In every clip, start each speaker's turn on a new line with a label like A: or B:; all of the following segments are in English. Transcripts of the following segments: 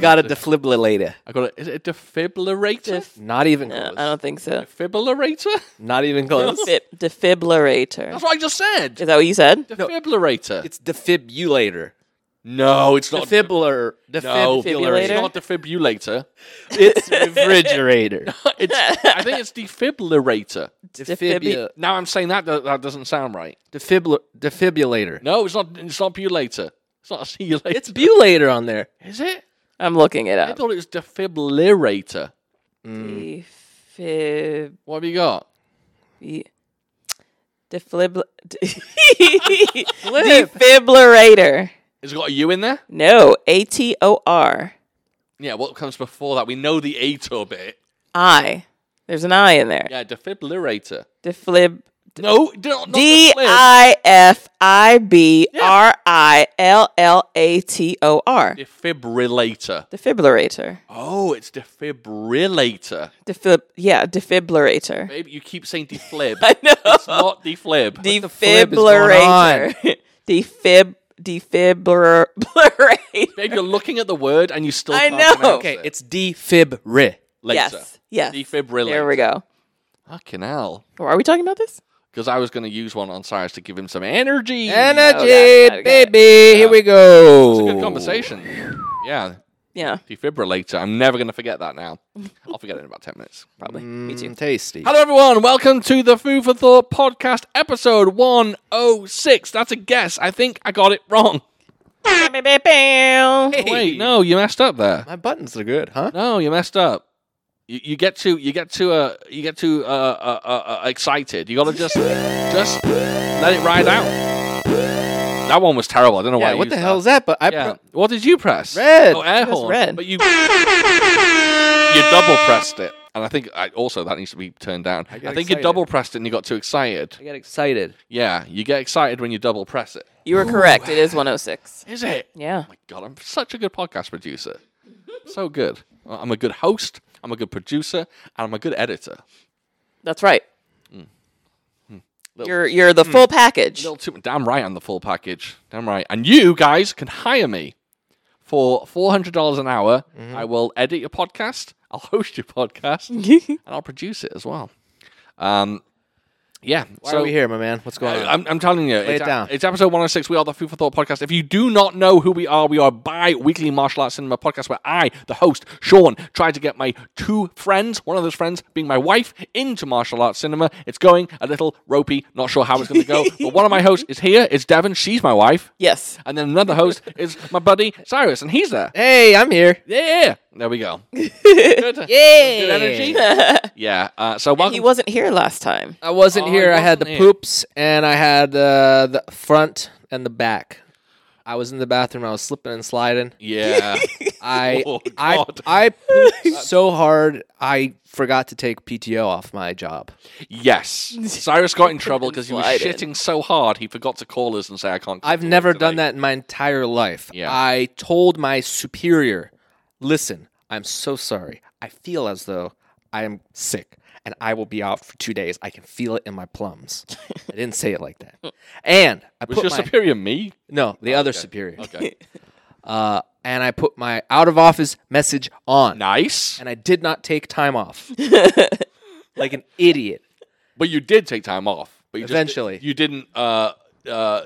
A: got a defibrillator.
B: I got a, is it a defibrillator?
C: Def-
A: Not even
C: No,
A: close.
C: I don't think so.
B: Defibrillator?
A: Not even close.
C: Defib- defibrillator.
B: That's what I just said.
C: Is that what you said?
B: Defibrillator.
A: It's defibrillator.
B: no, it's not.
A: Defibrillator.
B: no,
A: Defibrillator.
B: it's not defibrillator.
A: It's refrigerator.
B: It's, I think it's defibrillator.
A: Defibia.
B: Now I'm saying that, that that doesn't sound right.
A: Defibula- defibrillator.
B: No, it's not. It's not pulator. It's not a see you later.
A: It's bulator on there.
B: is it?
C: I'm looking it
B: I
C: up.
B: thought it was defibrillator.
C: Defib.
B: What have you got?
C: Defibl- de- defibrillator.
B: Has it got a U in there?
C: No, A T O R
B: Yeah. What comes before that? We know the ator bit.
C: I. There's an I in there.
B: Yeah, defibrillator.
C: Defib.
B: No, d- not
C: D
B: defib.
C: I F I B R I L L A T O R.
B: Defibrillator.
C: Defibrillator.
B: Oh, it's defibrillator.
C: Defib. Yeah, defibrillator.
B: Babe, you keep saying deflib.
C: I know.
B: It's not deflib.
A: the flip is going
C: Defibrillator. Defib. Defibrillator.
B: Babe, you're looking at the word and you still.
C: I
B: can't
C: know.
B: pronounce
C: Okay,
B: it.
A: It's defibri.
B: later.
C: Yes. Yes.
B: Defibrillator.
C: There we go.
B: Fucking hell.
C: Or Are we talking about this?
B: Because I was going to use one on Cyrus to give him some energy.
A: Energy,
C: Oh, got it, got it, got it.
A: baby. Here we
B: It's
A: go.
B: a good conversation. Yeah.
C: Yeah,
B: Defibrillator. I'm never going to forget that now. I'll forget it in about 10 minutes.
C: probably. Me too.
A: Mm, tasty.
B: Hello, everyone. Welcome to the Food for Thought podcast, episode 106. That's a guess. I think I got it wrong.
C: Hey.
B: Wait, no, you messed up there.
A: My buttons are good, huh?
B: No, you messed up. You, you get too, you get too, uh, you get too uh, uh, uh, uh, excited. You gotta just, just let it ride out. That one was terrible. I don't know why.
A: Yeah,
B: I
A: what the
B: used
A: hell
B: that.
A: is that? But I
B: Yeah.
A: pro-
B: What did you press?
A: Red.
B: Oh, air
C: It was
B: horn.
C: red.
B: But you you double pressed it, and I think I, also that needs to be turned down. I,
A: get
B: think you
A: excited.
B: double pressed it and you got too excited.
A: I get excited.
B: Yeah, you get excited when you double press it.
C: You were correct. It is 106.
B: Is it?
C: Yeah.
B: Oh my god, I'm such a good podcast producer. So good. I'm a good host. I'm a good producer, and I'm a good editor.
C: That's right. You're you're the full package.
B: Little too, damn right on the full package. Damn right. And you guys can hire me for four hundred dollars an hour.
A: Mm-hmm.
B: I will edit your podcast. I'll host your podcast, and I'll produce it as well. Um, yeah.
A: Why
B: so
A: are we here, my man? What's going on?
B: I- I'm, I'm telling you, it's,
A: it down.
B: it's episode 106. We are the Food for Thought podcast. If you do not know who we are, we are a bi weekly martial arts cinema podcast where I, the host, Sean, try to get my two friends, one of those friends being my wife, into martial arts cinema. It's going a little ropey, not sure how it's going to go. but one of my hosts is here, it's Devon, she's my wife.
C: Yes.
B: And then another host is my buddy, Cyrus, and he's there.
A: hey, I'm here.
B: Yeah, there we go. Good, good energy. yeah, uh, so welcome.
C: He wasn't here last time.
A: I wasn't
B: Oh,
A: here.
B: he
A: I had the
B: wasn't here.
A: poops and I had uh, the front and the back. I was in the bathroom. I was slipping and sliding.
B: yeah.
A: I
B: Oh,
A: I
B: God.
A: I pooped so hard I forgot to take PTO off my job.
B: Yes. Cyrus got in trouble because he was
C: Slide in.
B: shitting so hard he forgot to call us and say I can't. come
A: I've
B: to work
A: never
B: today."
A: done that in my entire life.
B: Yeah.
A: I told my superior, "Listen, I'm so sorry. I feel as though I am sick and I will be out for 2 days. I can feel it in my plums." I didn't say it like that. And I
B: Was
A: put
B: your
A: my
B: superior me?
A: No, the other superior.
B: Okay.
A: Uh, and I put my out of office message on.
B: nice.
A: And I did not take time off. like an idiot.
B: But you did take time off. But you just-
A: Eventually.
B: you didn't uh, uh,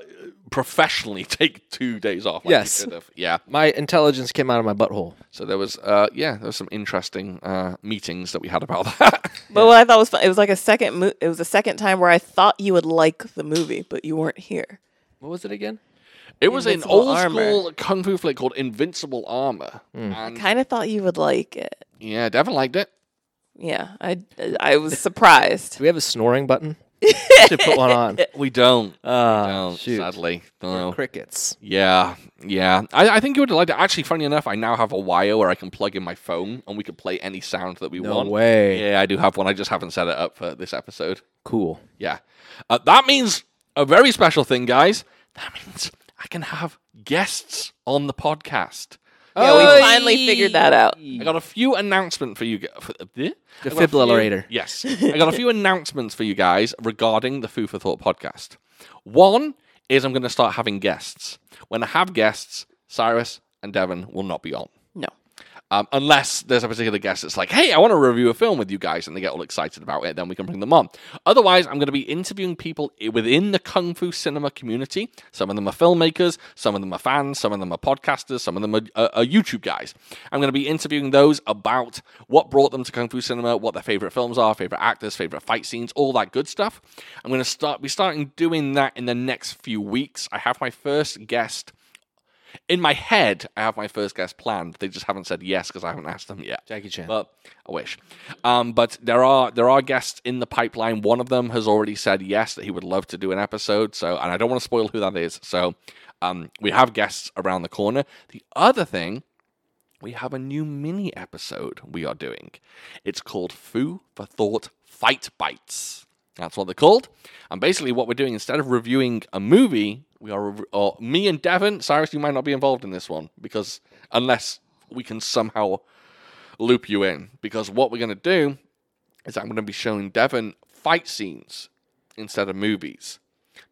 B: professionally take two days off. Like
A: Yes.
B: You could have. Yeah.
A: My intelligence came out of my butthole.
B: So there was uh, yeah there was some interesting uh, meetings that we had about that.
C: But what I thought was fun, it was like a second. Mo- it was the second time where I thought you would like the movie, but you weren't here.
A: What was it again?
B: it was an
C: Invincible
B: old
C: Armor.
B: school kung fu flick called Invincible Armor,
A: Hmm.
B: and
C: Kind of thought you would like it.
B: yeah, Devin liked it.
C: Yeah, I I was surprised.
A: Do we have a snoring button? should put one on.
B: We don't.
A: Uh,
B: don't
A: shoot.
B: sadly. No.
A: Crickets.
B: Yeah, yeah. I, I think you would like that. Actually, funny enough, I now have a wire where I can plug in my phone and we can play any sound that we
A: No
B: want.
A: way.
B: Yeah, I do have one. I just haven't set it up for this episode.
A: Cool.
B: Yeah. Uh, that means a very special thing, guys. That means I can have guests on the podcast.
C: Yeah, we finally figured that out.
B: I got a few announcement for you. gu- For, eh? I got a few-
A: Defibrillator.
B: Yes. I got a few announcements for you guys regarding the Food for Thought podcast. One is I'm going to start having guests. When I have guests, Cyrus and Devon will not be on.
C: No,
B: Um, unless there's a particular guest that's like, hey, I want to review a film with you guys, and they get all excited about it, then we can bring them on. Otherwise, I'm going to be interviewing people i- within the Kung Fu cinema community. Some of them are filmmakers, some of them are fans, some of them are podcasters, some of them are, are, are YouTube guys. I'm going to be interviewing those about what brought them to Kung Fu cinema, what their favorite films are, favorite actors, favorite fight scenes, all that good stuff. I'm going to start be starting doing that in the next few weeks. I have my first guest in my head, I have my first guest planned. They just haven't said yes because I haven't asked them yet.
A: Jackie Chan.
B: But I wish. Um, but there are there are guests in the pipeline. One of them has already said yes that he would love to do an episode. So, and I don't want to spoil who that is. So, um, we have guests around the corner. The other thing we have a new mini episode we are doing. It's called Foo for Thought Fight Bites. That's what they're called. And basically, what we're doing instead of reviewing a movie, we are rev- or me and Devon. Cyrus, you might not be involved in this one because unless we can somehow loop you in, because what we're going to do is I'm going to be showing Devon fight scenes instead of movies,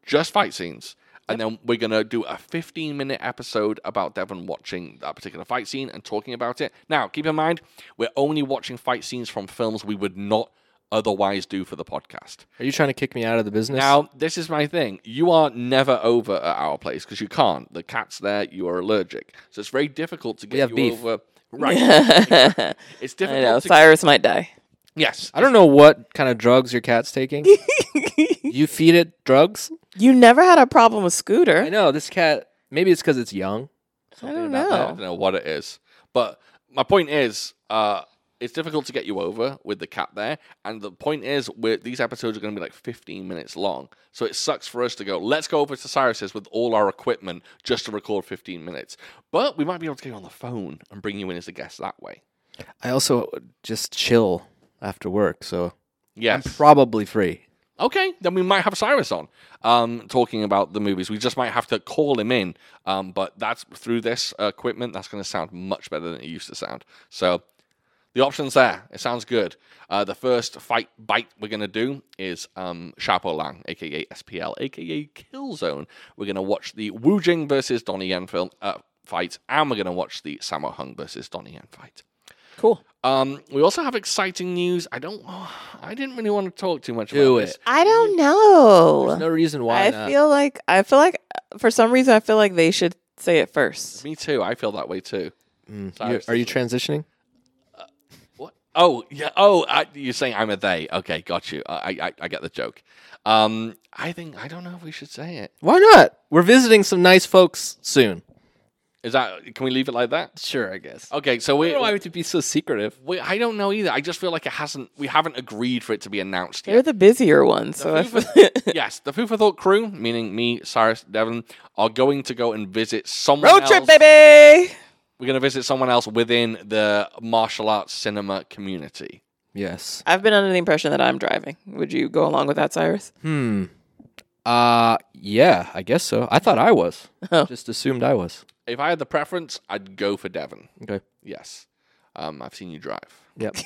B: just fight scenes. And then we're going to do a 15 minute episode about Devon watching that particular fight scene and talking about it. Now, keep in mind, we're only watching fight scenes from films we would not otherwise do for the podcast.
A: Are you trying to kick me out of the business?
B: Now, this is my thing. You are never over at our place because you can't. The cat's there. You are allergic. So it's very difficult to get
A: have
B: you
A: beef.
B: over. Right. it's
C: I
B: difficult.
C: know.
B: to-
C: Cyrus might die.
B: yes.
A: I don't know what kind of drugs your cat's taking. you feed it drugs?
C: You never had a problem with
A: I
C: Scooter.
A: know this cat. Maybe it's because it's young.
C: I don't
B: I don't
C: know.
B: know what it is. But my point is, uh, it's difficult to get you over with the cat there. And the point is, we're, these episodes are going to be like 15 minutes long. So it sucks for us to go, let's go over to Cyrus's with all our equipment just to record 15 minutes. But we might be able to get you on the phone and bring you in as a guest that way.
A: I also just chill after work, so I'm
B: Yes.
A: probably free.
B: Okay, then we might have Cyrus on um, talking about the movies. We just might have to call him in, um, but that's through this uh, equipment. That's going to sound much better than it used to sound. So the options there. It sounds good. Uh, the first fight bite we're going to do is um, Chapeau Lang, aka SPL, aka Killzone. We're going to watch the Wu Jing versus Donnie Yen film uh, fight, and we're going to watch the Sammo Hung versus Donnie Yen fight.
C: Cool.
B: Um, we also have exciting news. I don't. I didn't really want to talk too much
A: Do
B: about
A: it.
B: this.
C: I don't know.
A: Mm. There's no reason why
C: I
A: not.
C: feel like I feel like uh, for some reason I feel like they should say it first.
B: Me too. I feel that way too.
A: Mm.
B: Sorry,
A: You- are you transitioning?
B: What? Oh yeah. Oh, I, you're saying I'm a they. Okay, got you. I, I I get the joke. Um, I think I don't know if we should say it.
A: Why not? We're visiting some nice folks soon.
B: Is that? Can we leave it like that?
A: Sure, I guess.
B: Okay. So we.
A: I don't know why we have to be so secretive.
B: we- I don't know either. I just feel like it hasn't. We haven't agreed for it to be announced
C: They're
B: yet.
C: the busier ones, so I
B: Food
C: feel-
B: for- yes, the Food for Thought crew, meaning me, Cyrus, Devon, are going to go and visit someone
C: road trip,
B: else.
C: baby.
B: We're going to visit someone else within the martial arts cinema community.
A: Yes.
C: I've been under the impression that I'm driving. Would you go along with that, Cyrus?
A: Hmm. Uh yeah, I guess so. I thought I was.
C: Oh.
A: Just assumed I was.
B: If I had the preference, I'd go for Devon.
A: Okay.
B: Yes. Um, I've seen you drive.
A: Yep.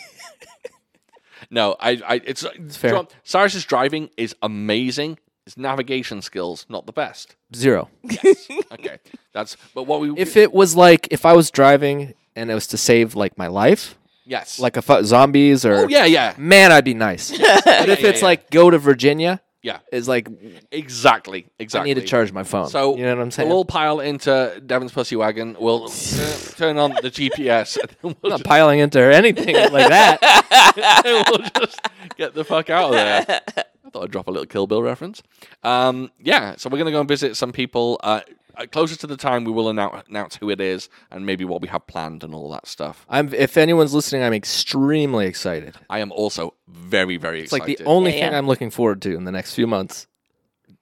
B: No, I, I it's, uh,
A: fair.
B: John, Cyrus's driving is amazing. His navigation skills not the best.
A: Zero.
B: Okay, that's but what we
A: If it was like if I was driving and it was to save like my life,
B: yes
A: like a fu- zombies or
B: oh yeah yeah
A: man, I'd be nice. but if
B: yeah,
A: it's
B: yeah.
A: like go to Virginia,
B: yeah
A: is like
B: exactly exactly.
A: I need to charge my phone.
B: So
A: you know what I'm saying?
B: We'll all pile into Devon's pussy wagon. We'll turn, turn on the GPS. And then we'll,
A: not piling into anything like that.
B: then we'll just get the fuck out of there. I thought I'd drop a little Kill Bill reference. Um, yeah, so we're going to go and visit some people. Uh, uh, closer to the time, we will announce, announce who it is and maybe what we have planned and all that stuff.
A: I'm. If anyone's listening, I'm extremely excited.
B: I am also very, very
A: It's like
B: excited.
A: the only
C: Yeah.
A: thing I'm looking forward to in the next few months.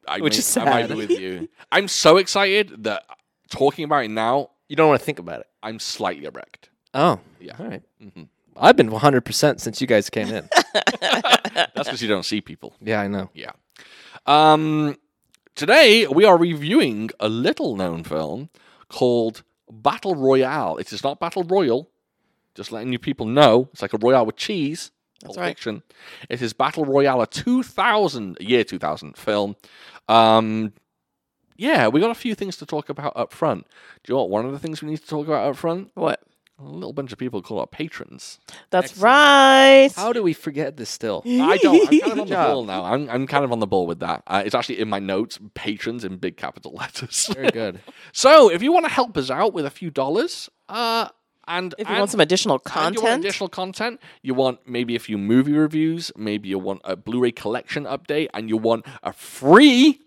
B: I
A: which
B: may-
A: is
B: I might
A: sad.
B: be with you. I'm so excited that talking about it now,
A: You don't want to think about it.
B: I'm slightly erect.
A: Oh,
B: Yeah.
A: All right. I've been 100 percent since you guys came in.
B: That's because you don't see people.
A: yeah, I know.
B: Yeah. Um, today we are reviewing a little-known film called Battle Royale. It is not Battle Royal. Just letting you people know, it's like a royale with cheese. That's
C: right.
B: Fiction. It is Battle Royale, a 2000 year 2000 film. Um, yeah, we got a few things to talk about up front. Do you know what? One of the things we need to talk about up front
C: What?
B: A little bunch of people call our patrons.
C: That's
A: Excellent.
C: right.
A: How do we forget this still?
B: I don't. I'm kind of on the
A: job.
B: ball now. I'm, I'm kind of on the ball with that. Uh, it's actually in my notes, patrons in big capital letters.
A: Very good.
B: so if you want to help us out with a few dollars, uh, and
C: if you
B: and-
C: want some additional
B: And You want
C: content,
B: additional content. You want maybe a few movie reviews. Maybe you want a Blu-ray collection update, and you want a free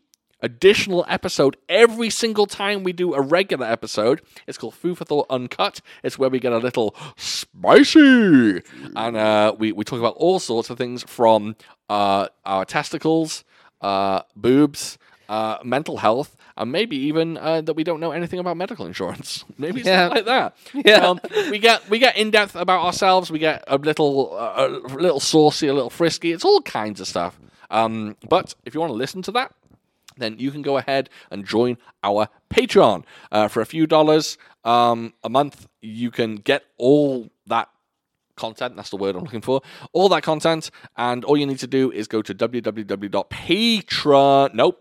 B: additional episode every single time we do a regular episode. It's called Food for Thought Uncut. It's where we get a little spicy, and uh, we we talk about all sorts of things from uh, our testicles, uh, boobs. Uh, mental health, and maybe even uh, that we don't know anything about medical insurance. Maybe
A: Yeah.
B: something like that.
A: Yeah.
B: Um, we get we get in depth about ourselves. We get a little uh, a little saucy, a little frisky. It's all kinds of stuff. Um, but if you want to listen to that, then you can go ahead and join our Patreon uh, for a few dollars um, a month. You can get all that content. That's the word I'm looking for. All that content, and all you need to do is go to www.patreon. Nope,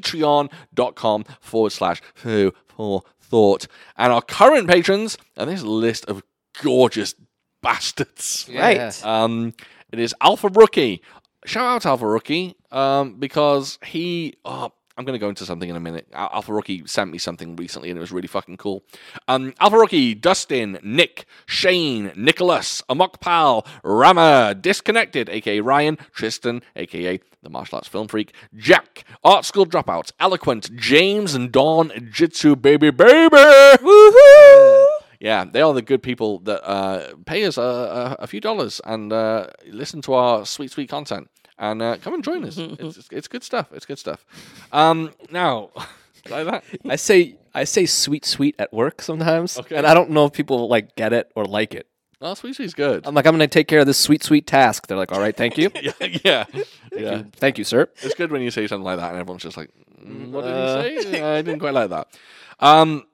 B: www.patreon.com forward slash who for thought. And our current patrons, and this list of gorgeous bastards.
C: right?
A: Yeah.
B: Um, it is Alpha Rookie. Shout out Alpha Rookie um, because he. Oh, I'm going to go into something in a minute. Al- Alpha Rookie sent me something recently and it was really fucking cool. Um, Alpha Rookie, Dustin, Nick, Shane, Nicholas, Amok Pal, Rama, Disconnected, aka Ryan, Tristan, aka the martial arts film freak, Jack, Art School Dropouts, Eloquent, James, and Dawn Jitsu Baby Baby. Uh, Woohoo! Yeah, they are the good people that uh, pay us a, a, a few dollars and uh, listen to our sweet, sweet content. And uh, come and join us. it's, it's, it's good stuff. It's good stuff. Um, now, like that.
A: I say I say sweet sweet at work sometimes, and I don't know if people like get it or like it.
B: Oh, sweet, sweet's good.
A: I'm like, I'm gonna take care of this sweet sweet task. They're like, all right, thank you,
B: yeah, yeah, yeah.
A: thank you, sir.
B: It's good when you say something like that, and everyone's just like, "Mm, "What did he say?" I didn't quite like that. Um,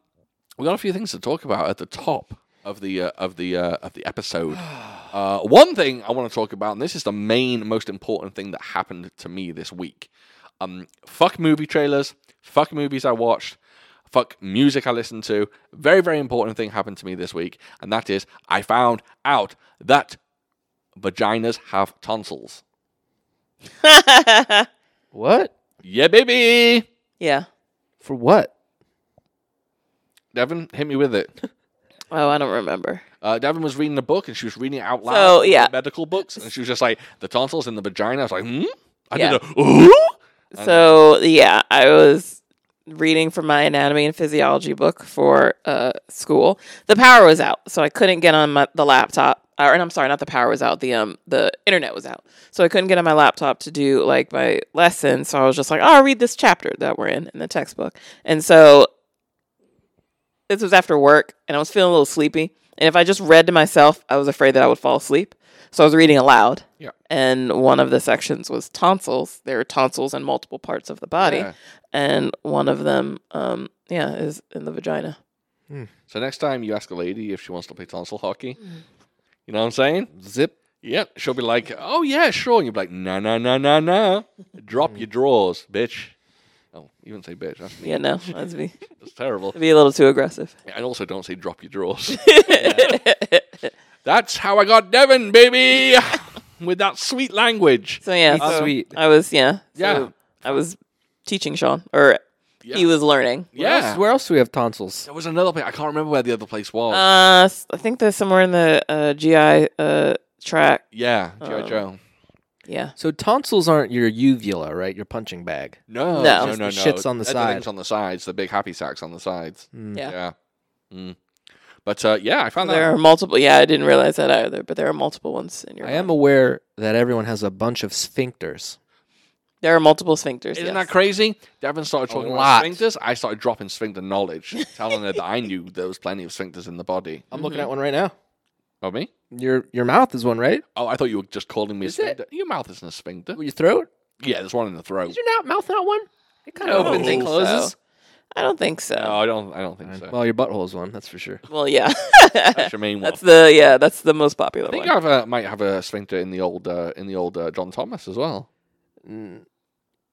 B: we got a few things to talk about at the top of the uh, of the uh, of the episode. Uh, one thing I want to talk about, and this is the main, most important thing that happened to me this week. Um, fuck movie trailers. Fuck movies I watched. Fuck music I listened to. Very very important thing happened to me this week, and that is I found out that vaginas have tonsils.
A: What
B: Yeah, baby.
C: yeah.
A: for what?
B: Devin, hit me with it.
C: Oh, I don't remember.
B: Uh, Devin was reading a book and she was reading it out loud.
C: So,
B: from
C: yeah.
B: the Medical books. And she was just like, the tonsils in the vagina. I was like, hmm? I
C: Yeah.
B: did a, ooh?
C: So yeah, I was reading from my anatomy and physiology book for uh, school. The power was out, so I couldn't get on my, the laptop. Or, and I'm sorry, not the power was out. The um the internet was out, so I couldn't get on my laptop to do like my lesson. So I was just like, oh, I'll read this chapter that we're in in the textbook. And so this was after work, and I was feeling a little sleepy. And if I just read to myself, I was afraid that I would fall asleep. So I was reading aloud and one of the sections was tonsils. There are tonsils in multiple parts of the body,
B: Yeah.
C: and one of them, um, yeah, is in the vagina.
B: So next time you ask a lady if she wants to play tonsil hockey,
C: Mm.
B: you know what I'm saying?
A: Zip.
B: Yep. She'll be like, oh, yeah, sure. And you'll be like, no, no, no, no, no. Drop
C: Mm.
B: your drawers, bitch. Oh, you wouldn't say bitch. That's,
C: Yeah, no, that'd be
B: that's terrible.
C: that'd be a little too aggressive.
B: And also don't say drop your drawers. That's how I got Devin, baby. With that sweet language.
C: So yeah,
A: That's
C: so
A: sweet.
C: I was yeah, so
B: Yeah.
C: I was teaching Sean, or
B: Yeah.
C: he was learning.
A: Where
B: Yeah.
A: else, where else do we have tonsils?
B: There was another place. I can't remember where the other place was.
C: Uh, s- I think there's somewhere in the uh, GI uh, track.
B: yeah,
A: uh,
B: G.I. Joe.
C: Yeah,
A: So tonsils aren't your uvula, right? Your punching bag.
B: No,
C: No.
B: no, no,
A: Just the
B: no.
A: shits on the
B: Everything's
A: side.
B: on the sides. The big happy sacks on the sides.
C: yeah.
B: Yeah. Mm. But uh, yeah, I found
C: There
B: that.
C: are multiple. Yeah, I didn't realize that either, but there are multiple ones in your.
A: I am
C: body.
A: aware that everyone has a bunch of sphincters.
C: there are multiple sphincters.
B: Isn't
C: yes.
B: that crazy? Devin started
A: A
B: talking about
A: lot.
B: sphincters. I started dropping sphincter knowledge, telling her that I knew there was plenty of sphincters in the body.
A: I'm looking at one right now.
B: Oh, me?
A: Your your mouth is one, right?
B: Oh, I thought you were just calling me a
A: Is it?
B: sphincter. Your mouth isn't a sphincter.
A: Your throat?
B: Yeah, there's one in the throat.
A: Is your not, mouth not one? It kind
C: No.
A: of opens and
C: I don't think
A: closes.
C: so. I don't think so.
B: No, I don't. I don't think so.
A: Well, your butthole is one, that's for sure.
C: Well, yeah,
B: That's your main one.
C: that's the yeah, that's the most popular
B: I think
C: one.
B: I have a, might have a sphincter in the old uh, in the old uh, John Thomas as well.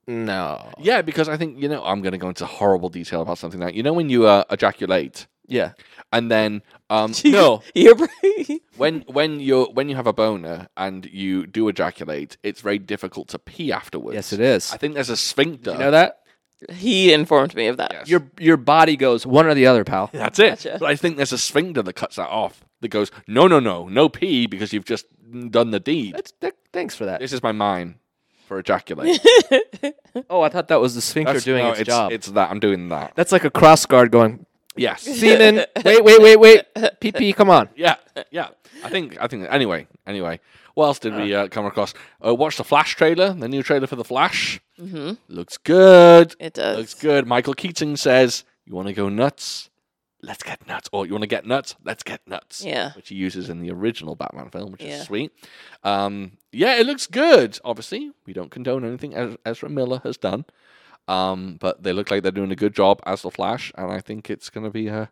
A: No.
B: Yeah, because I think you know I'm going to go into horrible detail about something like you know when you uh, ejaculate
A: Yeah.
B: and then um no
C: You're brave.
B: when when you're when you have a boner and you do ejaculate it's very difficult to pee afterwards
A: Yes, it is.
B: i think there's a sphincter
A: You know that?
C: He informed me of that.
B: Yes.
A: Your your body goes one or the other, pal.
B: that's it
C: Gotcha.
B: but i think there's a sphincter that cuts that off that goes no no no no pee because you've just done the deed
A: That's, that, thanks for that.
B: this is my mine for ejaculate
A: Oh, I thought that was the sphincter
B: That's-
A: doing
B: no,
A: its,
B: it's,
A: job.
B: it's that i'm doing that
A: That's like a cross guard going,
B: yes
A: semen, wait, wait, wait, wait, pee pee, come on.
B: yeah yeah i think i think anyway anyway what else did we uh, come across uh, watch the flash trailer the new trailer for the flash
C: hmm
B: looks good
C: It does.
B: Looks good. Michael Keating says, "You want to go nuts? Let's get nuts." Or you want to get nuts? Let's get nuts.
C: Yeah.
B: which he uses in the original Batman film, which
C: Yeah.
B: is sweet. Um, yeah, it looks good. Obviously, we don't condone anything Ez- Ezra Miller has done, um, but they look like they're doing a good job as the Flash, and I think it's gonna be. Uh,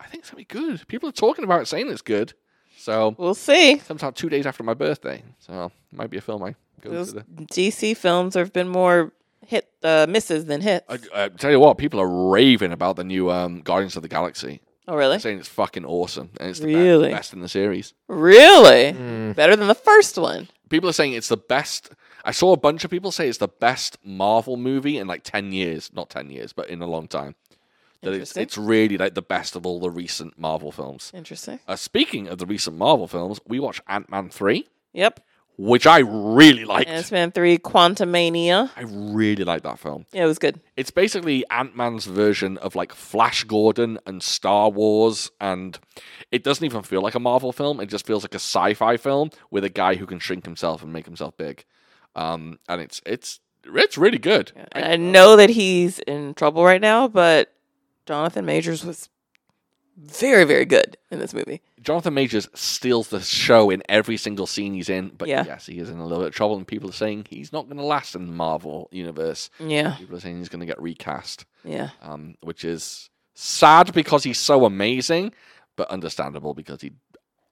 B: I think it's gonna be good. People are talking about it, saying it's good. So
C: We'll see.
B: comes out two days after my birthday, so it might be a film I go
C: Those
B: to the.
C: DC films have been more hit uh, misses than hits.
B: I, I tell you what, people are raving about the new um, Guardians of the Galaxy.
C: oh, really?
B: saying it's fucking awesome and it's the be-
C: Really?
B: best in the series.
C: Really? Better than the first one.
B: People are saying it's the best. I saw a bunch of people say it's the best Marvel movie in like 10 years, not 10 years, but in a long time. That it's,
C: Interesting.
B: it's really like the best of all the recent Marvel films.
C: Interesting.
B: Uh, speaking of the recent Marvel films, we watched Ant Man 3,
C: Yep.
B: which I really liked.
C: Ant Man three, Quantum Mania.
B: I really liked that film.
C: Yeah, it was good.
B: It's basically Ant Man's version of like Flash Gordon and Star Wars, and it doesn't even feel like a Marvel film. It just feels like a sci-fi film with a guy who can shrink himself and make himself big. Um, and it's it's it's really good.
C: And I know that he's in trouble right now, but Jonathan Majors was very, very good in this movie.
B: Jonathan Majors steals the show in every single scene he's in, but
C: Yeah.
B: yes, he is in a little bit of trouble, and people are saying he's not going to last in the Marvel universe.
C: Yeah,
B: People are saying he's going to get recast.
C: yeah,
B: um, which is sad because he's so amazing, but understandable because he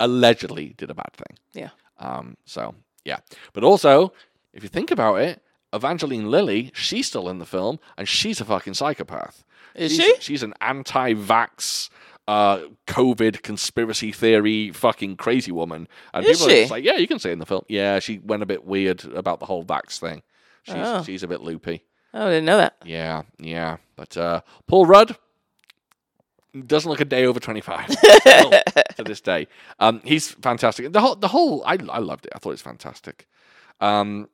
B: allegedly did a bad thing.
C: Yeah.
B: Um. So yeah, but also if you think about it, Evangeline Lilly, she's still in the film, and she's a fucking psychopath.
C: Is
B: she's,
C: she?
B: She's an anti-vax. Uh, COVID conspiracy theory, fucking crazy woman, and
C: Is
B: people are
C: she?
B: just like, yeah, you can say in the film, yeah, she went a bit weird about the whole vax thing. She's
C: Oh.
B: she's a bit loopy.
C: Oh, I didn't know that.
B: Yeah, yeah. But uh, Paul Rudd doesn't look a day over 25 still to this day. Um, he's fantastic. The whole, the whole I, I loved it. I thought it was fantastic. Um,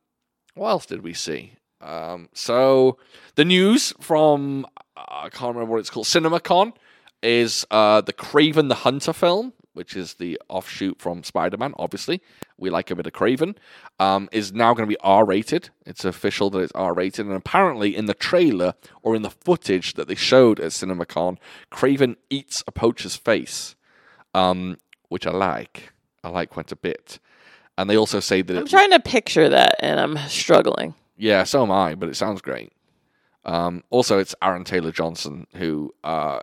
B: what else did we see? Um, so the news from, uh, I can't remember what it's called, CinemaCon is uh, the Craven the Hunter film, which is the offshoot from Spider Man, obviously. We like a bit of Craven. Um, is now going to be R rated. It's official that it's R rated. And apparently, in the trailer or in the footage that they showed at CinemaCon, Craven eats a poacher's face, um, which I like. I like quite a bit. And they also say that
C: I'm
B: it,
C: trying to picture that, and I'm struggling.
B: yeah, so am I, but it sounds great. Um, also, it's Aaron Taylor Johnson, who uh,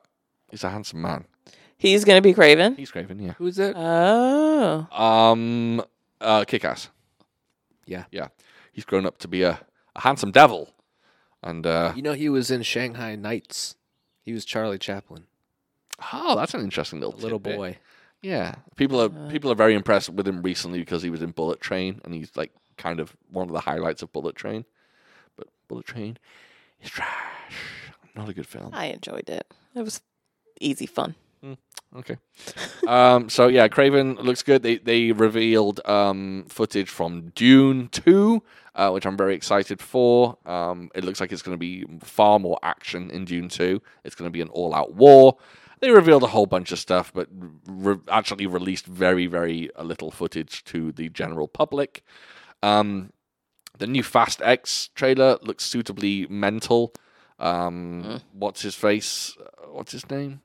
B: is a handsome man.
C: He's gonna be Craven.
B: He's Craven, yeah.
A: Who's it?
C: Oh,
B: Um, uh, kick ass.
A: Yeah.
B: yeah. He's grown up to be a, a handsome devil, and uh,
A: You know, he was in Shanghai Nights. He was Charlie Chaplin,
B: oh, that's an interesting little
A: a little
B: tidbit.
A: boy.
B: Yeah, people are people are very impressed with him recently because he was in Bullet Train, and he's like kind of one of the highlights of Bullet Train. But Bullet Train is trash. Not a good film.
C: I enjoyed it. It was easy fun.
B: Okay. um, so yeah, Craven looks good. They they revealed um, footage from Dune Two, uh, which I'm very excited for. Um, it looks like it's going to be far more action in Dune Two. It's going to be an all out war. They revealed a whole bunch of stuff, but re- actually released very very uh, little footage to the general public. Um, the new Fast X trailer looks suitably mental. Um, What's his face? Uh, What's his name?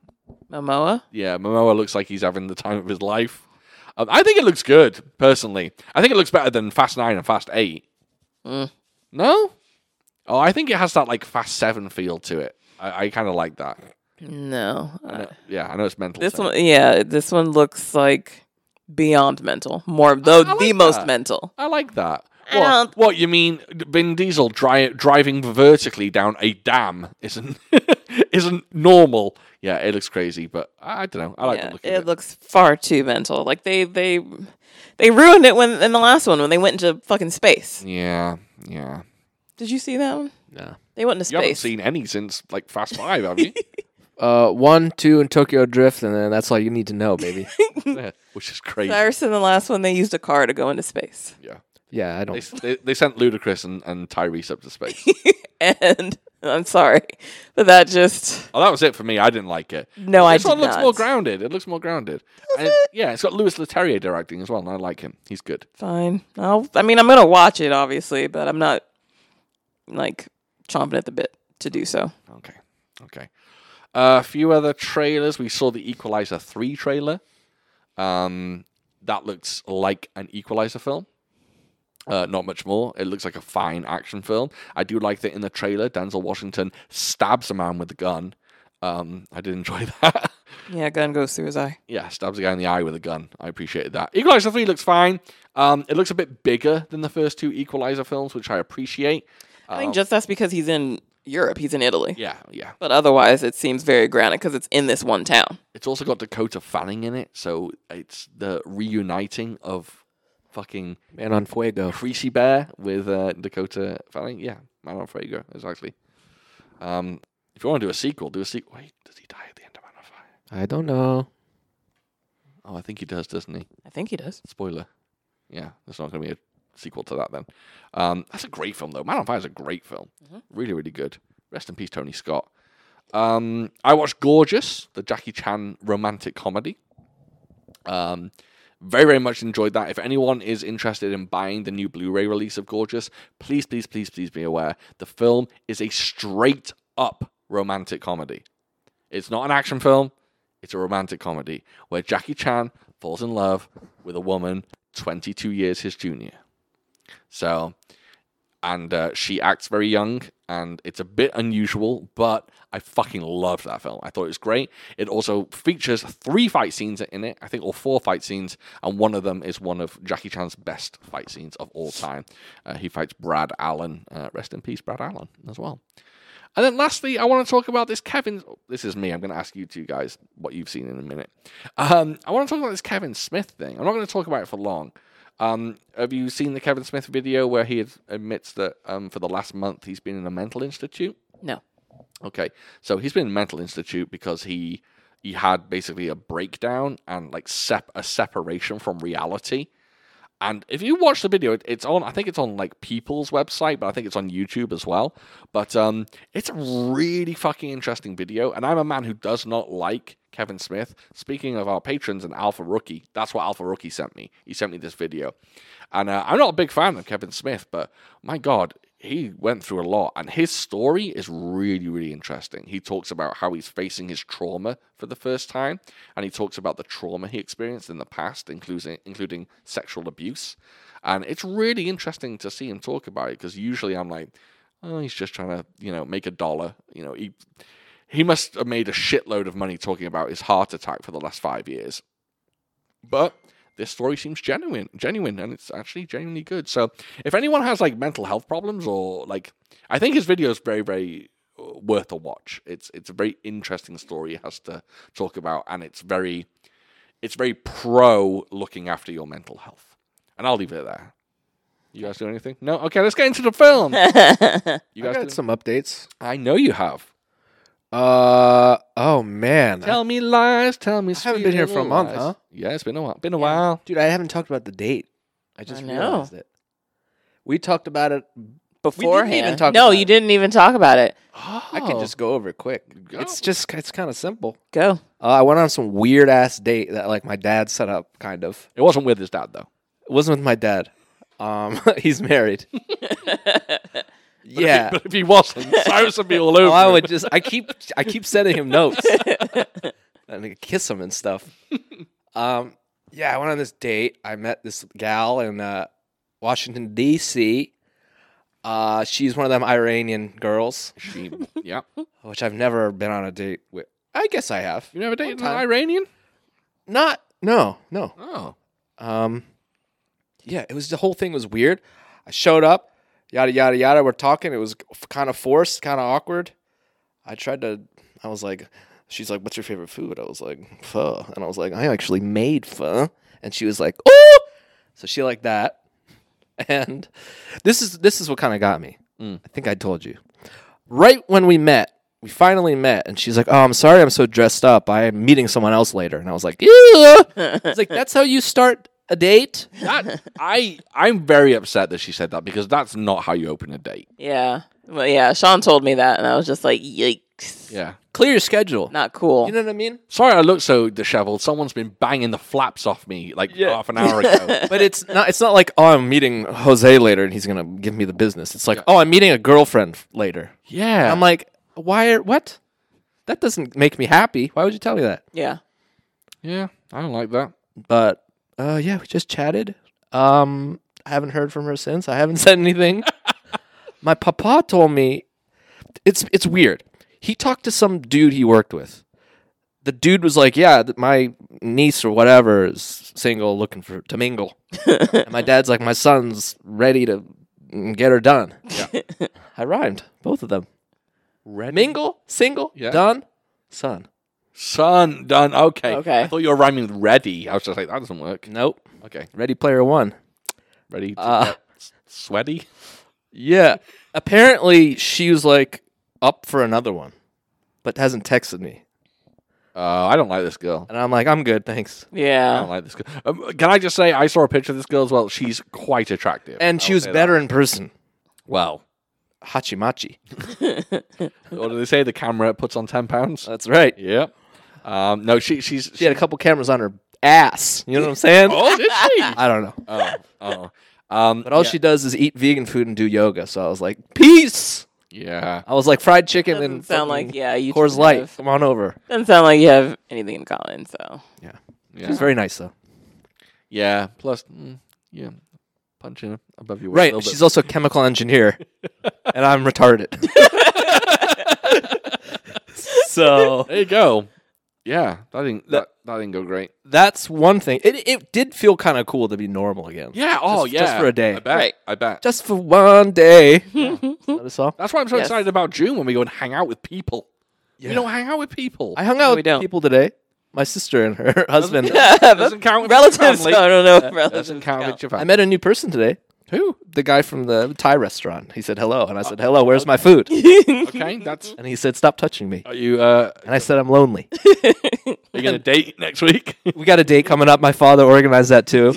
C: Momoa.
B: yeah, Momoa looks like he's having the time of his life. Um, I think it looks good, personally. I think it looks better than Fast Nine and Fast Eight.
C: Mm.
B: No, oh, I think it has that like Fast Seven feel to it. I, I kind of like that.
C: No,
B: I
C: uh,
B: know- yeah, I know it's mental.
C: this
B: so-
C: one. Yeah, this one looks like beyond mental. More the
B: I like
C: the most
B: that.
C: mental.
B: I like that.
C: I don't.
B: What you mean? Vin Diesel dri- driving vertically down a dam isn't isn't normal. Yeah, it looks crazy, but I don't know. I like
C: yeah,
B: the look of
C: it
B: it.
C: looks far too mental. Like they they they ruined it when in the last one when they went into fucking space.
B: yeah, yeah.
C: Did you see that one?
A: No.
C: They went into
B: You haven't
C: space.
B: seen any since like Fast Five, have you?
A: Uh, one, two, and Tokyo Drift, and then that's all you need to know, baby.
B: Yeah, Which is crazy.
C: Cyrus in the last one they used a car to go into space.
B: Yeah,
A: yeah, I
B: they,
A: don't.
B: they, they sent Ludacris and, and Tyrese up to space.
C: And I'm sorry, but that just
B: oh, that was it for me. I didn't like it.
C: no. I
B: this
C: did
B: one looks
C: not.
B: more grounded. It looks more grounded. And it- yeah, it's got Louis Leterrier directing as well, and I like him. He's good.
C: Fine. I'll, I mean, I'm gonna watch it obviously, but I'm not like chomping at the bit to do so.
B: Okay. Okay. Uh, a few other trailers. We saw the Equalizer 3 trailer. Um, that looks like an Equalizer film. Uh, not much more. It looks like a fine action film. I do like that in the trailer, Denzel Washington stabs a man with a gun. Um, I did enjoy that.
C: Yeah, gun goes through his eye.
B: yeah, stabs a guy in the eye with a gun. I appreciated that. Equalizer 3 looks fine. Um, it looks a bit bigger than the first two Equalizer films, which I appreciate.
C: I
A: Oh.
C: think just that's because he's in Europe. He's in Italy.
B: Yeah, yeah.
C: But otherwise, it seems very grounded because it's in this one town.
B: It's also got Dakota Fanning in it, so it's the reuniting of fucking
A: Man on Fuego.
B: Creasy Bear with uh, Dakota Fanning. Yeah, Man on Fuego, exactly. Um, if you want to do a sequel, do a sequel. Wait, does he die at the end of Man on Fire?
A: I don't know.
B: Oh, I think he does, doesn't he?
C: I think he does.
B: Spoiler. Yeah, there's not going to be a sequel to that then. Um, that's a great film, though. Man on Fire is a great film. Really, really good. Rest in peace, Tony Scott. Um, I watched Gorgeous, the Jackie Chan romantic comedy. Um, very, very much enjoyed that. If anyone is interested in buying the new Blu ray release of Gorgeous, please, please, please, please be aware the film is a straight up romantic comedy. It's not an action film, it's a romantic comedy where Jackie Chan falls in love with a woman 22 years his junior. So, and uh, she acts very young, and it's a bit unusual, but I fucking loved that film. I thought it was great. It also features three fight scenes in it, I think, or four fight scenes, and one of them is one of Jackie Chan's best fight scenes of all time. Uh, he fights Brad Allen. Uh, rest in peace, Brad Allen, as well. And then lastly, I want to talk about this Kevin. This is me. I'm going to ask you two guys what you've seen in a minute. Um, I want to talk about this Kevin Smith thing. I'm not going to talk about it for long. Um, have you seen the Kevin Smith video where he ad- admits that um, for the last month he's been in a mental institute?
C: No.
B: Okay, so he's been in mental institute because he he had basically a breakdown and like sep- a separation from reality. And if you watch the video, it- it's on. I think it's on like People's website, but I think it's on YouTube as well. But um, it's a really fucking interesting video. And I'm a man who does not like Kevin Smith. Speaking of our patrons and Alpha Rookie, that's what Alpha Rookie sent me. He sent me this video, and uh, I'm not a big fan of Kevin Smith, but my god, he went through a lot and his story is really really interesting he talks about how he's facing his trauma for the first time and he talks about the trauma he experienced in the past including including sexual abuse and it's really interesting to see him talk about it because usually i'm like oh he's just trying to you know make a dollar you know he he must have made a shitload of money talking about his heart attack for the last 5 years but this story seems genuine genuine and it's actually genuinely good so if anyone has like mental health problems or like i think his video is very very uh, worth a watch it's it's a very interesting story he has to talk about and it's very it's very pro looking after your mental health and i'll leave it there you guys do anything no okay let's get into the film you
A: I
B: guys
A: got
B: do-
A: some updates.
B: i know you have
A: Uh oh man,
B: tell me lies tell me
A: I haven't been
B: sweet
A: here for a
B: little
A: month,
B: lies.
A: huh?
B: yeah it's been a while been a while
A: dude, I haven't talked about the date. I just
C: I know.
A: realized it. We talked about it.
C: Beforehand,
A: talk
C: no,
A: about
C: you
A: it.
C: didn't even talk about it.
B: Oh.
A: I can
C: Oh.
A: just go over it quick.
B: Go.
A: It's just it's kind of simple.
C: Go.
A: Uh, I went on some weird ass date that like my dad set up, kind of.
B: it wasn't with his dad though
A: It wasn't with my dad. Um, he's married. yeah.
B: but if he wasn't cyrus would be all over
A: Oh, I
B: him.
A: would just I keep I keep sending him notes and I kiss him and stuff. Um, yeah, I went on this date. I met this gal in uh, Washington D.C. Uh, she's one of them Iranian girls,
B: she yeah
A: which I've never been on a date with. I guess I have.
B: You never dated an
A: time.
B: Iranian?
A: Not no no.
B: Oh.
A: Um, yeah, it was the whole thing was weird. I I showed up, yada yada yada. We're talking. It was kind of forced, kind of awkward. I tried to. I was like, she's like, "What's your favorite food?" I was like, "Pho," and I was like, "I actually made pho," and she was like, "Oh!" So she liked that, and this is this is what kind of got me. I think I told you. Right when we met, we finally met, and she's like, "Oh, I'm sorry, I'm so dressed up. I'm meeting someone else later," and I was like, "Yeah." It's like that's how you start a date.
B: That I I'm very upset that she said that because that's not how you open a date.
C: Yeah. Well, yeah. Sean told me that, and I was just like, yikes.
B: Yeah.
A: Clear your schedule.
C: Not cool.
A: You know what I mean?
B: Sorry, I look so disheveled. Someone's been banging the flaps off me like
A: Yeah.
B: half an hour ago.
A: But it's not. It's not like oh, I'm meeting Jose later and he's gonna give me the business. It's like oh, I'm meeting a girlfriend f- later.
B: yeah.
A: I'm like, why? Are, what? That doesn't make me happy. Why would you tell me that?
C: yeah.
B: yeah. I don't like that.
A: But uh, yeah, we just chatted. Um, I haven't heard from her since. I haven't said anything. My papa told me it's it's weird. He talked to some dude he worked with. The dude was like, "Yeah, th- my niece or whatever is single, looking for to mingle." and my dad's like, "My son's ready to get her done." I rhymed both of them. Mingle, single,
B: Yeah.
A: done, son.
B: Son, done. Okay.
C: Okay.
B: I thought you were rhyming with ready. I was just like, that doesn't work.
A: Nope.
B: Okay.
A: Ready Player One.
B: Ready to
A: Uh,
B: get s- sweaty?
A: Yeah. Apparently, she was like up for another one, but hasn't texted me.
B: Uh, I don't like this girl.
A: And I'm like, I'm good, thanks.
B: I don't
C: Yeah.
B: like this girl. Um, can I just say, I saw a picture of this girl as well. She's quite attractive.
A: And she
B: I'll
A: was
B: say
A: better in person.
B: That. Well,
A: Hachimachi.
B: what do they say? The camera puts on 10 pounds?
A: That's right.
B: Yep. Um, no, she, she's.
A: She had a couple cameras on her ass. You know what I'm saying?
B: oh, did she?
A: I don't know.
B: oh, oh. Um,
A: But all she does is eat vegan food and do yoga. So I was like, peace.
B: yeah.
A: I was like, fried chicken
C: Doesn't
A: and
C: sound like
A: fucking
C: yeah. You
A: Coors
C: two
A: Light.
C: have-
A: Come on over.
C: Doesn't sound like you have anything in common. So
B: Yeah.
A: She's very nice though.
B: yeah. Plus, mm, yeah. Punching above your
A: Right.
B: weight.
A: She's also a chemical engineer, and I'm retarded. so
B: there you go. Yeah. That didn't, that, that didn't go great.
A: that's one thing. It it did feel kind of cool to be normal again.
B: Yeah. Oh,
A: Just-
B: yeah.
A: just for a day.
B: I bet.
C: Right.
B: I bet.
A: Just for one day. That is all.
B: That's why I'm so
C: Yes.
B: excited about June when we go and hang out with people. We don't hang out with people.
A: I hung
C: No,
A: out
C: we
A: with
C: don't.
A: people today. My sister and her husband.
B: doesn't count. If It's
C: relatives.
B: your
C: I
B: family.
C: don't know. if relatives
B: Doesn't count. If it's your
A: I
B: family.
A: met a new person today.
B: Who?
A: The guy from the Thai restaurant. He said hello, and I said hello. Where's my food?
B: Okay, that's.
A: And he said stop touching me.
B: Are you? Uh,
A: And I said I'm lonely.
B: are you gonna date next week?
A: We got a date coming up. My father organized that too.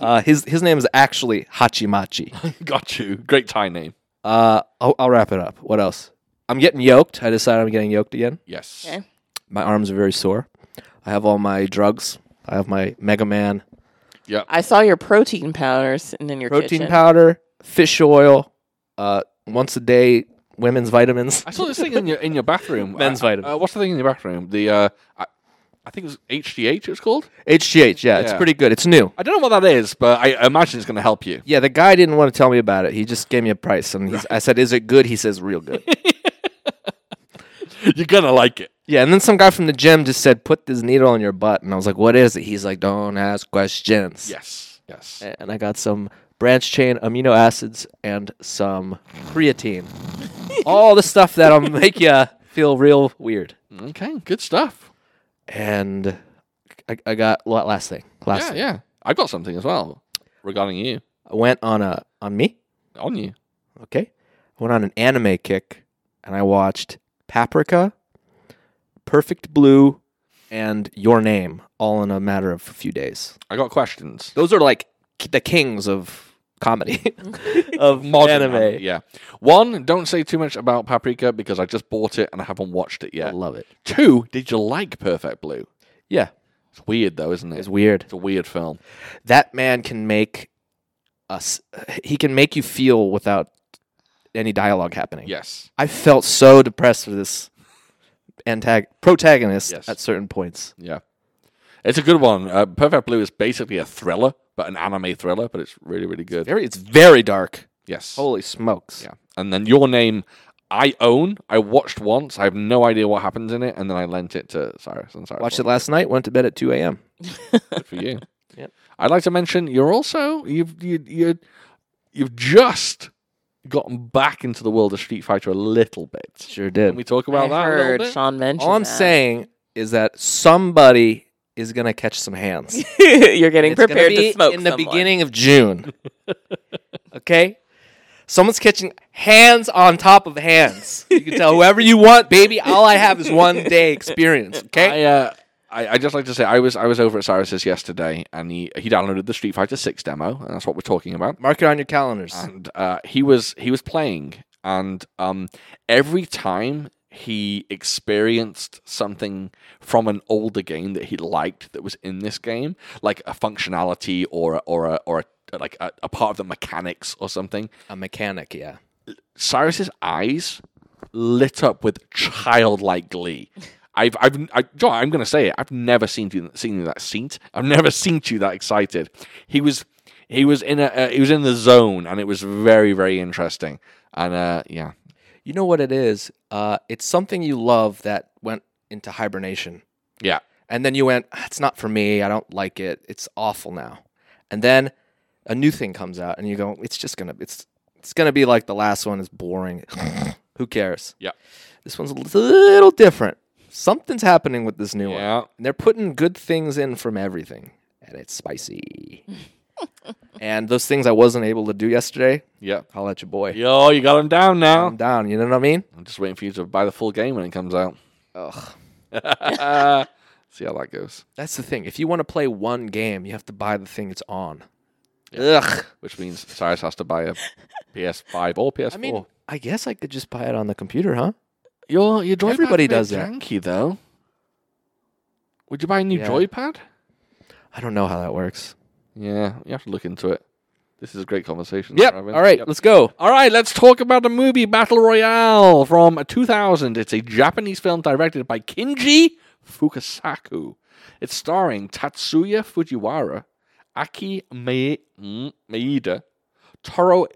A: uh, his his name is actually Hachimachi.
B: Got you. Great Thai name.
A: Uh, I'll, I'll wrap it up. What else? I'm getting yoked. I decided I'm getting yoked again.
B: Yes.
C: Okay.
A: My arms are very sore. I have all my drugs. I have my Mega Man
B: Yeah.
C: I saw your protein powders and in your
A: protein
C: kitchen.
A: powder, fish oil, uh, once a day women's vitamins.
B: I saw this thing in your in your bathroom.
A: Men's
B: Uh,
A: vitamin.
B: Uh, what's the thing in your bathroom? The uh, I, I think it was HGH. It was called.
A: HGH, yeah, it's
B: Yeah.
A: pretty good. It's new.
B: I don't know what that is, but I imagine it's gonna help you.
A: Yeah, the guy didn't want to tell me about it. He just gave me a price, and he's, I said, "Is it good?" He says, "Real good."
B: You're gonna like it.
A: yeah, and then some guy from the gym just said, "Put this needle on your butt," and I was like, "What is it?" He's like, "Don't ask questions."
B: Yes. Yes.
A: A- and I got some branch chain amino acids and some creatine. All the stuff that'll make you feel real weird.
B: Mm, Okay. Good stuff.
A: And I, I got la- last thing. Last
B: Yeah.
A: thing.
B: Yeah. I got something as well regarding you.
A: I went on a on me.
B: On you.
A: Okay, I went on an anime kick, and I watched Paprika, Perfect Blue, and Your Name all in a matter of a few days.
B: I got questions.
A: Those are like k- the kings of comedy of
B: Modern
A: anime.
B: anime, Yeah. One, don't say too much about Paprika because I just bought it and I haven't watched it
A: I
B: yet.
A: love it.
B: Two, did you like Perfect Blue?
A: Yeah,
B: It's weird though, isn't it?
A: it's weird.
B: It's a weird film.
A: that man can make us he can make you feel without any dialogue happening
B: Yes.
A: i felt so depressed for this antag- protagonist
B: Yes.
A: at certain points
B: Yeah. It's a good one. Uh, Perfect Blue is basically a thriller, but an anime thriller, but it's really, really good.
A: very it's very dark
B: Yes.
A: holy smokes
B: Yeah. And then Your Name, I own. I watched once. I have no idea what happens in it. And then I lent it to Cyrus. And Cyrus
A: watched it last night went to bed at 2 a.m
B: Good for you.
A: Yep.
B: I'd like to mention you're also you've you you You've just gotten back into the world of Street Fighter a little bit.
A: Sure
B: Can
A: did.
B: we talk about
C: I
B: that? a little
C: heard
B: bit?
C: Sean mention.
A: All I'm saying is that somebody is gonna catch some hands.
C: saying, you're getting
A: It's gonna
C: prepared to
A: be
C: smoke
A: in the
C: someone.
A: beginning of June. okay, someone's catching hands on top of hands. You can tell whoever you want, baby. All I have is one day experience. Okay,
B: I, uh, I I just like to say I was I was over at Cyrus's yesterday and he he downloaded the Street Fighter Six demo and that's what we're talking about.
A: mark it on your calendars.
B: And uh, he was he was playing and um, every time he experienced something from an older game that he liked that was in this game, like a functionality or a, or a, or a, like a, a part of the mechanics or something,
A: A mechanic, yeah.
B: Cyrus's eyes lit up with childlike glee. I've, I've, I, John, I'm going to say it. I've never seen you, seen you that seat. I've never seen you that excited. He was, he was in a, uh, he was in the zone, and it was very, very interesting. And uh, yeah,
A: You know what it is? Uh, it's something you love that went into hibernation.
B: yeah,
A: And then you went, "Ah, it's not for me. I don't like it. It's awful now. And then a new thing comes out and you go, it's just going to, it's, it's going to be like the last one is boring. Who cares?
B: Yeah.
A: This one's a little different. Something's happening with this new one.
B: yeah.
A: And they're putting good things in from everything. And it's spicy. and those things I wasn't able to do yesterday,
B: Yeah.
A: I'll let your boy.
B: Yo, you got him down now.
A: I'm down. You know what I mean?
B: I'm just waiting for you to buy the full game when it comes out.
A: Ugh.
B: See how that goes.
A: That's the thing. If you want to play one game, you have to buy the thing it's on. Ugh.
B: Which means Cyrus has to buy a PS5 or PS4.
A: I mean, I guess I could just buy it on the computer, huh?
B: Your your joypad's
A: Everybody
B: a bit
A: does that.
B: Janky though. Would you buy a new
A: Yeah.
B: joypad?
A: I don't know how that works.
B: Yeah, you have to look into it. This is a great conversation.
A: Yep.
B: that
A: All
B: we're having.
A: right,
B: Yep.
A: let's go.
B: All right, let's talk about the movie Battle Royale from 2000. It's a Japanese film directed by Kinji Fukasaku. It's starring Tatsuya Fujiwara, Aki Mae- mm, Maeda, Toro.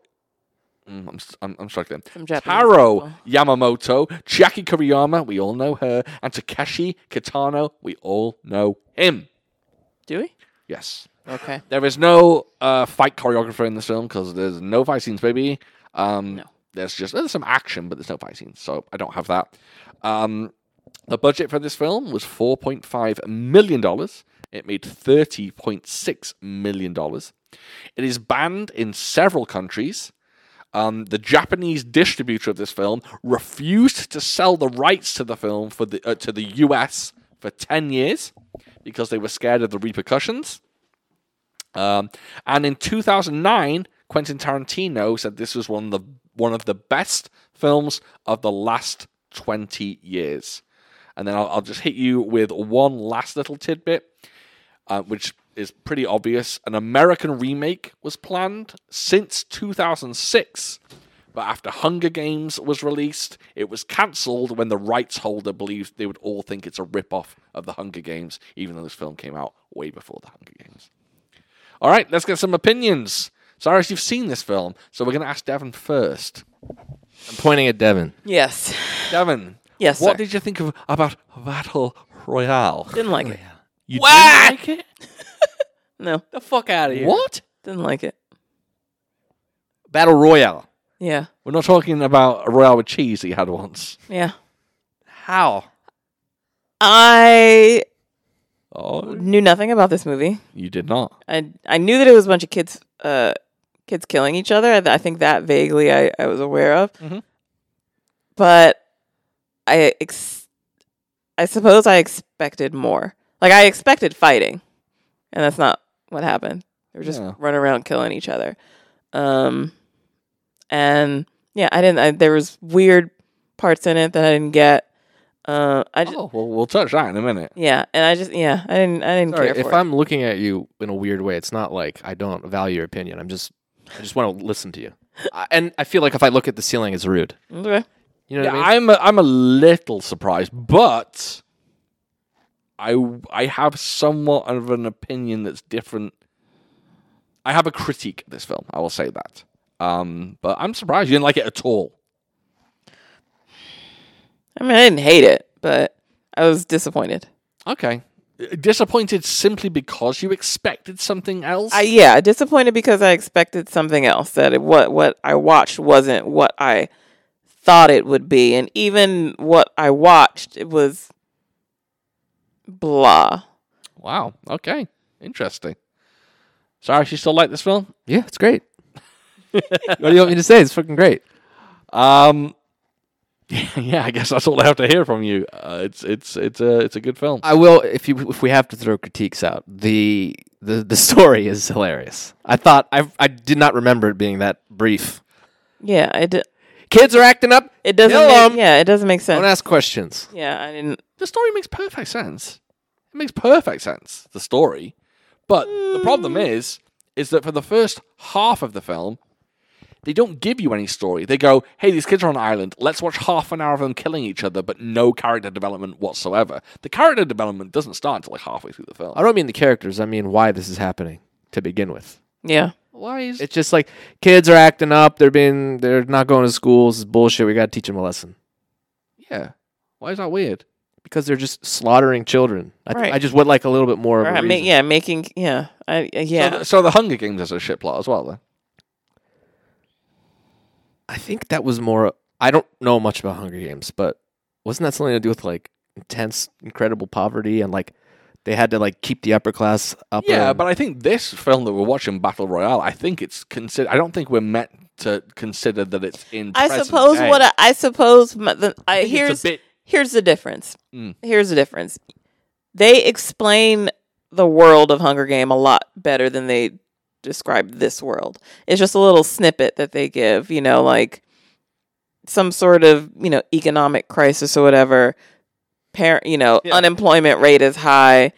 B: Mm, I'm, s- I'm, I'm struggling.
C: Some Japanese
B: Taro
C: people.
B: Yamamoto, Jackie Kuriyama, we all know her, and Takeshi Kitano, we all know him.
C: Do we?
B: Yes.
C: Okay.
B: There is no uh, fight choreographer in this film because there's no fight scenes, baby. Um,
C: No.
B: There's just there's some action, but there's no fight scenes, so I don't have that. Um, the budget for this film was 4.5 million dollars. It made 30.6 million dollars. It is banned in several countries. Um, the Japanese distributor of this film refused to sell the rights to the film for the uh, to the US for 10 years because they were scared of the repercussions. Um, and in 2009, Quentin Tarantino said this was one of the one of the best films of the last 20 years. And then I'll, I'll just hit you with one last little tidbit, uh, which is pretty obvious. An American remake was planned since 2006, but after Hunger Games was released, it was cancelled when the rights holder believed they would all think it's a rip-off of the Hunger Games, even though this film came out way before the Hunger Games. All right, let's get some opinions. Cyrus, you've seen this film, so we're going to ask Devon first.
A: I'm pointing at Devin.
C: Yes.
B: Devon,
C: Yes,
B: what
C: sir.
B: did you think of about Battle Royale?
C: Didn't like it.
B: You
A: Oh, What?
B: didn't like
C: No,
A: The fuck out of
B: it? What?
C: didn't like it.
A: Battle Royale.
C: Yeah.
B: We're not talking about a Royale with cheese that you had once.
C: Yeah.
A: How?
C: I
B: Oh,
C: knew nothing about this movie.
B: you did not.
C: I I knew that it was a bunch of kids uh kids killing each other. I, I think that vaguely I, I was aware of.
A: Mm-hmm.
B: Mhm.
C: But I ex- I suppose I expected more. Like I expected fighting, and that's not what happened. They were just
B: Yeah.
C: running around killing each other. Um, and yeah, I didn't. I, there was weird parts in it that I didn't get. Uh, I just,
B: Oh, well, we'll touch that in a minute.
C: yeah, and I just yeah, I didn't. I didn't
A: Sorry,
C: care for
A: if
C: it.
A: I'm looking at you in a weird way, it's not like I don't value your opinion. I'm just, I just want to listen to you. I, and I feel like if I look at the ceiling, it's rude.
C: Okay.
A: You know
B: Yeah,
A: what I mean?
B: I'm a, I'm a little surprised, but I I have somewhat of an opinion that's different. I have a critique of this film. I will say that. Um, but I'm surprised you didn't like it at all.
C: I mean, I didn't hate it, but I was disappointed.
B: Okay, Uh, Disappointed simply because you expected something else.
C: I, yeah, disappointed because I expected something else. That it, what what I watched wasn't what I thought it would be, and even what I watched it was blah.
B: wow. Okay. Interesting. Sorry, she still liked this film.
A: Yeah, it's great. what do you want me to say? It's fucking great.
B: Um, yeah, I guess that's all I have to hear from you. Uh, it's it's it's a it's a good film.
A: I will if you if we have to throw critiques out. The the, the story is hilarious. I thought I I did not remember it being that brief.
C: Yeah, it d-
A: Kids are acting up.
C: it doesn't.
A: Kill 'em.
C: Make, yeah, it doesn't make
A: Don't
C: sense.
A: ask questions.
C: Yeah, I didn't.
B: the story makes perfect sense. It makes perfect sense, the story. But the problem
A: Mm.
B: is, is that for the first half of the film, they don't give you any story. They go, hey, these kids are on an island. Let's watch half an hour of them killing each other, but no character development whatsoever. The character development doesn't start until like halfway through the film.
A: I don't mean the characters. I mean why this is happening to begin with.
C: Yeah,
B: Why is
A: It's just like kids are acting up. They're being they're not going to schools. It's bullshit. We got to teach them a lesson
B: yeah? Why is that weird?
A: because they're just slaughtering children. I, th-
C: Right.
A: I just would like a little bit more of
C: Or
A: a
C: I mean,
A: reason.
C: yeah, making. Yeah, I
B: So,
C: yeah.
B: the, so the Hunger Games is a shit plot as well, then.
A: I think that was more. I don't know much about Hunger Games, but wasn't that something to do with like intense, incredible poverty and like they had to like keep the upper class up?
B: Yeah, but I think this film that we're watching, Battle Royale, I think it's consider. I don't think we're meant to consider that it's in.
C: I
B: present
C: suppose
B: day.
C: what I, I suppose my, the, I,
B: think it's a
C: here's
B: bit-
C: here's the difference.
B: Mm.
C: Here's the difference. They explain the world of Hunger Game a lot better than they describe this world. It's just a little snippet that they give, you know, like some sort of you know economic crisis or whatever. Parent, you know,
B: Yeah.
C: unemployment rate is high.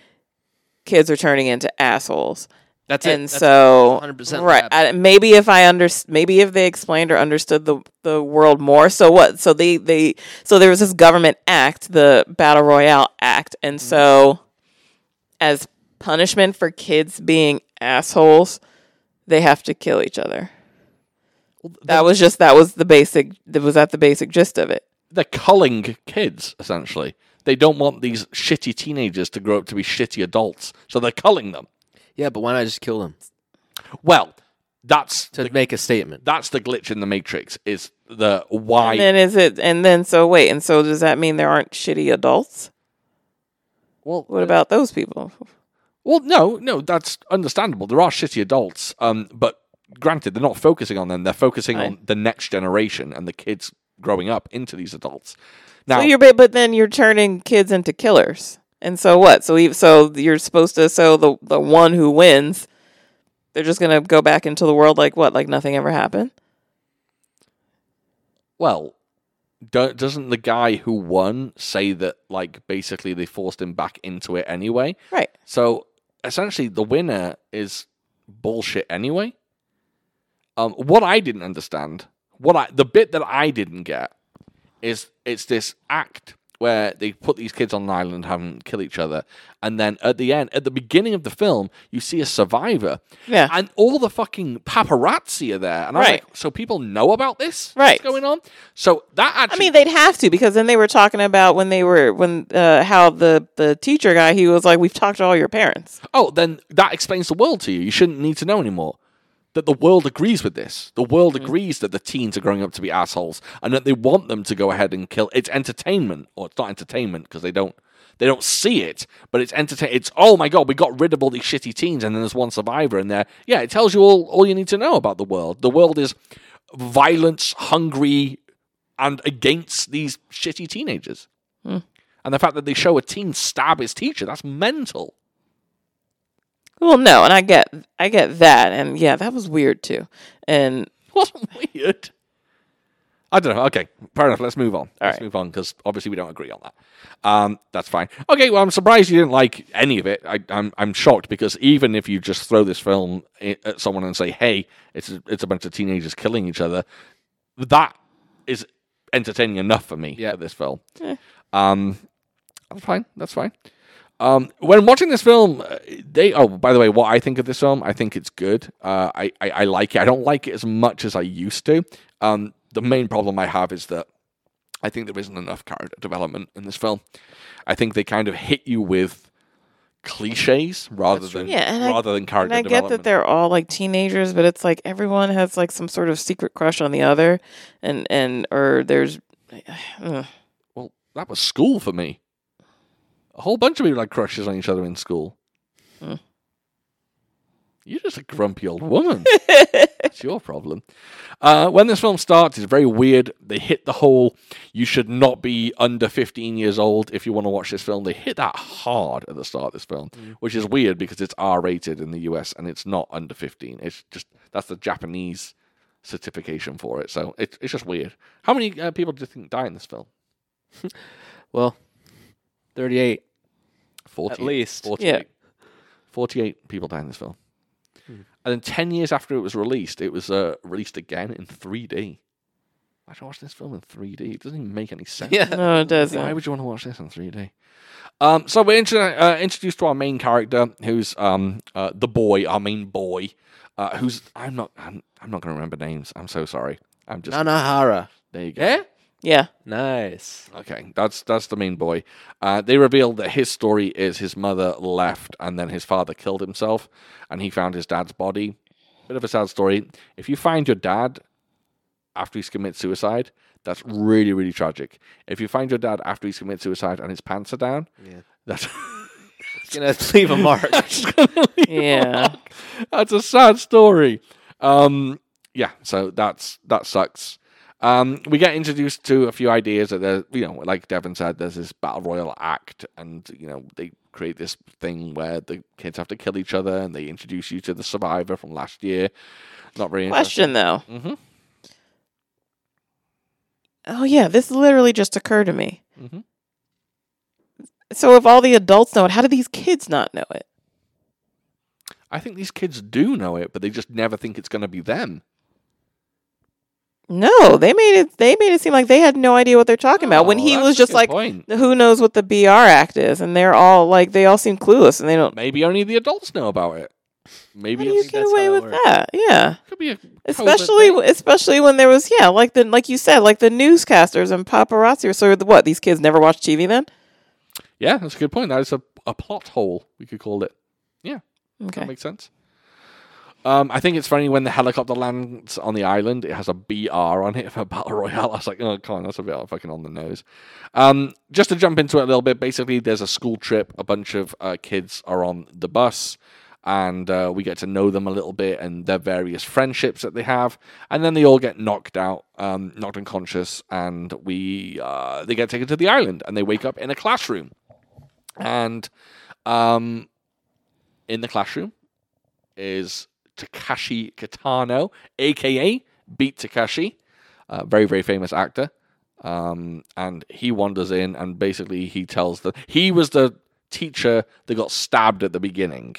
C: Kids are turning into assholes
A: that's
C: and so
A: 100% what
C: right I, maybe if i under maybe if they explained or understood the the world more so what so they they so there was this government act the battle royale act and so as punishment for kids being assholes they have to kill each other that was just that was the basic that was that the basic gist of it
B: they're culling kids essentially. They don't want these shitty teenagers to grow up to be shitty adults, so they're culling them.
A: yeah, but why not just kill them
B: Well, that's
A: to make a statement?
B: that's the glitch in the matrix. Is the why?
C: and then is it and then so wait and so does that mean there aren't shitty adults
B: well,
C: what about those people
B: well, no, no, that's understandable. There are shitty adults, um, but granted, they're not focusing on them. They're focusing
C: Right.
B: on the next generation and the kids growing up into these adults. Now,
C: So you're, ba- but then you're turning kids into killers, and so what? So ev- so you're supposed to so the the one who wins, they're just gonna go back into the world like what? Like nothing ever happened.
B: Well, do doesn't the guy who won say that, like, basically they forced him back into it anyway?
C: Right.
B: So essentially, the winner is bullshit anyway. Um, what I didn't understand, what I the bit that I didn't get is it's this act where they put these kids on an island and have them kill each other, and then at the end, at the beginning of the film, you see a survivor,
C: Yeah.
B: and all the fucking paparazzi are there, and I'm
C: Right.
B: like, so people know about this,
C: Right.
B: What's going on? So that
C: I
B: actually,
C: mean, they'd have to because then they were talking about when they were when uh, how the the teacher guy he was like, we've talked to all your parents.
B: oh, then that explains the world to you. You shouldn't need to know anymore. That the world agrees with this. The world agrees that the teens are growing up to be assholes and that they want them to go ahead and kill. It's entertainment, or it's not entertainment because they don't they don't see it, but it's entertain. It's oh my god, we got rid of all these shitty teens, and then there's one survivor in there. Yeah, it tells you all all you need to know about the world. The world is violence, hungry, and against these shitty teenagers. And the fact that they show a teen stab his teacher—that's mental.
C: Well, no, and I get I get that, and yeah, that was weird too. And
B: wasn't weird. I don't know. Okay, fair enough. Let's move on. let's
C: right.
B: move on because obviously we don't agree on that. Um, that's fine. Okay, well, I'm surprised you didn't like any of it. I, I'm I'm shocked because even if you just throw this film i- at someone and say, "Hey, it's a, it's a bunch of teenagers killing each other," that is entertaining enough for me
A: Yeah.
B: for this film. Um, that's fine. That's fine. Um, when watching this film, uh, they oh by the way, what I think of this film, I think it's good. Uh, I, I I like it. I don't like it as much as I used to. Um, the main problem I have is that I think there isn't enough character development in this film. I think they kind of hit you with cliches rather
A: That's true.
B: than
C: Yeah, and I-
B: rather than character
C: And I get that
B: development.
C: they're all like teenagers, but it's like everyone has like some sort of secret crush on the other, and and or there's. Ugh.
B: well, that was school for me. A whole bunch of people had crushes on each other in school.
C: Hmm.
B: You're just a grumpy old woman. That's your problem. Uh, when this film starts, it's very weird. They hit the whole you should not be under 15 years old if you want to watch this film. They hit that hard at the start of this film, which is weird because it's R rated in the US and it's not under 15. It's just that's the Japanese certification for it. So it, it's just weird. How many uh, people do you think die in this film?
A: Well, 38.
B: 48.
A: least.
B: 48.
C: Yeah.
B: 48 people die in this film. And then 10 years after it was released, it was uh, released again in 3D. Why'd you watch this film in 3D? It doesn't even make any sense.
C: no, it
B: Why
C: doesn't.
B: would you want to watch this in 3D? Um, so we're intro- uh, introduced to our main character, who's um, uh, the boy, our main boy, uh, who's I'm not I'm, I'm not going to remember names. I'm so sorry. I'm just
A: Nanahara.
B: there you go.
A: Yeah?
C: Yeah,
A: Nice.
B: Okay, that's that's the main boy. Uh, they revealed that his story is his mother left, and then his father killed himself, and he found his dad's body. Bit of a sad story. If you find your dad after he's committed suicide, that's really really tragic. If you find your dad after he's committed suicide and his pants are down,
A: Yeah.
B: that's
A: It's going to leave a mark.
C: yeah.
B: that's a sad story. Um, yeah, so that's that sucks. Um, we get introduced to a few ideas that there, you know, like Devin said, there's this battle royal act, and you know they create this thing where the kids have to kill each other, and they introduce you to the survivor from last year. Not very
C: Question though.
B: Mhm.
C: Oh yeah, this literally just occurred to me.
B: Mhm.
C: So if all the adults know it, how do these kids not know it?
B: I think these kids do know it, but they just never think it's going to be them.
C: No, they made it. They made it seem like they had no idea what they're talking about when
B: Oh,
C: he
B: that's
C: was
B: a
C: just
B: good
C: like,
B: point.
C: "Who knows what the BR Act is?" And they're all like, they all seem clueless and they don't.
B: maybe only the adults know about it. Maybe
C: How do you
B: it's,
C: get
A: that's
C: away
A: how it
C: with
A: works.
C: that? Yeah,
B: it could be a
C: especially especially when there was yeah, like the like you said, like the newscasters and paparazzi. or So the, what? These kids never watch TV then.
B: Yeah, that's a good point. That is a, a plot hole, we could call it. That
C: Okay.
B: makes sense. Um, I think it's funny when the helicopter lands on the island, it has a BR on it for Battle Royale. I was like, oh, come on, that's a bit fucking on the nose. Um, just to jump into it a little bit, basically, there's a school trip. A bunch of uh, kids are on the bus, and uh, we get to know them a little bit and their various friendships that they have. And then they all get knocked out, um, knocked unconscious, and we uh, they get taken to the island, and they wake up in a classroom. And um, in the classroom is Takashi Kitano, aka Beat Takashi, a very very famous actor. Um, and he wanders in and basically he tells them he was the teacher that got stabbed at the beginning.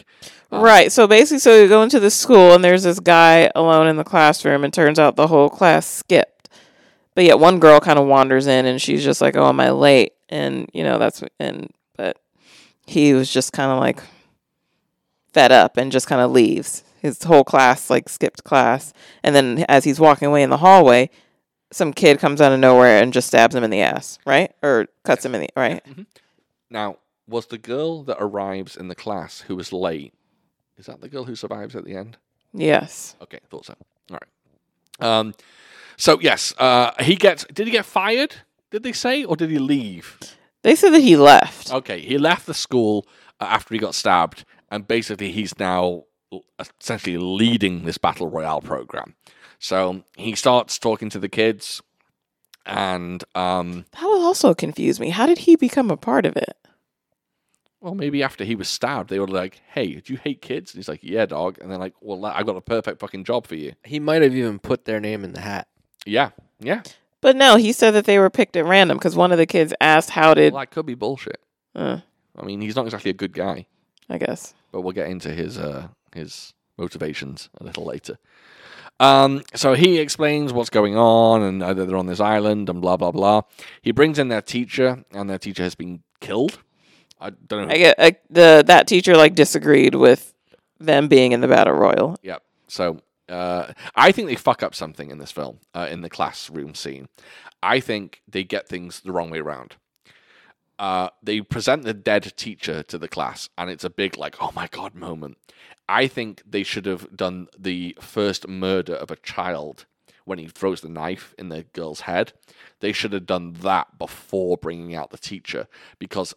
C: Right. So basically, so you go into the school and there's this guy alone in the classroom, and turns out the whole class skipped. But yet one girl kind of wanders in and she's just like, "Oh, am I late?" And you know that's and but he was just kind of like fed up and just kind of leaves. His whole class like skipped class, and then as he's walking away in the hallway, some kid comes out of nowhere and just stabs him in the ass, right? Or cuts him in the right.
B: Now, was the girl that arrives in the class who was late? Is that the girl who survives at the end?
C: Yes.
B: Okay, thought so. All right. Um, so yes, uh, he gets. Did he get fired? Did they say, or did he leave?
C: They said that he left.
B: Okay, he left the school uh, after he got stabbed, and basically he's now l- essentially leading this battle royale program. So he starts talking to the kids, and um,
C: That will also confuse me. How did he become a part of it?
B: well, maybe after he was stabbed, they were like, "Hey, do you hate kids?" And he's like, "Yeah, dog." And they're like, "Well, I've got a perfect fucking job for you."
A: he might have even put their name in the hat.
B: Yeah, yeah.
C: But no, he said that they were picked at random because one of the kids asked, "How did?"
B: Well, that could be bullshit.
C: Uh,
B: I mean, he's not exactly a good guy.
C: I guess.
B: but we'll get into his uh, his motivations a little later. Um, so he explains what's going on and uh, that they're on this island and blah blah blah. He brings in their teacher, and their teacher has been killed. I don't know.
C: I
B: Who,
C: get I, the that teacher like disagreed with them being in the battle royal.
B: yeah. So uh, I think they fuck up something in this film, uh, in the classroom scene. I think they get things the wrong way around. uh, they present the dead teacher to the class, and it's a big like, oh my god moment. I think they should have done the first murder of a child when he throws the knife in the girl's head. They should have done that before bringing out the teacher because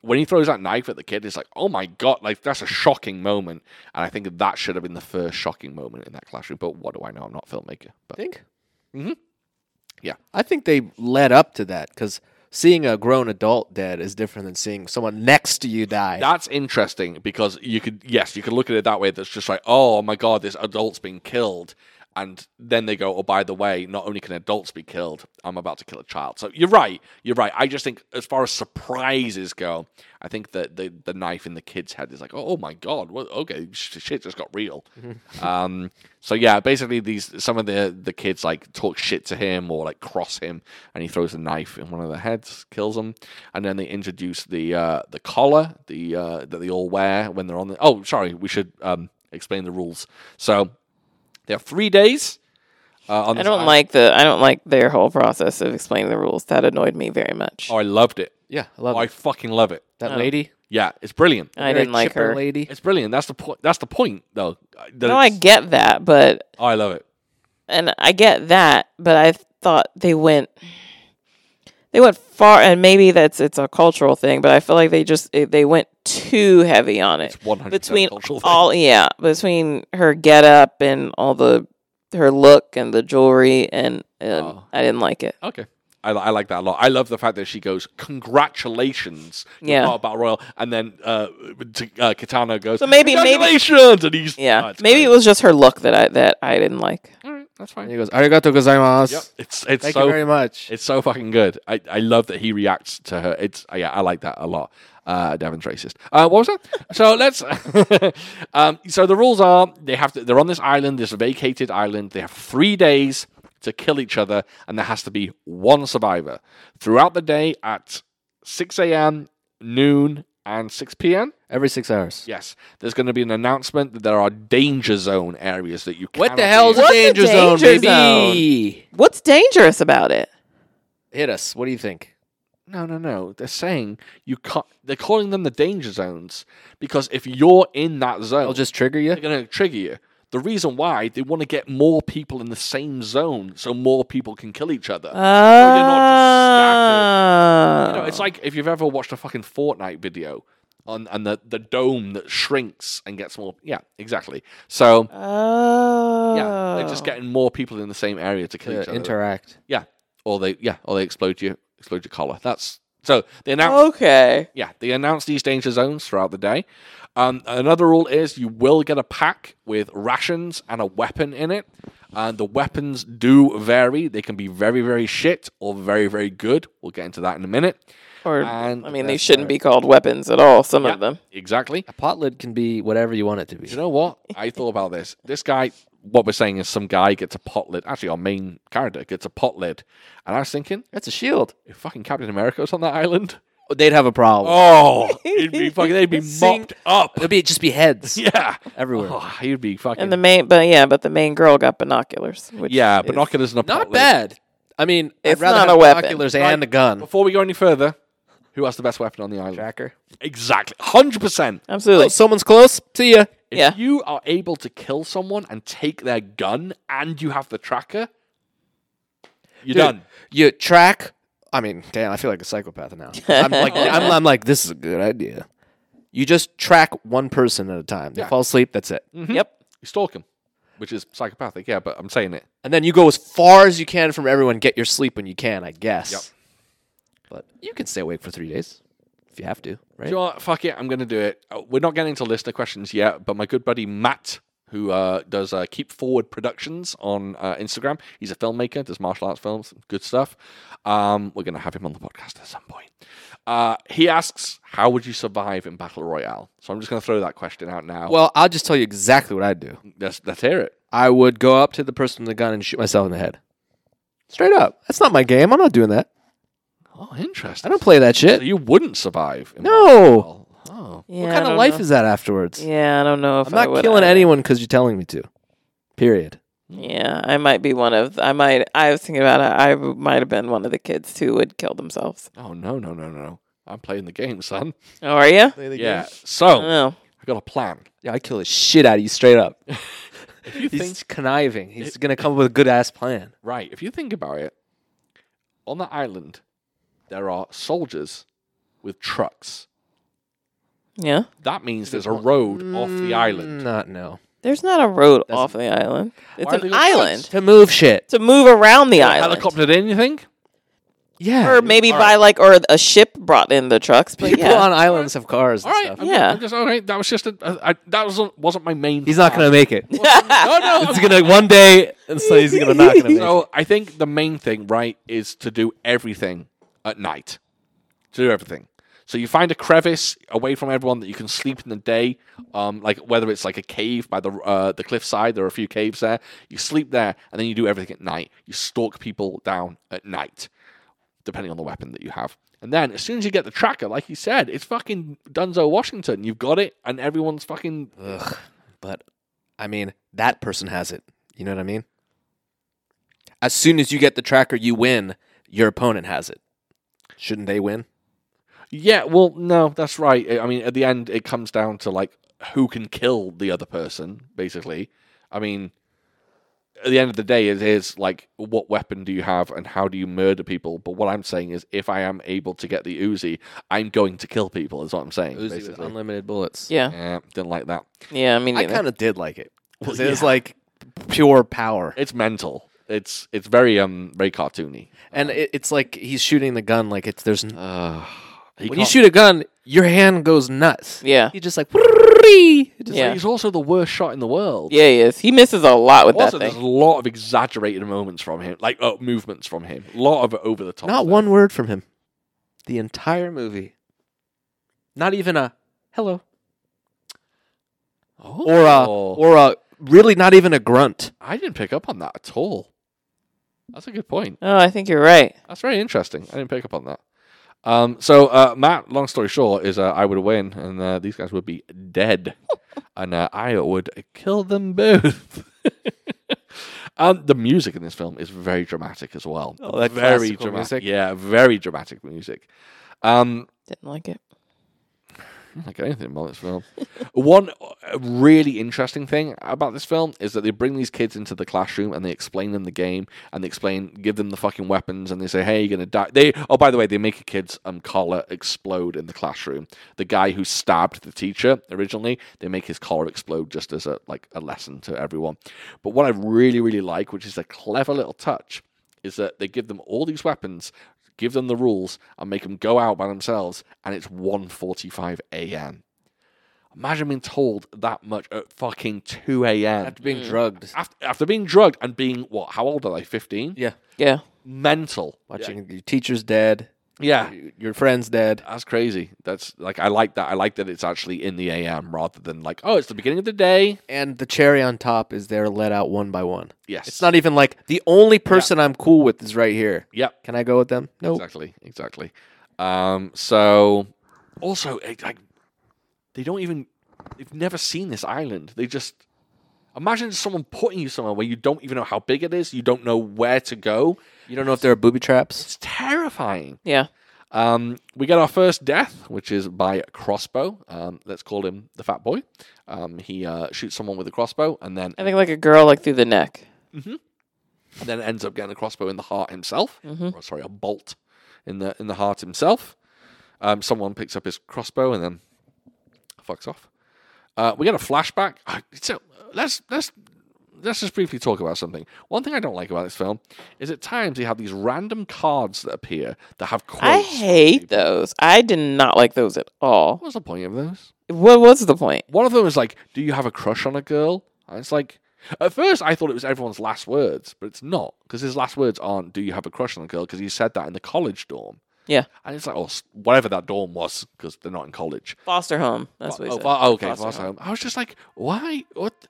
B: when he throws that knife at the kid, it's like, oh my god, like that's a shocking moment. And I think that should have been the first shocking moment in that classroom. But what do I know? I'm not a filmmaker. But
A: think?
B: Mhm. Yeah.
A: I think they led up to that because seeing a grown adult dead is different than seeing someone next to you die.
B: That's interesting because you could, yes, you could look at it that way. That's just like, oh my God, this adult's been killed. And then they go, oh, by the way, not only can adults be killed, I'm about to kill a child. So you're right. You're right. I just think, as far as surprises go, I think that the, the knife in the kid's head is like, oh, oh my God, well, okay, sh- shit just got real. um, so yeah, basically, these some of the, the kids like talk shit to him or like cross him, and he throws a knife in one of their heads, kills them. And then they introduce the uh, the collar the uh, that they all wear when they're on the. Oh, sorry, we should um, explain the rules. So they have three days. Uh, on
C: I
B: this
C: don't
B: island-
C: like the I don't like their whole process of explaining the rules. That annoyed me very much.
B: Oh, I loved it.
A: yeah, I love
B: I
A: it.
B: fucking love it.
A: that lady.
B: Yeah, it's brilliant.
C: I
A: very
C: didn't like
A: chipper
C: her.
A: lady.
B: It's brilliant. That's the point. That's the point, though. that
C: No, I
B: it's-
C: get that, but
B: oh, I love it.
C: and I get that, but I thought they went they went far and maybe that's it's a cultural thing, but I feel like they just they- they went too heavy on it.
B: It's one hundred
C: between
B: cultural thing.
C: all yeah between her get up and all the her look and the jewelry and um,
B: Oh.
C: i didn't like it
B: Okay. I, li- I like that a lot. I love the fact that she goes, "Congratulations, you're
C: Yeah.
B: part of Battle Royal," and then uh, t- uh, Katana goes,
C: So maybe- maybe-
B: "Congratulations," and he's
C: yeah
B: Oh, it's
C: maybe
B: great.
C: it was just her look that i that i didn't like
B: All right, that's
A: And
B: fine.
A: he goes, "Arigato gozaimasu."
B: Yep, it's it's
A: Thank
B: so
A: you very much.
B: it's so fucking good. I, I love that he reacts to her. It's uh, yeah, I like that a lot. Uh, Devin's racist. Uh, what was that? so let's. um, so the rules are they have to. They're on this island, this vacated island. They have three days to kill each other, and there has to be one survivor throughout the day at six a.m., noon, and six p.m.
A: Every six hours.
B: Yes, there's going to be an announcement that there are danger zone areas that you.
A: What the hell's
B: cannot be
A: a
C: What's a
A: danger, zone,
C: danger
A: baby?
C: what's dangerous about it
A: Hit us. What do you think?
B: No, no, no. They're saying you can't. They're calling them the danger zones because if you're in that zone,
A: I'll just trigger
B: they're
A: you.
B: going to trigger you. The reason why they want to get more people in the same zone so more people can kill each other.
C: oh
B: You know, it's like if you've ever watched a fucking Fortnite video on and the, the dome that shrinks and gets more. Yeah, exactly. So
C: oh
B: yeah, they're just getting more people in the same area to kill
A: To
B: each other.
A: interact.
B: yeah, or they yeah, or they explode you, explode your collar. That's so they announce.
C: Oh. okay
B: Yeah, they announce these danger zones throughout the day. Um, another rule is you will get a pack with rations and a weapon in it. And the weapons do vary. They can be very, very shit or very, very good. We'll get into that in a minute.
C: or
B: And
C: i mean they
B: that's
C: shouldn't be called weapons at all some
B: Yeah.
C: of them
B: Exactly.
A: A pot lid can be whatever you want it to be.
B: Do you know what? I thought about this. This guy, what we're saying is some guy gets a pot lid. Actually, our main character gets a pot lid. And I was thinking,
A: That's a shield.
B: if fucking Captain America was on that island,
A: They'd have a problem.
B: oh, it'd be fucking, they'd be
A: Sing-
B: mopped up.
A: It'd be just be heads
B: Oh. Yeah.
A: everywhere.
B: Oh, he'd be fucking.
C: and the main but yeah but the main girl got binoculars which
B: yeah,
C: is-
B: binoculars and a pot
A: Not
B: lid.
A: bad. I mean,
C: It's
A: I'd rather
C: not
A: have
C: a weapon.
A: binoculars
B: Right.
A: and a gun.
B: Before we go any further, who has the best weapon on the island?
A: Tracker.
B: Exactly. 100%.
A: Oh,
C: absolutely
A: someone's close. See ya.
B: If
C: Yeah.
B: you are able to kill someone and take their gun and you have the tracker, you're
A: Dude,
B: done.
A: You track. I mean, damn, I feel like a psychopath now. I'm like, I'm, I'm like, this is a good idea. You just track one person at a time. They
B: Yeah.
A: fall asleep. That's it.
C: yep
B: You stalk him, which is psychopathic. Yeah, but I'm saying it.
A: And then you go as far as you can from everyone. Get your sleep when you can, I guess.
B: Yep.
A: But you can stay awake for three days if you have to, right?
B: Do you know what? Fuck it. I'm going to do it. Uh, We're not getting to listener questions yet, but my good buddy Matt, who uh, does uh, Keep Forward Productions on uh, Instagram, he's a filmmaker, does martial arts films, good stuff. Um, we're going to have him on the podcast at some point. Uh, he asks, How would you survive in Battle Royale? So I'm just going to throw that question out now.
A: Well, I'll just tell you exactly what I'd do.
B: let's, let's hear it.
A: I would go up to the person with the gun and shoot myself in the head. Straight up. That's not my game. I'm not doing that.
B: Oh,
A: I
B: interesting.
A: don't play that
B: So
A: shit.
B: you wouldn't survive. In
A: No.
B: Battle Royale. Oh.
C: yeah,
A: what kind of life is that afterwards?
C: yeah i don't know if
A: I'm
C: I
A: not
C: would
A: killing
C: either.
A: anyone because you're telling me to. Period.
C: Yeah, I might be one of. I might. I was thinking about it. I w- might have been one of the kids who would kill themselves.
B: Oh, no, no, no, no. I'm playing the game, son.
C: Oh, are you?
B: Yeah.
A: Uh.
B: So
C: Oh,
B: I got a plan.
A: Yeah, I kill the shit out of you straight up.
B: If you
A: He's
B: think
A: conniving. He's gonna come up with a good ass plan.
B: right, if you think about it, on the island there are soldiers with trucks.
C: yeah.
B: That means there's a road off
A: Mm.
B: the island.
A: Not no.
C: There's not a road off the island. It's
B: Why are they
C: an
B: got trucks?
C: island
A: To move shit.
C: to move around the island,
B: Helicoptered in, you think?
A: Yeah.
C: or maybe by like or a ship brought in the trucks. But
A: People
C: yeah,
A: on islands have cars
B: All
A: and
B: right,
A: stuff.
B: I'm
C: Yeah.
B: Just, I'm just, all right. That was just a, I, I- that wasn't wasn't my main.
A: He's not gonna make it.
B: plan. no, no. I'm-
A: It's gonna one day, and so he's gonna not gonna make it.
B: So oh, I think the main thing, right, is to do everything at night. To do everything. So you find a crevice away from everyone that you can sleep in the day, um, like whether it's like a cave by the uh, the cliffside. There are a few caves there. You sleep there, and then you do everything at night. You stalk people down at night, depending on the weapon that you have. And then as soon as you get the tracker, like you said, it's fucking Dunzo Washington. You've got it, and everyone's fucking
A: Ugh. But I mean, that person has it. You know what I mean? As soon as you get the tracker, you win. Your opponent has it. Shouldn't they win?
B: Yeah, well, no, that's right. I- I mean, at the end, it comes down to like who can kill the other person, basically. I mean, at the end of the day, it is like what weapon do you have and how do you murder people. But what I'm saying is, if I am able to get the Uzi, I'm going to kill people. Is what I'm saying.
A: Uzi with
B: basically.
A: unlimited bullets.
C: yeah,
B: yeah, didn't like that.
C: yeah. I mean,
A: I kind of did like it. 'Cause
B: Well,
A: It was
B: yeah.
A: like pure power.
B: It's mental. It's it's very um very cartoony.
A: And it, it's like he's shooting the gun like it's there's n-
B: Uh,
A: when you shoot a gun, your hand goes nuts.
C: yeah,
A: You just like just
C: Yeah.
B: he's also the worst shot in the world.
C: yeah. He is. He misses a lot with
B: Also,
C: that
B: there's a
C: thing.
B: lot of exaggerated moments from him, like uh, movements from him. A lot of over the top.
A: not
B: stuff.
A: one word from him. The entire movie. Not even a hello
B: Oh.
A: or a or a really not even a grunt.
B: I didn't pick up on that at all. That's a good point.
C: Oh, I think you're right.
B: That's very interesting. I didn't pick up on that. Um, so uh, Matt, long story short, is uh, I would win, and uh, these guys would be dead, and uh, I would kill them both. um, the music in this film is very dramatic as well.
A: Oh, that
B: very
A: classical music?
B: dramatic. Yeah, very dramatic music. Um,
C: Didn't like it.
B: I don't get anything about this film. One uh, really interesting thing about this film is that they bring these kids into the classroom and they explain them the game and they explain, give them the fucking weapons and they say, "Hey, you're gonna die." They oh, by the way, they make a kid's um collar explode in the classroom. The guy who stabbed the teacher originally, they make his collar explode just as a like a lesson to everyone. But what I really really like, which is a clever little touch, is that they give them all these weapons, give them the rules, and make them go out by themselves, and it's 1.45 a.m. Imagine being told that much at fucking 2 a.m.
A: After
C: Mm.
A: being drugged,
B: After, after being drugged and being, what, how old are they? 15?
A: yeah,
C: Yeah,
B: Mental.
A: watching your teacher's dead,
B: Yeah.
A: y- your friend's dead.
B: That's crazy. That's like, I like that. I like that it's actually in the a.m. rather than like, oh, it's the beginning of the day.
A: And the cherry on top is they're let out one by one.
B: Yes.
A: It's not even like the only person I'm cool with is right here.
B: Yep.
A: Can I go with them? No.
B: Exactly, exactly. Um, so also it- like they don't even they've never seen this island. They just imagine someone putting you somewhere where you don't even know how big it is, you don't know where to go.
A: You don't know if there are booby traps.
B: It's terrifying.
C: yeah.
B: Um, we get our first death, which is by crossbow. Um, let's call him the fat boy. Um, he uh, shoots someone with a crossbow and then
C: I think like a girl like through the neck.
B: and then ends up getting a crossbow in the heart himself.
C: Mm-hmm.
B: Or, sorry, a bolt in the in the heart himself. Um, someone picks up his crossbow and then fucks off. Uh, we get a flashback. Uh, So let's let's let's just briefly talk about something. One thing I don't like about this film is at times you have these random cards that appear that have quotes.
C: I
B: from
C: hate
B: people.
C: those. I did not like those at all.
B: What was the point of those?
C: What was the point?
B: One of them is like, "Do you have a crush on a girl?" And it's like, at first I thought it was everyone's last words, but it's not because his last words aren't "Do you have a crush on a girl?" because he said that in the college dorm,
C: Yeah,
B: and it's like, "Oh, s- whatever that dorm was," because they're not in college.
C: foster home. That's what he
B: oh,
C: said.
B: oh, okay,
C: Foster
B: foster
C: home.
B: home. I was just like, "Why? What?" the-"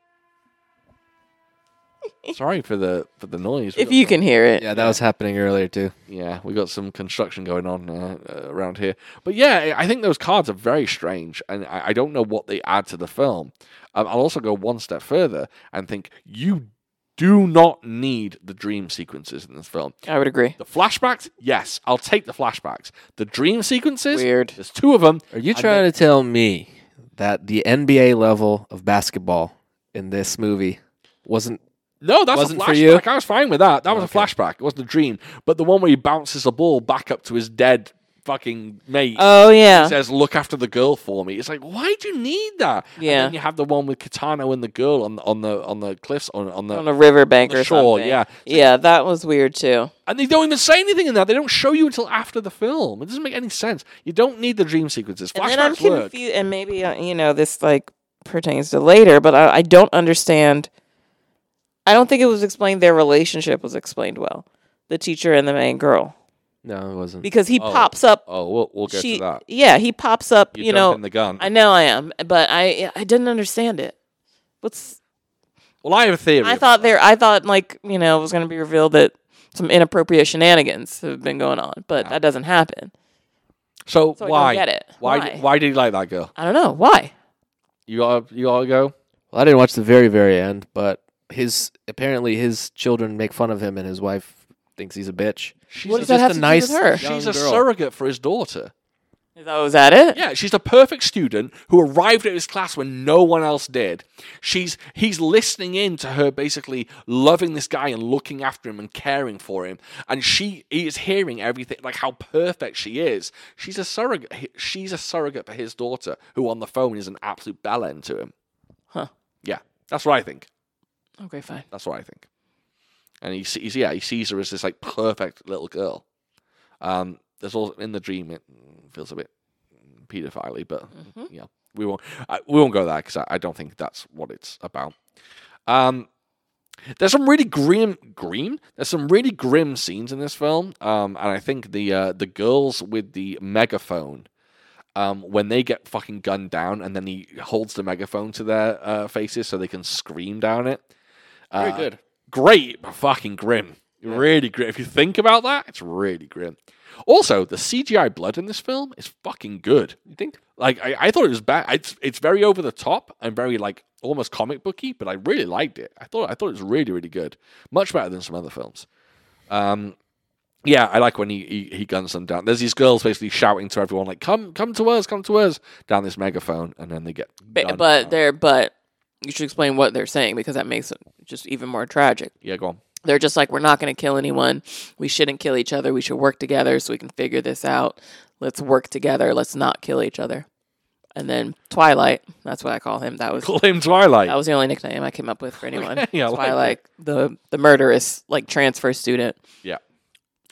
B: Sorry for the for the noise. We
C: If
B: got
C: you
B: some-
C: can hear it,
A: Yeah, that was happening earlier too.
B: yeah, we got some construction going on uh, uh, around here. But yeah, I I think those cards are very strange, and I, I don't know what they add to the film. Um, I'll also go one step further and think you do not need the dream sequences in this film.
C: I would agree.
B: The flashbacks, yes, I'll take the flashbacks. The dream sequences,
C: Weird.
B: there's two of them.
A: Are you trying to tell me that the NBA level of basketball in this movie wasn't
B: No, that's
A: Wasn't
B: a flashback.
A: for you?
B: I was fine with that. That was a flashback. It wasn't a dream. But the one where he bounces the ball back up to his dead fucking mate.
C: Oh yeah.
B: says, "Look after the girl for me." It's like, why do you need that?
C: Yeah.
B: And then you have the one with Katano and the girl on the, on the on the cliffs on on the
C: on a riverbank
B: the
C: or
B: shore,
C: something.
B: yeah.
C: yeah, that was weird too.
B: and they don't even say anything in that. They don't show you until after the film. It doesn't make any sense. You don't need the dream sequences.
C: And then I'm
B: Flashbacks work.
C: confused, and maybe uh, you know this like pertains to later, but I, I don't understand. I don't think it was explained. Their relationship was explained well, the teacher and the main girl,
A: No, it wasn't.
C: because he
B: Oh,
C: pops up.
B: Oh, we'll we'll get
C: she,
B: to that.
C: yeah, he pops up.
B: You,
C: You,
B: jump
C: know,
B: in the gun.
C: I know I am, but I I didn't understand it. What's
B: well, I have a theory.
C: I thought there. I thought like you know it was going to be revealed that some inappropriate shenanigans have been going on, but that doesn't happen.
B: so,
C: so I don't
B: why?
C: get it.
B: why?
C: Why?
B: Why did he like that girl?
C: I don't know why.
B: You gotta you gotta go.
A: Well, I didn't watch the very very end, but his apparently his children make fun of him, and his wife thinks he's a bitch.
B: She's
C: What
B: a,
C: does
A: It's
C: that
A: just
C: have
A: a
C: to do
A: nice-
C: with her?
B: she's
A: young
B: a
A: girl.
B: surrogate for his daughter.
C: Is that- was that it?
B: Yeah, she's the perfect student who arrived at his class when no one else did. She's he's listening in to her basically loving this guy and looking after him and caring for him, and she he is hearing everything like how perfect she is. She's a surrogate. he- She's a surrogate for his daughter, who on the phone is an absolute bell end to him.
C: Huh.
B: Yeah, that's what I think.
C: Okay, fine.
B: That's what I think. And he sees, yeah, he sees her as this like perfect little girl. Um, there's also in the dream it feels a bit pedophile but yeah, we won't I, we won't go there because I, I don't think that's what it's about. Um, there's some really grim, grim. There's some really grim scenes in this film, um, and I think the uh, the girls with the megaphone. Um, when they get fucking gunned down, and then he holds the megaphone to their uh, faces so they can scream down it.
A: Very
B: Uh,
A: good.
B: great, but fucking grim. Really grim. If you think about that, it's really grim. Also, the CGI blood in this film is fucking good.
A: You think?
B: Like I, I thought it was bad. It's it's very over the top and very like almost comic booky, but I really liked it. I thought I thought it was really really good. Much better than some other films. Um, yeah, I like when he, he he guns them down. There's these girls basically shouting to everyone like, "Come come to us, come to us!" down this megaphone, and then they get.
C: But,
B: gunned
C: but
B: down.
C: they're but you should explain what they're saying because that makes it just even more tragic.
B: yeah, go on.
C: They're just like, we're not going to kill anyone. We shouldn't kill each other. We should work together so we can figure this out. Let's work together. Let's not kill each other. And then Twilight, that's what I call him. That was
B: Call him Twilight.
C: that was the only nickname I came up with for anyone.
B: Okay, I like
C: Twilight, the the murderous like transfer student.
B: Yeah.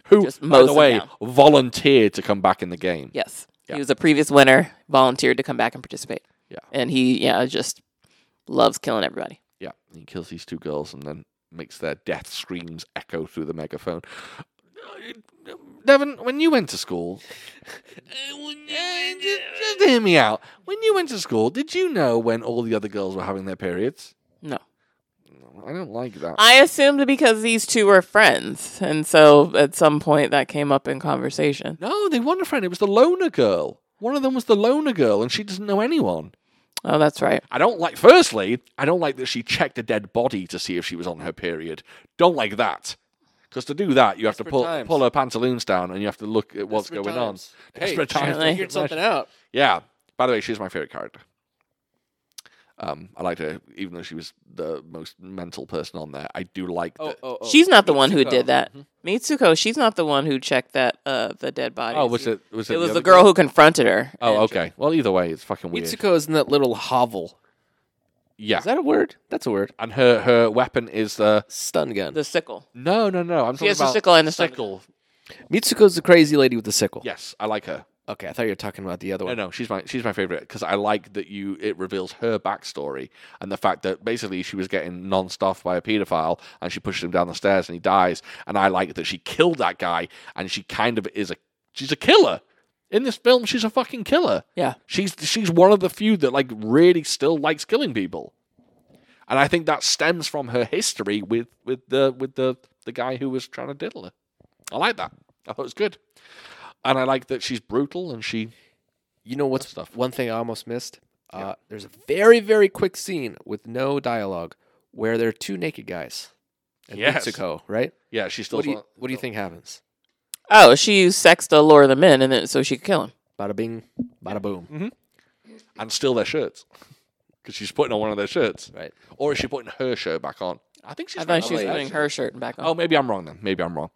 B: Who,
C: Just
B: by
C: mows
B: the
C: them
B: way,
C: down.
B: volunteered to come back in the game.
C: Yes,
B: Yeah.
C: he was a previous winner. Volunteered to come back and participate.
B: Yeah.
C: and he yeah just loves killing everybody.
B: Yeah. He kills these two girls and then makes their death screams echo through the megaphone. Devin, when you went to school, just, just hear me out. When you went to school, did you know when all the other girls were having their periods?
C: No.
B: I don't like that.
C: I assumed because these two were friends, and so at some point that came up in conversation.
B: no, they weren't a friend. It was the loner girl. One of them was the loner girl, and she doesn't know anyone.
C: Oh, that's right.
B: I don't like. Firstly, I don't like that she checked a dead body to see if she was on her period. Don't like that. Because to do that, you have to
A: Desperate
B: pull,
A: times.
B: pull her pantaloons down and you have to look at what's going on. Desperate times.
C: Really?
A: figured something out.
B: Yeah. By the way, she's my favorite character. Um, I liked her, even though she was the most mental person on there. I do like that.
A: oh,
C: she's not the one who
A: Mitsuko.
C: did that. Mitsuko, she's not the one who checked that uh the dead body.
B: Mm-hmm. Oh, was it? Was it?
C: It was
B: other
C: the girl who confronted her.
B: Oh,
C: and-
B: okay. Well, either way, it's fucking weird.
A: Mitsuko is in that little hovel.
B: Yeah.
A: Is that a word? That's a word.
B: And her her weapon is uh
A: Stun gun.
C: The sickle.
B: no no no. I'm
C: She
B: talking
C: has the
B: about
C: sickle and the stun
B: sickle.
A: Mitsuko's the crazy lady with the sickle.
B: Yes, I like her.
A: Okay, I thought you were talking about the other one.
B: No, no, she's my she's my favorite because I like that you it reveals her backstory and the fact that basically she was getting non-stuffed by a pedophile and she pushed him down the stairs and he dies and I like that she killed that guy and she kind of is a she's a killer in this film. She's a fucking killer.
C: Yeah.
B: She's she's one of the few that like really still likes killing people, and I think that stems from her history with with the with the the guy who was trying to diddle her. I like that. I thought it was good, and I like that she's brutal and she
A: You know what's
B: stuff.
A: one thing I almost missed? Uh, There's a very very quick scene with no dialogue where there are two naked guys. and
B: Yes.
A: Mitsuko, right?
B: Yeah, she's still.
A: What do you What do you think happens?
C: Oh, she used sex to lure them in, and then so she could kill him.
A: Bada bing, bada boom.
B: Mm-hmm. and steal their shirts because she's putting on one of their shirts,
A: Right.
B: or is she putting her shirt back on? I think she's.
C: I thought she was
B: actually.
C: putting her shirt back on.
B: Oh, maybe I'm wrong then. Maybe I'm wrong.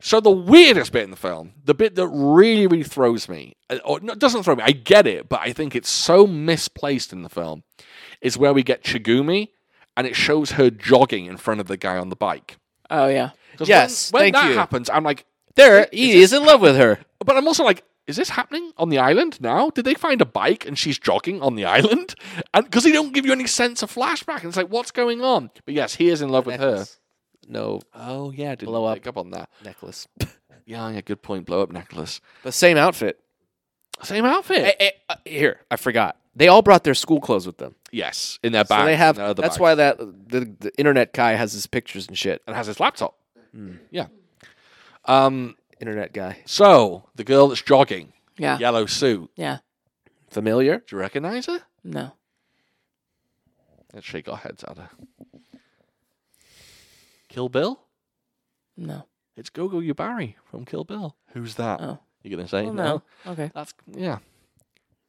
B: So the weirdest bit in the film, the bit that really, really throws me, uh, or no, it doesn't throw me, I get it, but I think it's so misplaced in the film, is where we get Chigumi, and it shows her jogging in front of the guy on the bike.
C: Oh, yeah.
B: 'Cause
A: Yes,
B: when, when
A: thank
B: that
A: you.
B: happens, I'm like,
A: There, he is in love with her.
B: but I'm also like, is this happening on the island now? Did they find a bike and she's jogging on the island? And because they don't give you any sense of flashback, and it's like, what's going on? But yes, he is in love with her.
A: No
B: Oh yeah, didn't
A: Blow up.
B: pick up on that.
A: necklace,
B: Yeah, yeah, good point. Blow up necklace.
A: but same outfit.
B: Same outfit.
A: Eh, eh, uh, here, I forgot. They all brought their school clothes with them,
B: yes, in their bag.
A: so they have.
B: in their other
A: That's
B: bag.
A: why that the, the internet guy has his pictures and shit.
B: and has his laptop.
A: Hmm.
B: Yeah. Um.
A: Internet guy,
B: So the girl that's jogging,
C: Yeah. Yeah.
B: yellow suit.
A: familiar?
B: Do you recognize her?
C: No.
B: Let's shake our heads at her. Kill Bill.
C: No.
B: It's Gogo Yubari from Kill Bill. Who's that?
C: Oh.
B: You gonna say
C: Well,
B: no?
C: no. Okay.
B: That's yeah.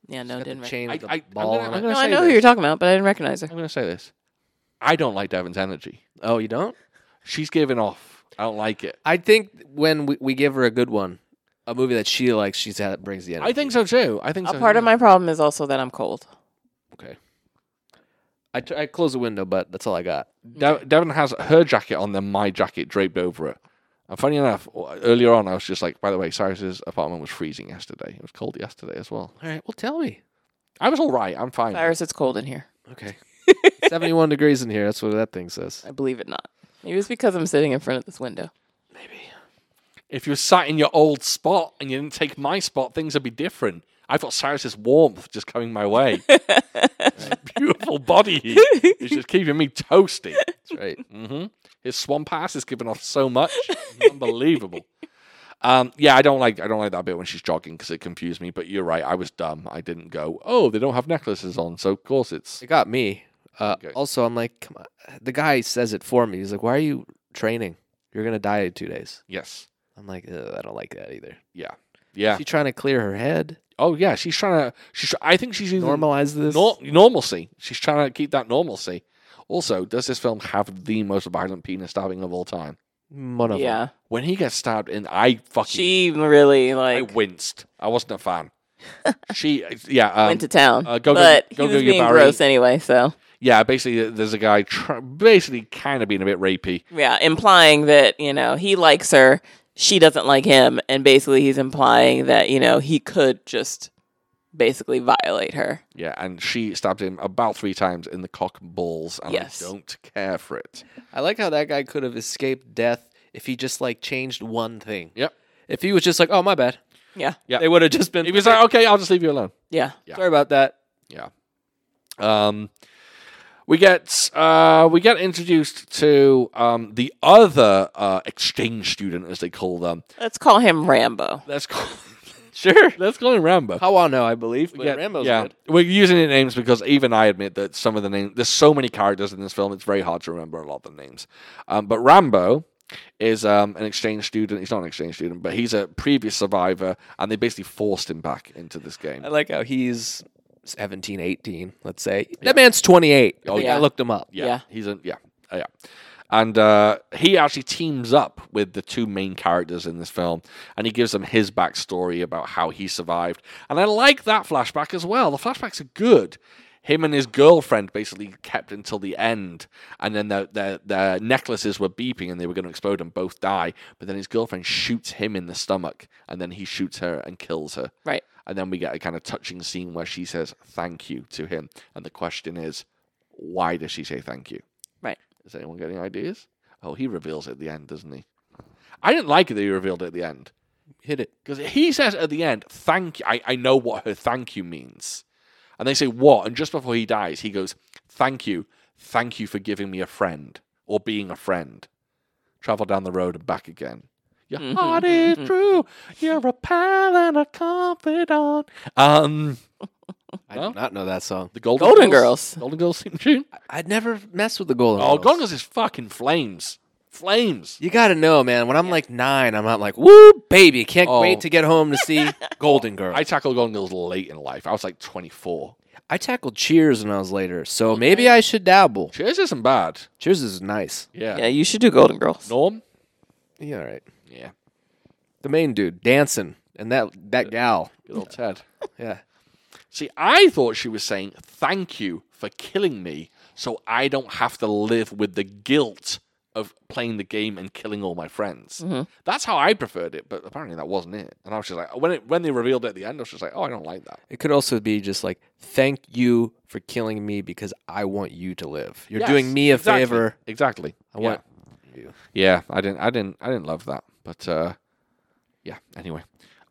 C: Yeah, no,
A: Got the
C: didn't recognize
A: chain
B: I,
A: with the
B: I,
A: ball
B: am gonna,
A: on
B: I'm
A: it.
B: gonna
C: No,
B: say
C: I know
B: this.
C: who you're talking about, but I didn't recognize her.
B: I'm gonna say this. I don't like Devon's energy.
A: Oh, you don't?
B: She's giving off. I don't like it.
A: I think when we, we give her a good one, a movie that she likes, she's had brings the energy.
B: I think so too. I think
C: A
B: so
C: part of
B: too.
C: my problem is also that I'm cold.
A: Okay. I, t- I closed the window, but that's all I got.
B: De- Devon has her jacket on, then my jacket draped over it. And funny enough, w- earlier on, I was just like, by the way, Cyrus's apartment was freezing yesterday. It was cold yesterday as well.
A: All right. Well, tell me.
B: I was all right. I'm fine.
C: Cyrus, it's cold in here.
A: Okay. 71 degrees in here. That's what that thing says.
C: I believe it not. Maybe it's because I'm sitting in front of this window.
B: If you sat in your old spot and you didn't take my spot, things would be different. I've got Cyrus's warmth just coming my way. His beautiful body heat is just keeping me toasty.
A: That's right.
B: hmm His swamp ass is giving off so much, unbelievable. Um, yeah, I don't like I don't like that bit when she's jogging because it confused me. But you're right, I was dumb. I didn't go. Oh, they don't have necklaces on, so of course it's
A: It got me. Uh,
B: Okay.
A: Also, I'm like, come on. The guy says it for me. He's like, why are you training? You're going to die in two days.
B: yes,
A: I'm like, Ugh, I don't like that either.
B: yeah, yeah.
A: She's trying to clear her head,
B: oh yeah, she's trying to. She's. I think she's either
A: normalize this.
B: nor- normalcy. She's trying to keep that normalcy. Also, does this film have the most violent penis stabbing of all time?
A: One of them.
C: Yeah.
B: When he gets stabbed, in, I fucking
C: She really
B: I
C: like
B: winced. I wasn't a fan. she yeah um,
C: went to town.
B: uh, go- go- go-
C: but he
B: go
C: was
B: get
C: being
B: Barry.
C: gross anyway, so
B: Yeah, basically, there's a guy tr- basically kind of being a bit rapey.
C: yeah, implying that, you know, he likes her, she doesn't like him, and basically he's implying that, you know, he could just basically violate her.
B: Yeah, and she stabbed him about three times in the cock and balls, and
C: Yes.
B: I don't care for it.
A: I like how that guy could have escaped death if he just like changed one thing.
B: Yep.
A: If he was just like, oh my bad,
C: Yeah.
B: Yeah.
A: they would have just been.
B: He was like, okay, I'll just leave you alone.
C: Yeah.
B: Yeah.
A: sorry about that.
B: Yeah. Um, we get uh, we get introduced to um, the other uh, exchange student, as they call them.
C: Let's call him Rambo.
B: Let's call sure. Let's call him Rambo.
A: Kawano, I believe. But
B: Yeah,
A: Rambo's
B: yeah.
A: good.
B: We're using the names because even I admit that some of the names, there's so many characters in this film, it's very hard to remember a lot of the names. Um, but Rambo is um, an exchange student. He's not an exchange student, but he's a previous survivor, and they basically forced him back into this game.
A: I like how he's 17, 18, let's say. That man's 28. I, think
C: yeah.
A: I looked him up.
B: Yeah,
C: Yeah.
B: he's a yeah, uh, yeah. And uh, he actually teams up with the two main characters in this film, and he gives them his backstory about how he survived. And I like that flashback as well. The flashbacks are good. Him and his girlfriend basically kept until the end, and then their their, their necklaces were beeping and they were going to explode and both die. But then his girlfriend shoots him in the stomach, and then he shoots her and kills her.
C: Right.
B: And then we get a kind of touching scene where she says thank you to him. And the question is, why does she say thank you?
C: Right.
B: Does anyone get any ideas? Oh, he reveals it at the end, doesn't he? I didn't like it that he revealed it at the end.
A: Hit it.
B: Because he says at the end, thank you. I, I know what her thank you means. And they say, what? And just before he dies, he goes, thank you. Thank you for giving me a friend or being a friend. Travel down the road and back again. Your
C: Mhm,
B: heart is
C: mhm.
B: true. You're a pal and a confidant. Um,
A: I
B: No?
A: did not know that song.
B: the Golden,
C: Golden Girls.
B: Golden Girls theme tune.
A: I'd never mess with the Golden
B: Oh,
A: Girls.
B: Golden Girls is fucking flames. flames.
A: You gotta know, man. When I'm like nine, I'm not like, woo, baby, can't
B: Oh.
A: wait to get home to see Golden Girl.
B: I
A: I,
B: tackled Golden Girls late in life. I was like 24.
A: tackled Cheers when I was later, so maybe I should dabble.
B: Cheers isn't bad.
A: Cheers is nice.
B: Yeah.
C: Yeah, you should do Golden Girls.
B: Norm?
A: Yeah, all right.
B: Yeah.
A: The main dude dancing and that that gal.
B: Good old Ted.
A: Yeah.
B: See, I thought she was saying thank you for killing me so I don't have to live with the guilt of playing the game and killing all my friends. That's how I preferred it, but apparently that wasn't it. And I was just like, when it, when they revealed it at the end, I was just like, oh, I don't like that.
A: It could also be just like, thank you for killing me because I want you to live. You're
B: Yes,
A: doing me a
B: exactly,
A: favor.
B: Exactly.
A: I want
B: Yeah, I didn't, I didn't, I didn't love that, but uh, yeah. Anyway,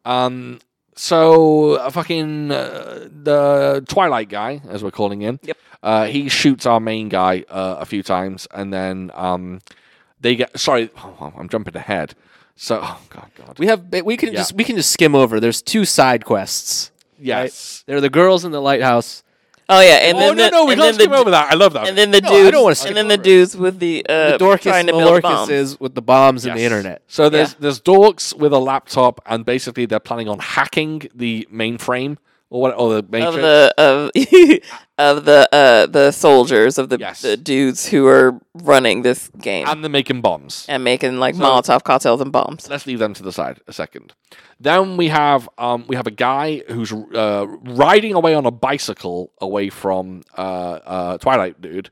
B: um, so uh, fucking uh, the Twilight guy, as we're calling him.
C: Yep.
B: Uh, he shoots our main guy uh, a few times, and then um, they get. Sorry, oh, I'm jumping ahead. So, oh god, god.
A: we have we can
B: Yeah.
A: just we can just skim over. There's two side quests.
B: yes.
A: There are the girls in the lighthouse.
C: Oh yeah, and
B: Oh
C: then
B: no,
C: the,
B: no, we can't
C: and then the
B: skip
C: du-
B: over that. I love that.
C: And then the
A: No, I
C: dudes,
A: don't wanna skip
C: and then the
A: over it.
C: dudes with the uh,
A: The Dorcas
C: trying to build bombs.
A: Malorcas is with the bombs in the
B: Yes.
A: internet.
B: So there's there's dorks with a laptop, and basically they're planning on hacking the mainframe or what, or the
C: of
B: matrix.
C: the of of the uh the soldiers of the,
B: Yes.
C: the dudes who are running this game
B: and they're making bombs.
C: and making like Molotov cocktails and bombs.
B: Let's leave them to the side a second. Then we have um, we have a guy who's uh, riding away on a bicycle away from uh, uh, Twilight dude,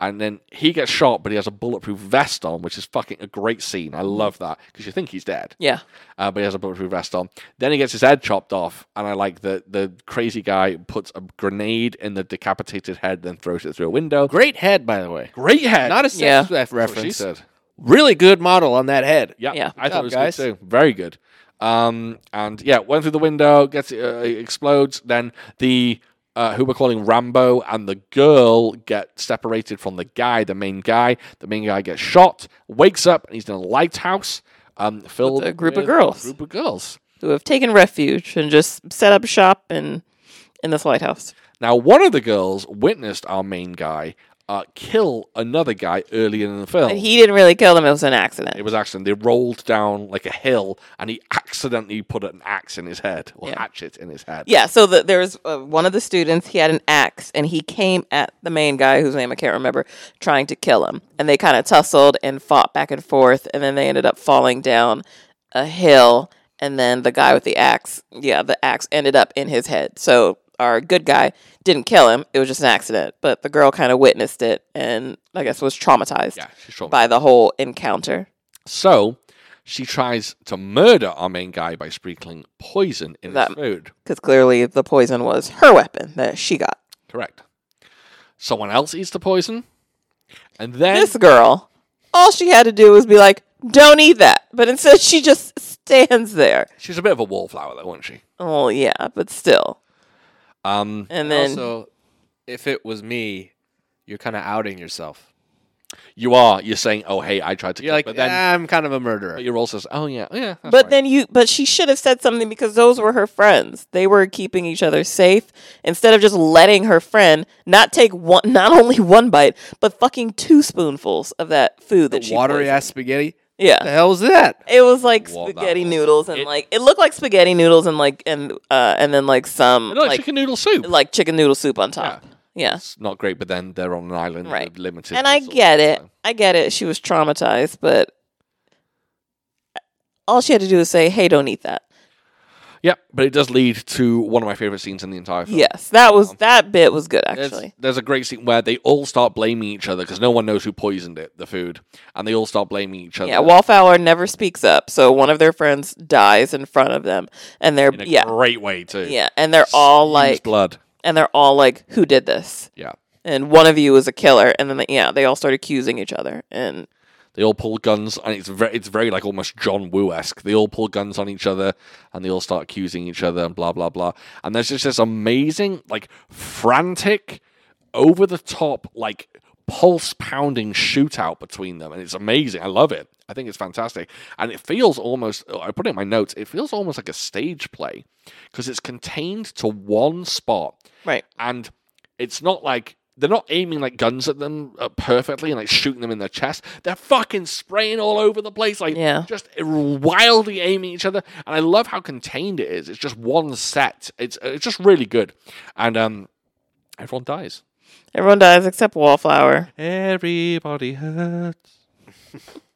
B: and then he gets shot, but he has a bulletproof vest on, which is fucking a great scene. I love that because you think he's dead,
C: Yeah,
B: uh, but he has a bulletproof vest on. Then he gets his head chopped off, and I like that the crazy guy puts a grenade in the decapitated head, then throws it through a window.
A: Great head, by the way.
B: Great head,
A: Not a
C: Yeah.
A: sex ref-
B: That's what she
A: reference.
B: said.
A: Really good model on that head.
B: Yeah,
C: Yeah.
B: I thought it was
A: Good job,
B: good too. Very good. Um, and yeah, went through the window, gets uh, explodes. Then the uh, who we're calling Rambo and the girl get separated from the guy, the main guy. The main guy gets shot, wakes up, and he's in a lighthouse. Um, filled
C: a group of
B: with
C: girls.
B: A group of girls.
C: who have taken refuge and just set up shop in in this lighthouse.
B: Now, one of the girls witnessed our main guy uh, kill another guy earlier in the film.
C: And he didn't really kill them; it was an accident.
B: It was accident. They rolled down like a hill, and he accidentally put an axe in his head or
C: Yeah.
B: hatchet in his head.
C: Yeah, so the, there was uh, one of the students. He had an axe, and he came at the main guy, whose name I can't remember, trying to kill him. And they kind of tussled and fought back and forth, and then they ended up falling down a hill. And then the guy with the axe, yeah, the axe ended up in his head. So our good guy didn't kill him; it was just an accident. But the girl kind of witnessed it, and I guess was traumatized
B: Yeah, she's traumatized.
C: by the whole encounter.
B: So she tries to murder our main guy by sprinkling poison in
C: That-
B: his food.
C: Because clearly the poison was her weapon that she got.
B: Correct. Someone else eats the poison, and then
C: this girl, all she had to do was be like, "Don't eat that," but instead she just stands there.
B: she's a bit of a wallflower, though, isn't she?
C: Oh yeah, but still.
B: Um,
C: And then
A: also, if it was me, you're kind of outing yourself.
B: you are. You're saying, "Oh, hey, I tried to."
A: You're
B: kill,"
A: like,
B: but then
A: "Ah, I'm kind of a murderer.
B: but you're also, saying, "Oh yeah, yeah." that's
C: but
B: right."
C: then you but she should have said something because those were her friends. They were keeping each other safe instead of just letting her friend not take one not only one bite, but fucking two spoonfuls of that food that she
A: Watery
C: poisoned.
A: ass spaghetti. What the
C: Yeah.
A: hell is that?
C: It was like
B: Well, that
C: spaghetti
B: was-
C: noodles and
B: it-
C: like it looked like spaghetti noodles and like and uh and then like some
B: You know, like,
C: like
B: chicken noodle soup.
C: like chicken noodle soup on top. yeah.
B: it's not great, but then they're on an island,
C: Right.
B: with limited.
C: and I
B: resources,
C: get it.
B: so-
C: I get it. She was traumatized, but all she had to do was say, "Hey, don't eat that."
B: Yeah, but it does lead to one of my favorite scenes in the entire film.
C: Yes, that was that bit was good actually.
B: There's, there's a great scene where they all start blaming each other because no one knows who poisoned it, the food, and they all start blaming each other.
C: Yeah, Wallflower never speaks up, so one of their friends dies in front of them, and they're
B: in a
C: yeah,
B: great way too.
C: yeah, and they're all
B: Use
C: like,
B: blood.
C: and they're all like, "Who did this?"
B: Yeah,
C: And one of you is a killer, and then they, yeah, they all start accusing each other, and
B: they all pull guns, and it's very, it's very like almost John Woo esque. They all pull guns on each other, and they all start accusing each other, and blah blah blah. And there's just this amazing, like frantic, over the top, like pulse pounding shootout between them, and it's amazing. I love it. I think it's fantastic, and it feels almost. oh, I put it in my notes. It feels almost like a stage play because it's contained to one spot.
C: right,
B: and it's not like they're not aiming like guns at them uh, perfectly and like shooting them in their chest. They're fucking spraying all over the place, like
C: Yeah.
B: just wildly aiming each other. And I love how contained it is. It's just one set. It's uh, it's just really good, and um, everyone dies.
C: Everyone dies except Wallflower.
B: Everybody hurts.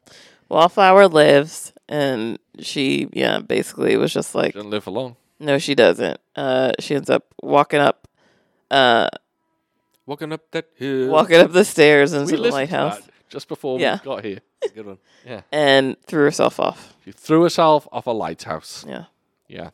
C: Wallflower lives, and she, yeah, basically was just like,
B: Didn't live for long.
C: no, she doesn't. Uh, she ends up walking up, uh,
A: Walking up that hill.
C: walking up the stairs into
B: We
C: the
B: listened to
C: lighthouse,
B: that just before
C: Yeah.
B: we got here.
A: Good one.
C: and threw herself off.
B: She threw herself off a lighthouse.
C: Yeah,
B: Yeah.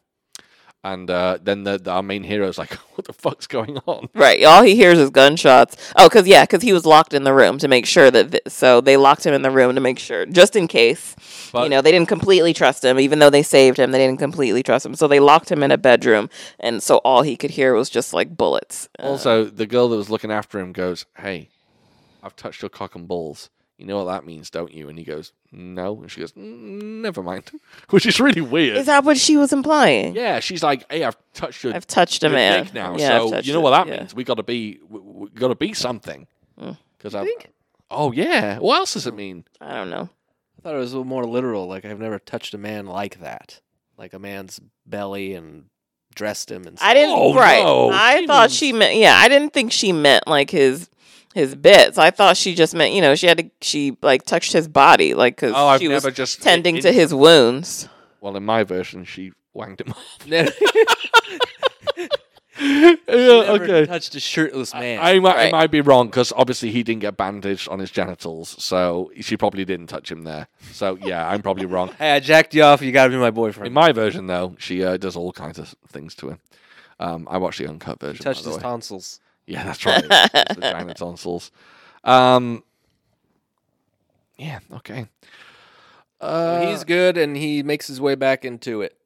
B: And uh, then the, the, our main hero's like, what the fuck's going on?
C: right. All he hears is gunshots. Oh, because yeah, because he was locked in the room to make sure that. Th- so they locked him in the room to make sure, just in case. you
B: But-
C: know, they didn't completely trust him, even though they saved him. They didn't completely trust him, so they locked him in a bedroom, and so all he could hear was just like bullets. Uh,
B: Also, the girl that was looking after him goes, hey, I've touched your cock and balls. You know what that means, don't you? And he goes, no. And she goes, "Mm, never mind. Which is really weird.
C: is that what she was implying?
B: yeah, she's like, hey, I've touched your
C: I've touched a
B: your
C: man.
B: dick now.
C: Yeah, I've
B: so
C: touched
B: you know
C: it.
B: what that
C: Yeah. Hmm.
B: means. We got to be, we, we got to be something. Because I think. Oh yeah. What else does it mean?
C: I don't know.
A: I thought it was a little more literal. Like I've never touched a man like that. Like a man's belly and dressed him and.
C: I didn't
B: Oh,
C: right.
B: no.
C: I
B: She
C: thought
B: means-
C: she meant yeah, I didn't think she meant like his his bits. I thought she just meant, you know, she had to she like touched his body like cuz
B: Oh, I've
C: she was
B: never just
C: tending
B: in-
C: to his wounds.
B: Well, in my version, she wanged him. off.
A: didn't.
B: yeah.
A: never
B: Oh, Okay.
A: touched a shirtless man.
B: I might, I
C: Right.
B: might be wrong because obviously he didn't get bandaged on his genitals, so she probably didn't touch him there. So yeah, I'm probably wrong.
A: hey, I jacked you off. You got to be my
B: In
A: boyfriend.
B: my version, though, she uh, does all kinds of things to him. Um, I watched the uncut version. by
A: touched
B: the
A: his
B: way.
A: tonsils.
B: Yeah, that's right. It's the giant tonsils. Um, yeah. Okay. Uh,
A: He's good, and he makes his way back into it.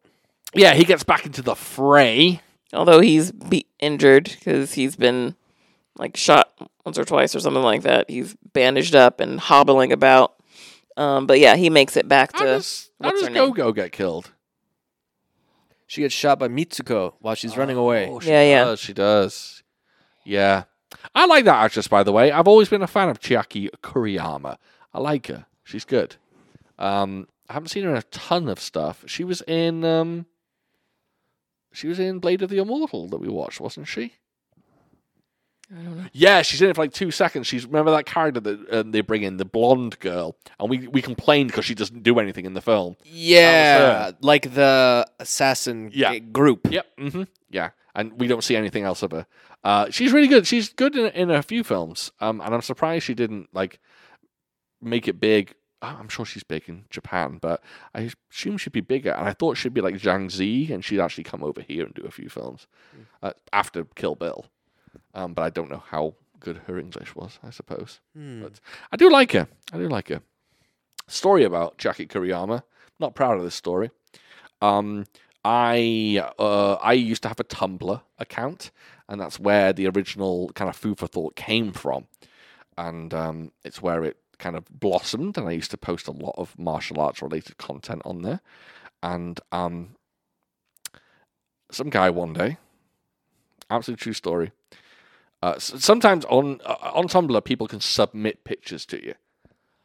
B: yeah, he gets back into the fray.
C: Although he's be injured cuz he's been like shot once or twice or something like that. He's bandaged up and hobbling about. Um, but yeah, he makes it back
B: How
C: to
B: does, how
C: what's
B: does
C: her name?
B: Go Go get killed?
A: She gets shot by Mitsuko while she's running away.
B: Oh, she
C: Yeah, yeah.
B: does, she does. Yeah. I like that actress, by the way. I've always been a fan of Chiaki Kuriyama. I like her. She's good. Um, I haven't seen her in a ton of stuff. She was in um, she was in Blade of the Immortal that we watched, wasn't she?
C: I don't know.
B: Yeah, she's in it for like two seconds. She's remember that character that um, they bring in, the blonde girl, and we we complained because she doesn't do anything in the film.
A: Yeah, like the assassin
B: Yeah.
A: g- group.
B: Yep. hmm Yeah. And we don't see anything else of her. Uh, she's really good. She's good in, in a few films. Um, and I'm surprised she didn't like make it big. Oh, I'm sure she's big in Japan, but I assume she'd be bigger. And I thought she'd be like Zhang Zi, and she'd actually come over here and do a few films uh, after Kill Bill. Um, but I don't know how good her English was. I suppose.
A: Hmm.
B: But I do like her. I do like her. Story about Jackie Kuriyama. Not proud of this story. Um, I uh, I used to have a Tumblr account, and that's where the original kind of food for thought came from, and um, it's where it kind of blossomed. And I used to post a lot of martial arts related content on there, and um, some guy one day, absolute true story, uh, s- sometimes on uh, on Tumblr, people can submit pictures to you.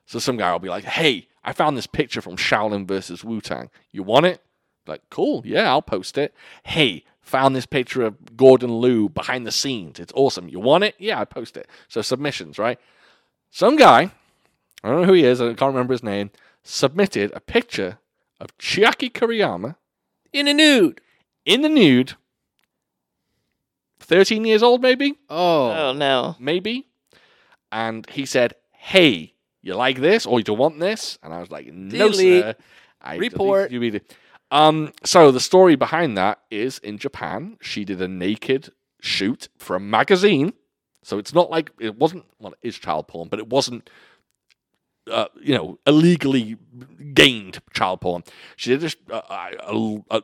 B: So some guy will be like, "Hey, I found this picture from Shaolin versus Wu Tang. You want it?" Like, cool, yeah, I'll post it. Hey, found this picture of Gordon Liu behind the scenes. It's awesome. You want it? Yeah, I post it. So submissions, right? Some guy, I don't know who he is. I can't remember his name. Submitted a picture of Chiaki Kuriyama
A: In a nude.
B: in the nude, thirteen years old, maybe
A: Oh,
C: Oh no.
B: maybe. And he said, Hey, you like this or you want this? And I was like, No,
A: Delete.
B: sir. I
A: Report.
B: deleted You immediately." Um, so the story behind that is in Japan, she did a naked shoot for a magazine. So it's not like it wasn't well, it is child porn, but it wasn't uh, you know, illegally gained child porn. She did a, a, a, a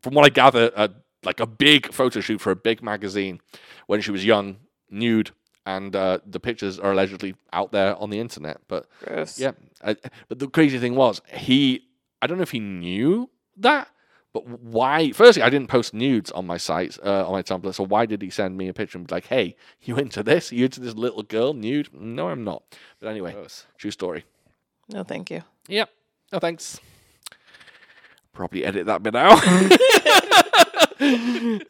B: from what I gather, a, like a big photo shoot for a big magazine when she was young, nude, and uh, the pictures are allegedly out there on the internet. But
C: Gross.
B: yeah, I, but the crazy thing was he. I don't know if he knew that, But why? Firstly, I didn't post nudes on my site, uh, on my Tumblr. So why did he send me a picture and be like, "Hey, you into this? You into this little girl nude?" No, I'm not. But anyway,
A: Gross.
B: true story.
C: No, thank you.
B: Yep. No thanks. Probably edit that bit out.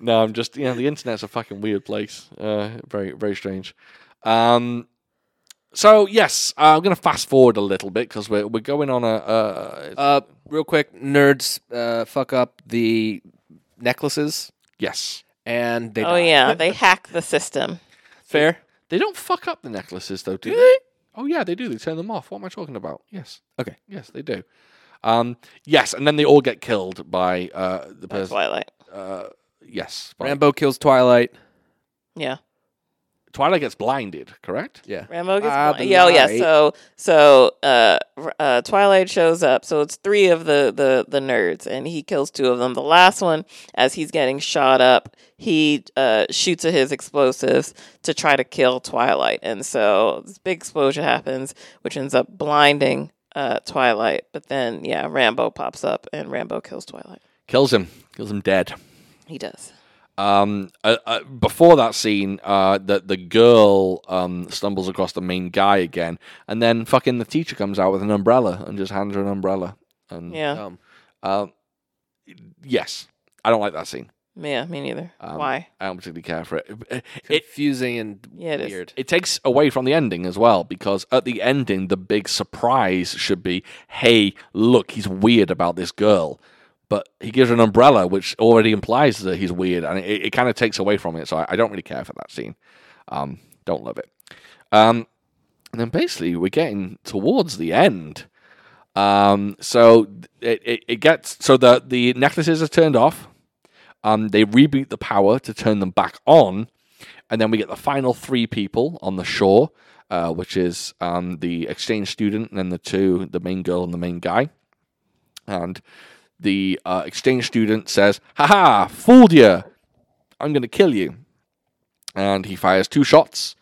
B: no, I'm just you know the internet's a fucking weird place. Uh, very very strange. Um, so yes, uh, I'm gonna fast forward a little bit because we're we're going on a. a, a
A: Uh, real quick, nerds uh, fuck up the necklaces,
B: yes.
A: and they.
C: Oh
A: die.
C: yeah, they hack the system.
A: fair.
B: They don't fuck up the necklaces though, do they? Oh yeah, they do. They turn them off. What am I talking about? Yes.
A: Okay.
B: Yes, they do. Um, yes, and then they all get killed by uh, the
C: That's
B: person.
C: Twilight.
B: Uh, yes, by-
A: Rambo kills Twilight.
C: Yeah,
B: Twilight gets blinded, correct?
A: Yeah.
C: Rambo gets.
A: Ah,
C: blind. Yeah, oh, yeah.
A: right.
C: So so uh, r- uh, Twilight shows up. So it's three of the the the nerds, and he kills two of them. The last one, as he's getting shot up, he uh, shoots at his explosives to try to kill Twilight, and so this big explosion happens, which ends up blinding. Uh, Twilight, but then yeah, Rambo pops up and Rambo kills Twilight.
B: Kills him. Kills him dead.
C: He does.
B: Um, uh, uh, before that scene, uh, the the girl um, stumbles across the main guy again, and then fucking the teacher comes out with an umbrella and just hands her an umbrella. And
C: Yeah,
A: Um,
B: uh, yes, I don't like that scene.
C: yeah. Me neither.
B: Um,
C: Why?
B: I don't particularly care for it. It
A: confusing and
C: Yeah, it is.
A: weird.
B: it takes away from the ending as well because at the ending the big surprise should be hey look he's weird about this girl but he gives her an umbrella which already implies that he's weird and it, it kind of takes away from it so I, I don't really care for that scene um, don't love it um, and then basically we're getting towards the end um, so it, it, it gets so the, the necklaces are turned off um, they reboot the power to turn them back on and then we get the final three people on the shore, uh, which is um, the exchange student and then the two, the main girl and the main guy. And the uh, exchange student says, Haha, fooled you. I'm going to kill you. And he fires two shots.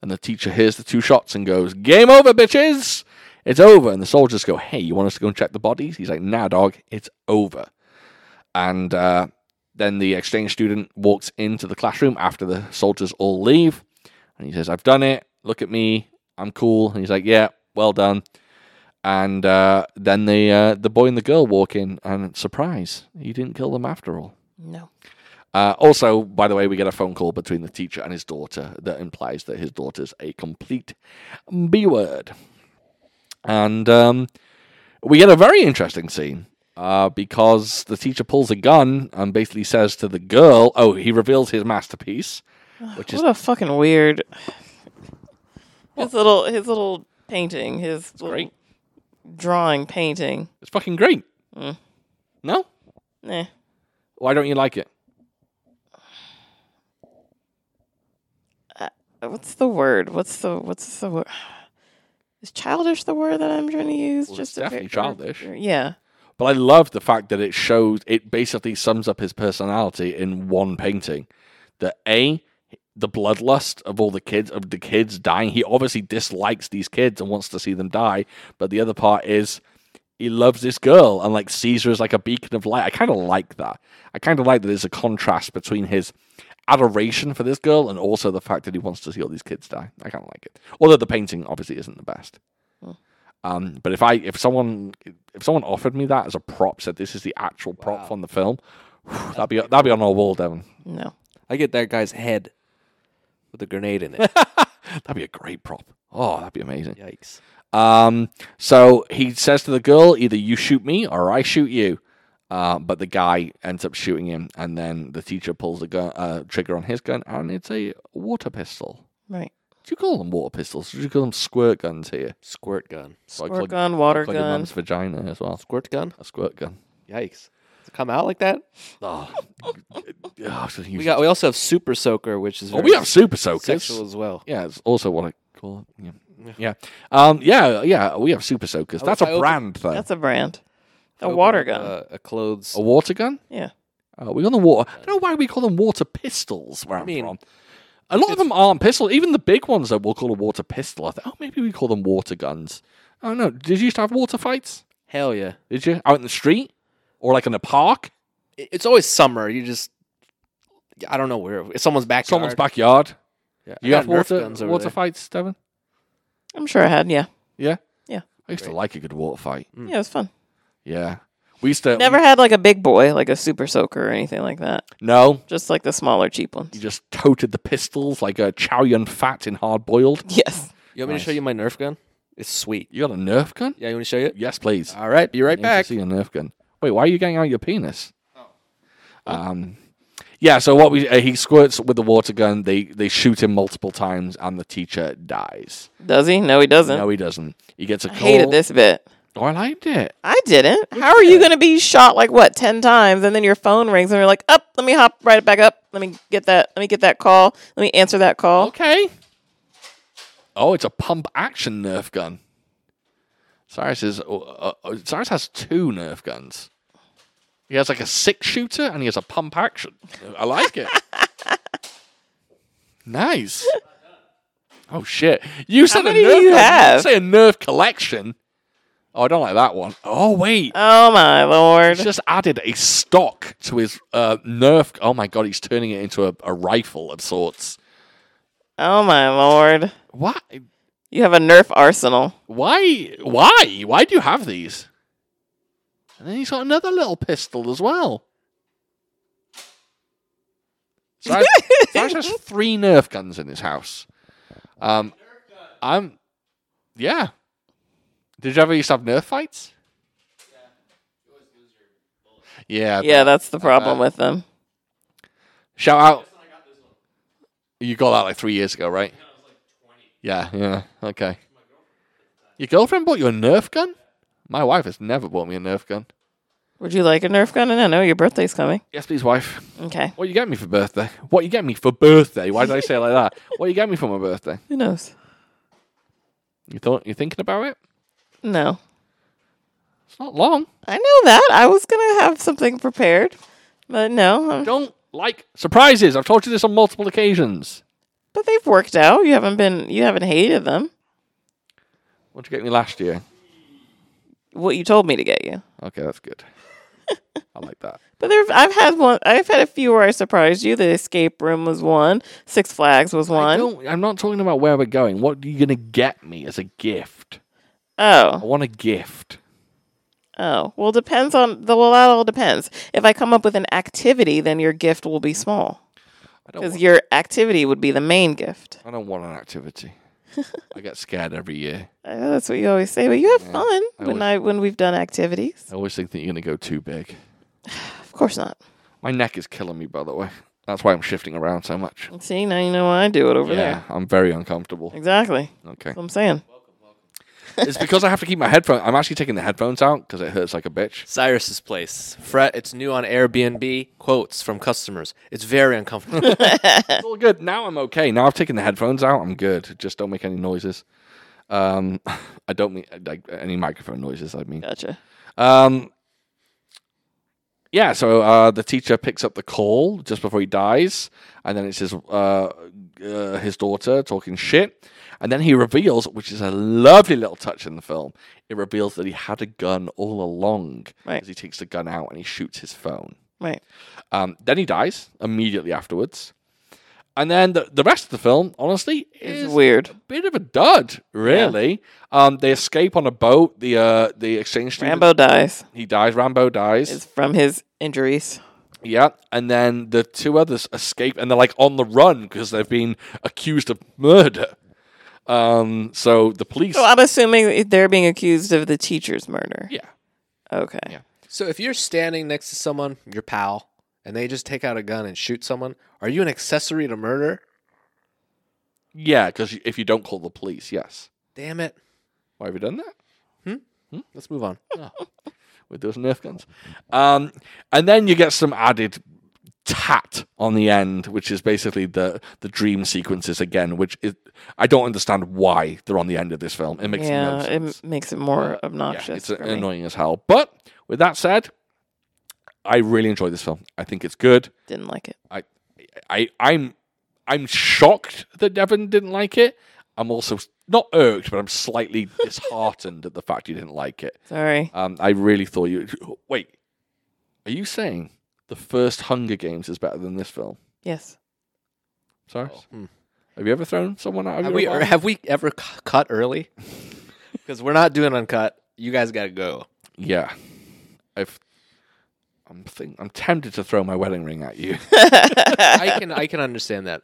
B: And the teacher hears the two shots and goes, Game over, bitches. It's over. And the soldiers go, Hey, you want us to go and check the bodies? He's like, Nah, dog, it's over. And uh, then the exchange student walks into the classroom after the soldiers all leave. And he says, I've done it. Look at me. I'm cool. And he's like, Yeah, well done. And uh, then the uh, the boy and the girl walk in, and surprise, he didn't kill them after all.
C: No.
B: Uh, also, by the way, we get a phone call between the teacher and his daughter that implies that his daughter's a complete B word. And um, we get a very interesting scene uh, because the teacher pulls a gun and basically says to the girl, oh, he reveals his masterpiece, which is
C: what a fucking weird. His little, his little painting, his little
B: great.
C: drawing, painting.
B: It's fucking great.
C: Mm.
B: No?
C: Eh,
B: Why don't you like it?
C: Uh, what's the word? What's the what's the word? Is childish the word that I'm trying to use?
B: Well, it's
C: a
B: definitely
C: very-
B: childish.
C: Yeah,
B: But I love the fact that it shows it basically sums up his personality in one painting. That A, the bloodlust of all the kids of the kids dying. He obviously dislikes these kids and wants to see them die. But the other part is he loves this girl and like sees her as like a beacon of light. I kinda like that. I kinda like that there's a contrast between his adoration for this girl and also the fact that he wants to see all these kids die. I kinda like it. Although the painting obviously isn't the best. Um, but if I if someone if someone offered me that as a prop, said this is the actual prop from the film, whew, that'd be that'd be on our wall, Devon.
C: no.
A: I get that guy's head with a grenade in it.
B: That'd be a great prop. Oh, that'd be amazing.
A: Yikes.
B: Um, so he says to the girl, either you shoot me or I shoot you. Uh, but the guy ends up shooting him, and then the teacher pulls the gun, uh, trigger on his gun, and it's a water pistol.
C: Right,
B: Do you call them water pistols? Do you call them squirt guns here?
A: Squirt gun.
B: So I
C: squirt
B: call-
C: gun, water
B: call your
C: gun.
B: mum's vagina as well.
A: Squirt gun.
B: A squirt gun.
A: Yikes. Does it come out like that?
B: Oh,
A: We got. We also have super soaker, which is
B: Oh,
A: very
B: we have super soakers.
A: sexual as well.
B: Yeah, it's also what I call it. Yeah, yeah, um, yeah, yeah. We have super soakers.
A: I
B: That's
A: would- I
B: a
A: would-
B: brand though.
C: That's a brand. A
A: Open
C: water
A: up uh,
C: gun.
B: uh,
A: A, a clothes.
B: a water gun.
C: yeah,
B: Uh, we got the water. I don't know why we call them water pistols. Where I am
A: mean,
B: from, a lot of them aren't pistols. Even the big ones that we'll call a water pistol. I think. Oh, maybe we call them water guns. I don't know. Did you used to have water fights?
A: Hell yeah.
B: Did you out in the street or like in a park?
A: it- it's always summer. You just, I don't know where. It's someone's backyard.
B: Someone's backyard.
A: Yeah.
B: You
A: I
B: have
A: got Nerf
B: water,
A: guns over
B: water
A: there.
B: fights, Devin?
C: I'm sure I had. Yeah,
B: I used to
A: Great.
B: like a good water fight.
A: Mm.
C: yeah, it was fun.
B: Hmm. Yeah. We used to.
C: Never
B: we-
C: had like a big boy, like a super soaker or anything like that.
B: no.
C: Just like the smaller cheap
B: You
C: ones.
B: just toted the pistols like a Chow Yun Fat in Hard Boiled.
C: Yes.
A: You want me to show
B: Nice.
A: you my Nerf gun? It's sweet.
B: You got a Nerf gun?
A: Yeah, you want me to show you? it?
B: Yes, please.
C: Uh,
A: All right, be right
B: Need to
A: back.
B: See a Nerf gun. Wait, why are you getting out your penis?
C: Oh.
B: Um, yeah. So what we uh, he squirts with the water gun. They they shoot him multiple times, and the teacher dies.
C: Does he? No, he doesn't.
B: No, he doesn't. He gets a
C: I
B: call.
C: hated this bit.
B: Oh, I liked it.
C: I didn't. How are you going to be shot like what ten times, and then your phone rings, and you're like, "Up, let me hop right back up. Let me get that. Let me get that call. Let me answer that call."
B: Okay. Oh, it's a pump action Nerf gun. Cyrus is uh, uh, uh, Cyrus has two Nerf guns. He has like a six shooter and he has a pump action. I like it. nice. Oh shit! You said
C: many
B: a
C: do
B: Nerf
C: you
B: gun.
C: have?
B: Say a Nerf collection. Oh, I don't like that one. Oh wait,
C: Oh my lord!
B: he's just added a stock to his uh, Nerf. Oh my god, he's turning it into a, a rifle of sorts.
C: Oh my lord!
B: What?
C: You have a Nerf arsenal.
B: Why? Why? Why do you have these? And then he's got another little pistol as well. Sash Sash has three Nerf guns in his house. Um, I'm, yeah. Did you ever used to have Nerf fights? Yeah. I
C: Yeah,
B: bet.
C: that's the problem with them.
B: Shout out. You got that like three years ago, right? Yeah, yeah. Okay. Your girlfriend bought you a Nerf gun? My wife has never bought me a Nerf gun.
C: Would you like a Nerf gun? And I know your birthday's coming.
B: Yes, please, wife.
C: Okay.
B: What you getting me for birthday? What you getting me for birthday? Why did I say it like that? What you getting me for my birthday?
C: Who knows?
B: You thought you thinking about it?
C: No.
B: It's not long.
C: I know that. I was gonna have something prepared, but no. um,
B: Don't like surprises. I've told you this on multiple occasions.
C: But they've worked out. You haven't been. You haven't hated them.
B: What'd you get me last year?
C: What you told me to get you.
B: Okay, that's good. I like that.
C: But there, I've had one. I've had a few where I surprised you. The escape room was one. Six Flags was
B: I
C: one.
B: don't, I'm not talking about where we're going. What are you gonna get me as a gift? I
C: Oh,
B: want a gift.
C: oh. Well, depends on the. Well, that all depends. If I come up with an activity, then your gift will be small
B: I don't.
C: because
B: Want,
C: your activity would be the main gift.
B: I don't want an activity. I get scared every year.
C: I know Uh, that's what you always say, but you have fun
B: I
C: when
B: would-
C: I when we've done activities.
B: I always think that you're gonna go too big.
C: Of course not.
B: My neck is killing me, by the way. That's why I'm shifting around so much.
C: See, now you know why I do it over
B: Yeah, I'm very uncomfortable.
C: there. Exactly.
B: Okay,
C: That's what I'm saying.
B: it's because I have to keep my headphones. I'm actually taking the headphones out because it hurts like a bitch.
A: Cyrus's place. Fret, it's new on Airbnb. Quotes from customers. It's very uncomfortable.
B: It's all good now. I'm okay now. I've taken the headphones out. I'm good. Just don't make any noises. Um, I don't mean like any microphone noises. I mean.
C: Gotcha.
B: Um, yeah, so uh, the teacher picks up the call just before he dies, and then it's his uh, uh, his daughter talking shit, and then he reveals, which is a lovely little touch in the film. It reveals that he had a gun all along,
C: Right.
B: as he takes the gun out and he shoots his phone.
C: Right.
B: Um, then he dies immediately afterwards, and then the, the rest of the film, honestly,
C: It's
B: is
C: weird.
B: bit of a dud, really. Um, they escape on a boat. The uh, the exchange student
C: Rambo dies.
B: he dies. Rambo dies.
C: It's from his injuries.
B: yeah, and then the two others escape, and they're like on the run because they've been accused of murder. Um, so the police.
C: So Oh, I'm assuming they're being accused of the teacher's murder.
B: yeah,
C: Okay.
B: Yeah.
A: so if you're standing next to someone, your pal, and they just take out a gun and shoot someone, are you an accessory to murder?
B: yeah, because if you don't call the police, yes.
A: Damn it.
B: Why have you done that?
A: Let's move on.
B: with those Nerf guns. Um, and then you get some added tat on the end, which is basically the the dream sequences again. Which is, I don't understand why they're on the end of this film. It makes no
C: yeah, it
B: sense.
C: m- makes it more
B: Yeah,
C: obnoxious.
B: it's
C: for me.
B: annoying as hell. But with that said, I really enjoy this film. I think it's good.
C: Didn't like it.
B: I, I, I'm, I'm shocked that Devon didn't like it. I'm also not irked, but I'm slightly disheartened at the fact you didn't like it.
C: Sorry.
B: Um, I really thought you. Wait, are you saying the first Hunger Games is better than this film.
C: Yes.
B: Sorry,
A: Hmm.
B: have you ever thrown someone out? of
A: Have
B: your
A: we,
B: apartment?
A: have we ever cu- cut early? Because we're not doing uncut. You guys got to go.
B: Yeah, I've. I'm think I'm tempted to throw my wedding ring at you.
A: I can I can understand that.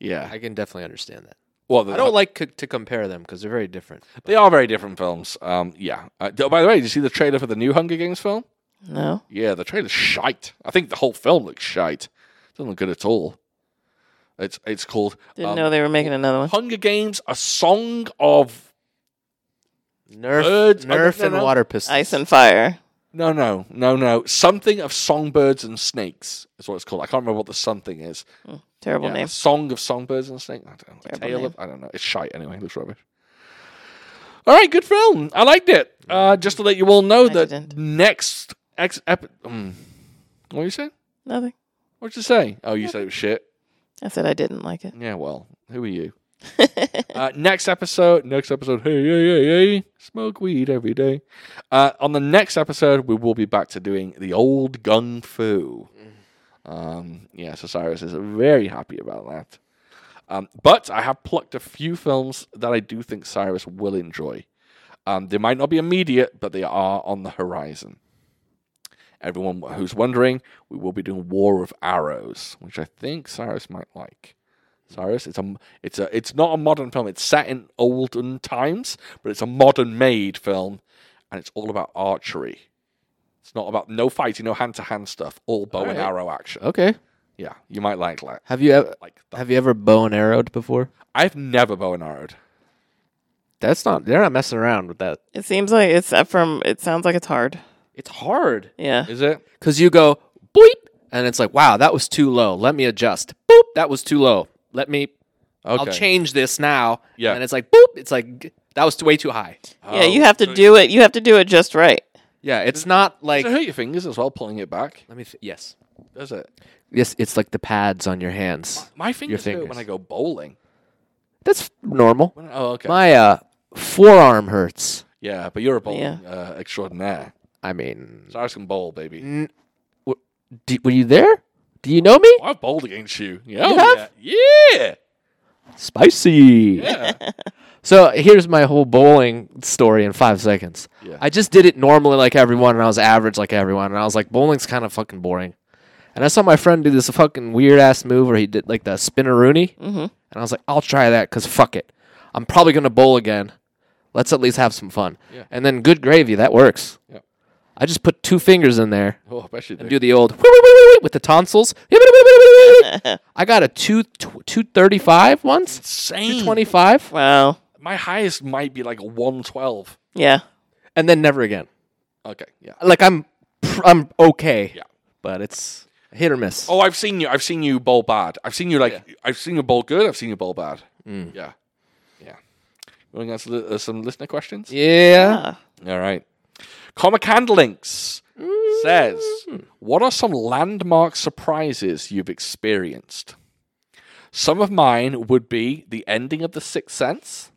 B: yeah.
A: I can definitely understand that.
B: Well, the,
A: I don't like co- to compare them because they're very different.
B: they are very different films. Um, yeah. Uh, oh, by the way, did you see the trailer for the new Hunger Games film?
C: No.
B: Yeah, the trailer's shite. I think the whole film looks shite. Doesn't look good at all. It's it's called
C: Didn't
B: um,
C: know they were making another one.
B: Hunger Games: A Song of
A: Nerf,
B: Birds-
A: Nerf,
B: no, no,
A: and
B: no.
A: water pistols.
C: Ice and fire.
B: No, no, no, no. Something of songbirds and snakes is what it's called. I can't remember what the something is.
C: Terrible
B: Yeah,
C: name.
B: a song of songbirds and snakes. I don't know. A
C: Terrible
B: tale
C: name.
B: of, I don't know. It's shite anyway. It looks rubbish. All right, good film. I liked it. Uh, just to let you all know
C: I
B: that
C: didn't.
B: next ex epi- mm. What were you saying?
C: Nothing.
B: What did you say? Oh, you said it was shit.
C: I said I didn't like it.
B: Yeah, well, who are you? uh, next episode, next episode, hey, hey, hey, hey, smoke weed every day. Uh, on the next episode, we will be back to doing the old gung fu. Um, yeah, so Cyrus is very happy about that. Um, but I have plucked a few films that I do think Cyrus will enjoy. Um, they might not be immediate, but they are on the horizon. Everyone who's wondering, we will be doing War of Arrows, which I think Cyrus might like. Cyrus. It's a it's a it's not a modern film. It's set in olden times, but it's a modern made film, and it's all about archery. It's not about no fighting, no hand to hand stuff. All bow and
A: Alright.
B: arrow action.
A: okay.
B: Yeah, you might like like
A: Have you ever
B: like that.
A: have you ever bow and arrowed before?
B: I've never bow and arrowed.
A: That's not. They're not messing around with that.
C: It seems like it's up from. It sounds like it's hard.
A: It's hard
C: Yeah.
B: Is it?
A: because you go boop, and it's like, wow, that was too low. Let me adjust. Boop, that was too low. Let me.
B: Okay.
A: I'll change this now.
B: Yeah.
A: and it's like boop. It's like g- that was way too high.
C: yeah. You have to do it. You have to do it just right.
A: Yeah, it's not like.
B: Does it hurt your fingers as well pulling it back?
A: Let me. Th- yes.
B: Does it?
A: Yes, it's like the pads on your hands.
B: My fingers, hurt
A: fingers.
B: when I go bowling.
A: That's normal.
B: When I- oh, okay.
A: My uh, forearm hurts.
B: yeah, but you're a bowling
C: Yeah.
B: uh, extraordinaire.
A: I mean,
B: Cyrus can bowl, baby.
A: Mm. d were you there? Do you know me?
B: Oh, I've bowled against you. Yeah.
A: You
B: oh,
A: have?
B: Yeah. Yeah.
A: Spicy.
B: yeah.
A: So here's my whole bowling story in five seconds.
B: Yeah.
A: I just did it normally like everyone, and I was average like everyone, and I was like, bowling's kind of fucking boring. And I saw my friend do this fucking weird ass move where he did like the spinneroonie, mm-hmm. and I was like, I'll try that because fuck it, I'm probably gonna bowl again. Let's at least have some fun.
B: Yeah.
A: And then good gravy, that works.
B: Yeah.
A: I just put two fingers in there
B: Oh, I bet you do.
A: and do the old with the tonsils. I got a two two thirty five once,
B: insane.
A: two twenty five,
C: Wow.
B: My highest might be like 112.
C: Yeah.
A: and then never again.
B: Okay, yeah.
A: like I'm pr- I'm okay.
B: Yeah.
A: But it's hit or miss.
B: Oh, I've seen you. I've seen you bowl bad. I've seen you like. I've seen you bowl good. I've seen you bowl bad.
A: Mm.
B: Yeah, yeah. You want to answer li- uh, some listener questions?
A: Yeah.
C: Ah.
B: All right. Comic Handlinks says, "What are some landmark surprises you've experienced?" Some of mine would be the ending of The Sixth Sense,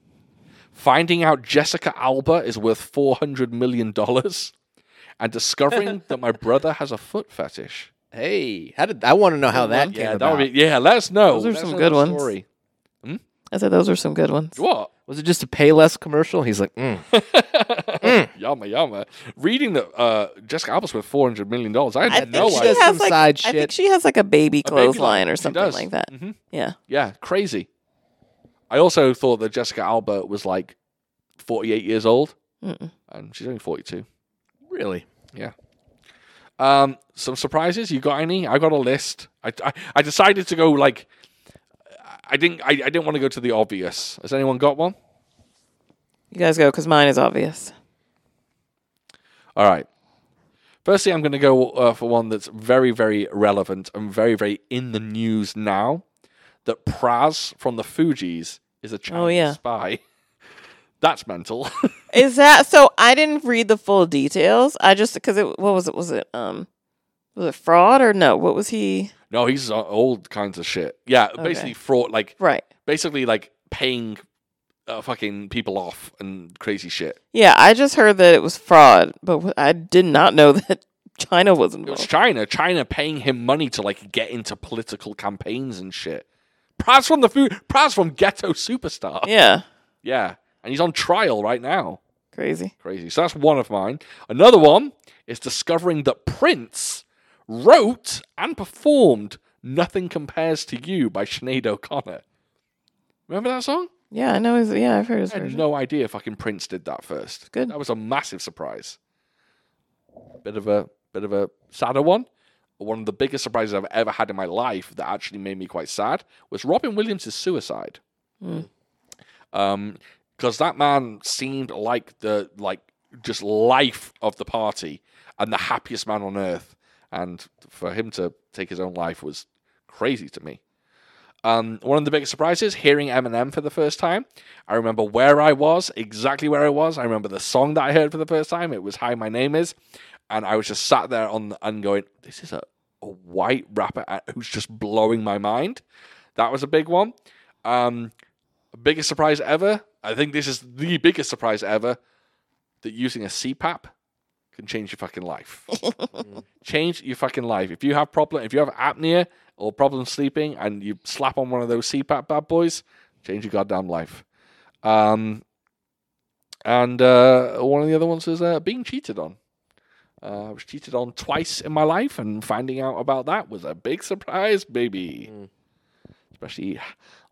B: finding out Jessica Alba is worth four hundred million dollars, and discovering that my brother has a foot fetish.
A: Hey, how did I want to know how that came
B: Yeah, that
A: about?
B: would be. Yeah, let us know.
C: Those are
B: Let us
C: some
B: know
C: good
B: the
C: ones.
B: Story. Hmm?
C: I said those were some good ones.
B: What?
A: Was it just a Payless commercial? He's like, mm.
B: Yama yama. Reading that uh, Jessica Alba's worth four hundred million dollars. I
C: I
B: had
C: think
B: no
C: she
B: idea.
A: does- Some
C: has like
A: side
C: I think
A: shit.
C: she has like a baby clothesline
B: line.
C: or
B: She
C: something
B: does. Mm-hmm.
C: like that. Yeah.
B: Yeah, crazy. I also thought that Jessica Alba was like forty-eight years old,
C: Mm-mm.
B: and she's only forty-two.
A: really?
B: Um, some surprises. You got any? I got a list. I, I, I decided to go like. I didn't. I, I didn't want to go to the obvious. Has anyone got one?
C: You guys go because mine is obvious.
B: All right. Firstly, I'm going to go uh, for one that's very, very relevant and very, very in the news now. That Praz from the Fugees is a Chinese
C: Oh, yeah.
B: spy. That's mental.
C: Is that so? I didn't read the full details. I just because it what was it was it um was it fraud or no? What was he
B: no, he's on all kinds of shit. Yeah, basically fraud, like
C: right?
B: basically like paying uh, fucking people off and crazy shit.
C: Yeah, I just heard that it was fraud, but wh- I did not know that China was
B: It was
C: involved.
B: China. China paying him money to like get into political campaigns and shit. Props from the food. Props from Ghetto Superstar. Yeah.
C: Yeah,
B: and he's on trial right now.
C: crazy.
B: Crazy. So that's one of mine. Another one is discovering that Prince wrote and performed "Nothing Compares to You" by Sinead O'Connor. Remember that song?
C: Yeah, I know. His, yeah, I've heard his
B: I had
C: version.
B: no idea fucking Prince did that first.
C: good.
B: That was a massive surprise. Bit of a bit of a sadder one. One of the biggest surprises I've ever had in my life that actually made me quite sad was Robin Williams' suicide.
C: Mm.
B: Um, because that man seemed like the like just life of the party and the happiest man on earth. And for him to take his own life was crazy to me. Um, one of the biggest surprises, hearing Eminem for the first time. I remember where I was, exactly where I was. I remember the song that I heard for the first time. It was "Hi, My Name Is," and I was just sat there on the, and going, "This is a, a white rapper uh, who's just blowing my mind." That was a big one. Um, biggest surprise ever. I think this is the biggest surprise ever that using a CPAP can change your fucking life. change your fucking life. If you have problem, if you have apnea or problem sleeping, and you slap on one of those CPAP bad boys, change your goddamn life. Um, and uh, one of the other ones is uh, being cheated on. Uh, I was cheated on twice in my life, and finding out about that was a big surprise, baby.
A: Mm.
B: Especially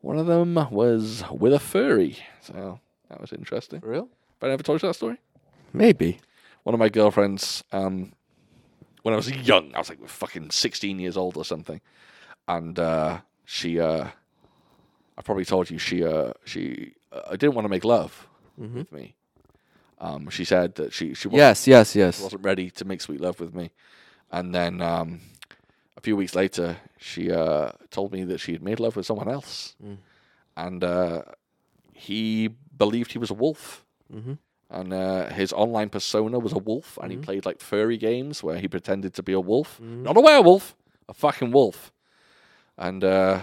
B: one of them was with a furry, so that was interesting.
A: For real?
B: But I never told you that story
A: Maybe.
B: one of my girlfriends um, when I was young. I was like fucking sixteen years old or something, and uh, she, uh, I probably told you she, uh, she, uh, didn't want to make love with me. Um, she said that she she wasn't,
A: Yes, yes, yes.
B: wasn't ready to make sweet love with me, and then um, a few weeks later she uh, told me that she had made love with someone else, and uh, he believed he was a wolf and uh, his online persona was a wolf, and he played like furry games where he pretended to be a wolf, not a werewolf, a fucking wolf, and uh,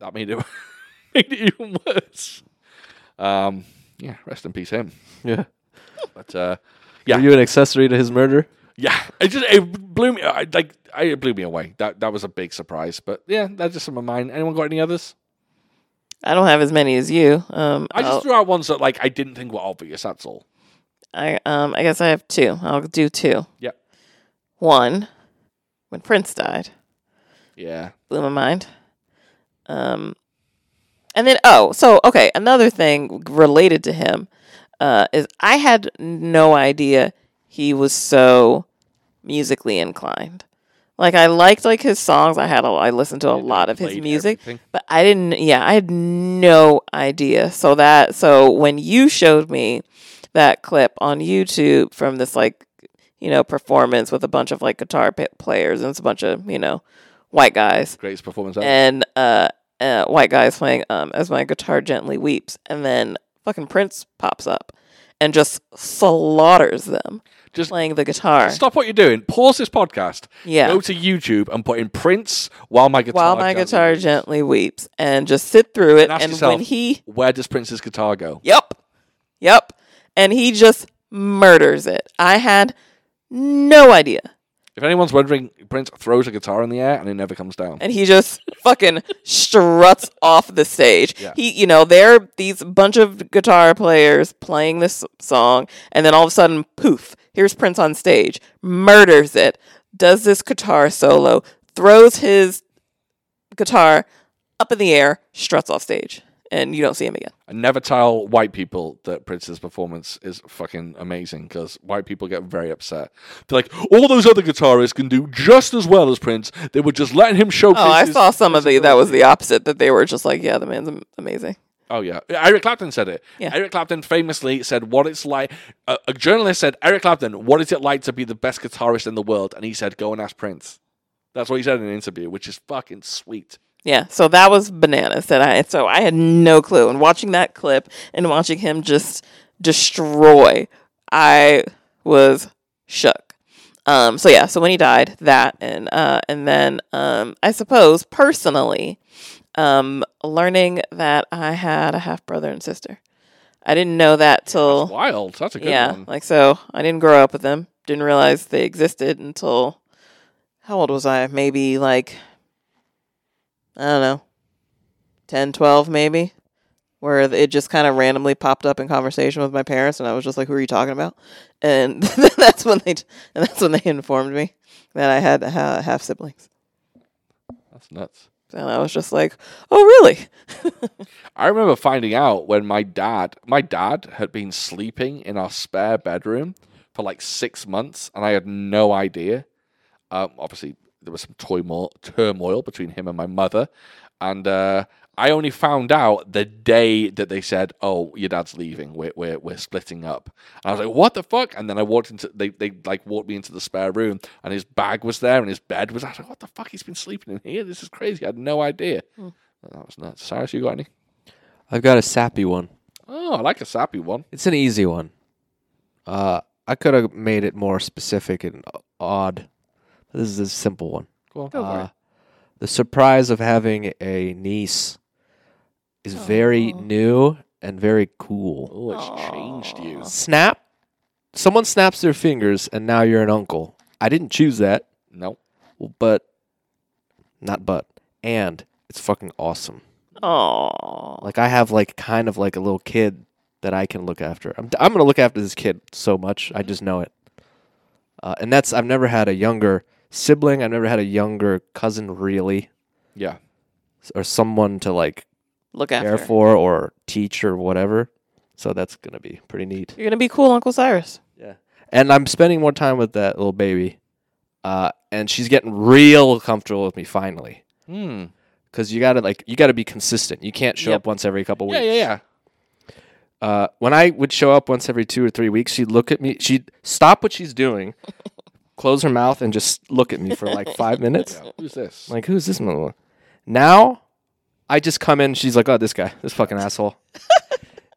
B: that made it made it even worse. Um, yeah, rest in peace, him.
A: Yeah.
B: But uh,
A: Were you an accessory to his murder?
B: yeah, it just it blew me I, like I, it blew me away. That that was a big surprise. But yeah, that's just some of mine. Anyone got any others?
C: I don't have as many as you. Um,
B: I just
C: I'll-
B: threw out ones that like I didn't think were obvious. That's all.
C: I um I guess I have two. I'll do two.
B: Yep.
C: One, when Prince died,
B: Yeah.
C: blew my mind. Um, and then oh, so okay, another thing related to him uh, is I had no idea he was so musically inclined. Like I liked like his songs. I had a, I listened to a lot of his
B: Played
C: music.
B: everything.
C: But I didn't, yeah, I had no idea. So that, so when you showed me that clip on YouTube from this, like, you know, performance with a bunch of like guitar p- players and it's a bunch of, you know, white guys
B: Greatest performance ever.
C: and, uh, uh, white guys playing um, as my guitar gently weeps, and then fucking Prince pops up and just slaughters them
B: Just-
C: playing the guitar.
B: Stop what you're doing. Pause this podcast.
C: Yeah.
B: Go to YouTube and put in Prince while my guitar.
C: while my
B: Gently
C: guitar
B: Weeps.
C: gently weeps, and just sit through it.
B: And ask
C: and
B: yourself,
C: when he
B: Where does Prince's guitar go?
C: Yep. Yep. And he just murders it. I had no idea.
B: If anyone's wondering, Prince throws a guitar in the air and it never comes down.
C: And he just fucking struts off the stage.
B: Yeah.
C: He, you know, there are these bunch of guitar players playing this song, and then all of a sudden, poof, here's Prince on stage, murders it, does this guitar solo, throws his guitar up in the air, struts off stage, and you don't see him again.
B: And never tell white people that Prince's performance is fucking amazing because white people get very upset. They're like, all those other guitarists can do just as well as Prince. They were just letting him showcase.
C: Oh, I
B: his-
C: saw some of
B: his
C: the that was
B: ability."
C: the opposite that they were just like, yeah, the man's am- amazing.
B: Oh yeah, Eric Clapton said it.
C: Yeah.
B: Eric Clapton famously said, "What it's like." A, a journalist said, "Eric Clapton, what is it like to be the best guitarist in the world?" And he said, "Go and ask Prince." That's what he said in an interview, which is fucking sweet.
C: Yeah, so that was bananas that I so I had no clue. And watching that clip and watching him just destroy, I was shook. Um, so yeah, so when he died, that and uh, and then um, I suppose personally, um, learning that I had a half brother and sister, I didn't know that till
B: Wild. That's a good
C: yeah,
B: one.
C: like so I didn't grow up with them. didn't realize they existed until how old was I? Maybe like I don't know, 10, 12 maybe, where it just kind of randomly popped up in conversation with my parents, and I was just like, "Who are you talking about?" And that's when they and that's when they informed me that I had uh, half siblings,
B: That's nuts.
C: and I was just like, "Oh, really?"
B: I remember finding out when my dad, my dad had been sleeping in our spare bedroom for like six months, and I had no idea. Um, obviously, there was some turmoil, turmoil between him and my mother, and uh, I only found out the day that they said, "Oh, your dad's leaving. We're we're, we're splitting up." And I was like, "What the fuck?" And then I walked into they they like walked me into the spare room, and his bag was there, and his bed was. I was like, "What the fuck? He's been sleeping in here. This is crazy. I had no idea." That was nuts. Cyrus, you got any?
A: I've got a sappy one.
B: Oh, I like a sappy one.
A: It's an easy one. Uh, I could have made it more specific and odd. But this is a simple one.
B: Cool.
A: Uh, the surprise of having a niece is very
C: Aw.
A: new and very cool.
B: oh, it's changed you.
A: Snap. Someone snaps their fingers and now you're an uncle. I didn't choose that,
B: No.
A: but not but. And it's fucking awesome.
C: Aww.
A: Like I have like kind of like a little kid that I can look after. I'm I'm gonna look after this kid so much. I just know it. Uh, and that's I've never had a younger sibling. I've never had a younger cousin really,
B: Yeah.
A: s- or someone to like
C: Look after.
A: care for or teach or whatever. So that's gonna be pretty neat.
C: You're gonna be cool, Uncle Cyrus.
A: And I'm spending more time with that little baby, uh, and she's getting real comfortable with me finally.
B: Hmm.
A: Cause you gotta like you gotta be consistent. You can't show
B: Yep.
A: up once every couple
B: Yeah,
A: weeks.
B: yeah, yeah.
A: uh, when I would show up once every two or three weeks, she'd look at me. She'd stop what she's doing, close her mouth, and just look at me for like five minutes.
B: yeah. Who's this?
A: Like, who's this mother? Now, I just come in. She's like, "Oh, this guy, this fucking asshole,"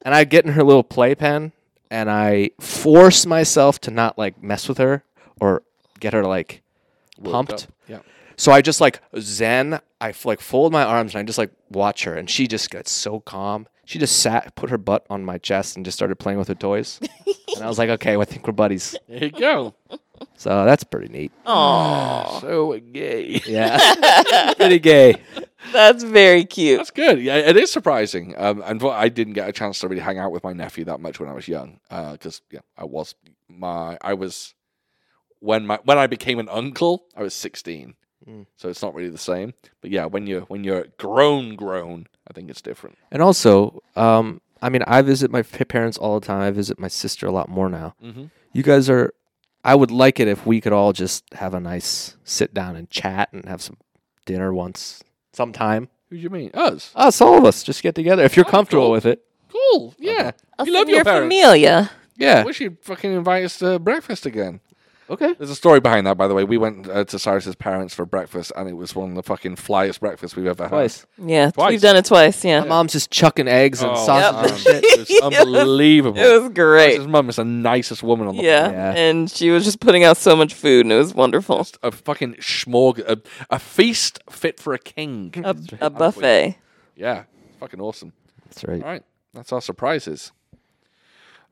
A: and I get in her little playpen and I force myself to not like mess with her or get her like
B: Worked
A: pumped.
B: up. Yeah.
A: So I just like zen. I f- like fold my arms and I just like watch her, and she just gets so calm. She just sat, put her butt on my chest, and just started playing with her toys. and I was like, okay, well, I think we're buddies.
B: There you go.
A: So that's pretty neat.
C: Aww.
B: so gay.
A: Yeah, pretty gay.
C: That's very cute.
B: That's good. Yeah, it is surprising. Um, and what- I didn't get a chance to really hang out with my nephew that much when I was young, because yeah, I was my I was when my when I became an uncle, I was sixteen.
A: Mm.
B: So it's not really the same. But yeah, when you're when you're grown, grown, I think it's different.
A: And also, um, I mean, I visit my p- parents all the time. I visit my sister a lot more now.
B: Mm-hmm.
A: You guys are. I would like it if we could all just have a nice sit down and chat and have some dinner once, sometime.
B: Who do you mean? Us.
A: Us, all of us, just get together if you're
B: That'd be
A: comfortable
B: cool.
A: with it.
B: Cool. Yeah. You love your parents.
C: familia.
A: Yeah.
B: Wish you'd fucking invite us to breakfast again.
A: Okay.
B: There's a story behind that, by the way. We went uh, to Cyrus's parents for breakfast, and it was one of the fucking flyest breakfasts we've ever
A: Twice.
C: Yeah,
B: Twice.
C: we've done it twice. Yeah,
A: My mom's just chucking eggs
B: had.
A: and
B: Oh,
A: sausage and shit.
B: man. it was unbelievable.
C: it was great.
B: His mum is the nicest woman on the
C: Yeah.
A: Yeah.
C: and she was just putting out so much food, and it was wonderful.
B: planet. A fucking smorg, a, a feast fit for a king.
C: A, a buffet.
B: yeah, fucking awesome.
A: That's right.
B: All right, that's our surprises.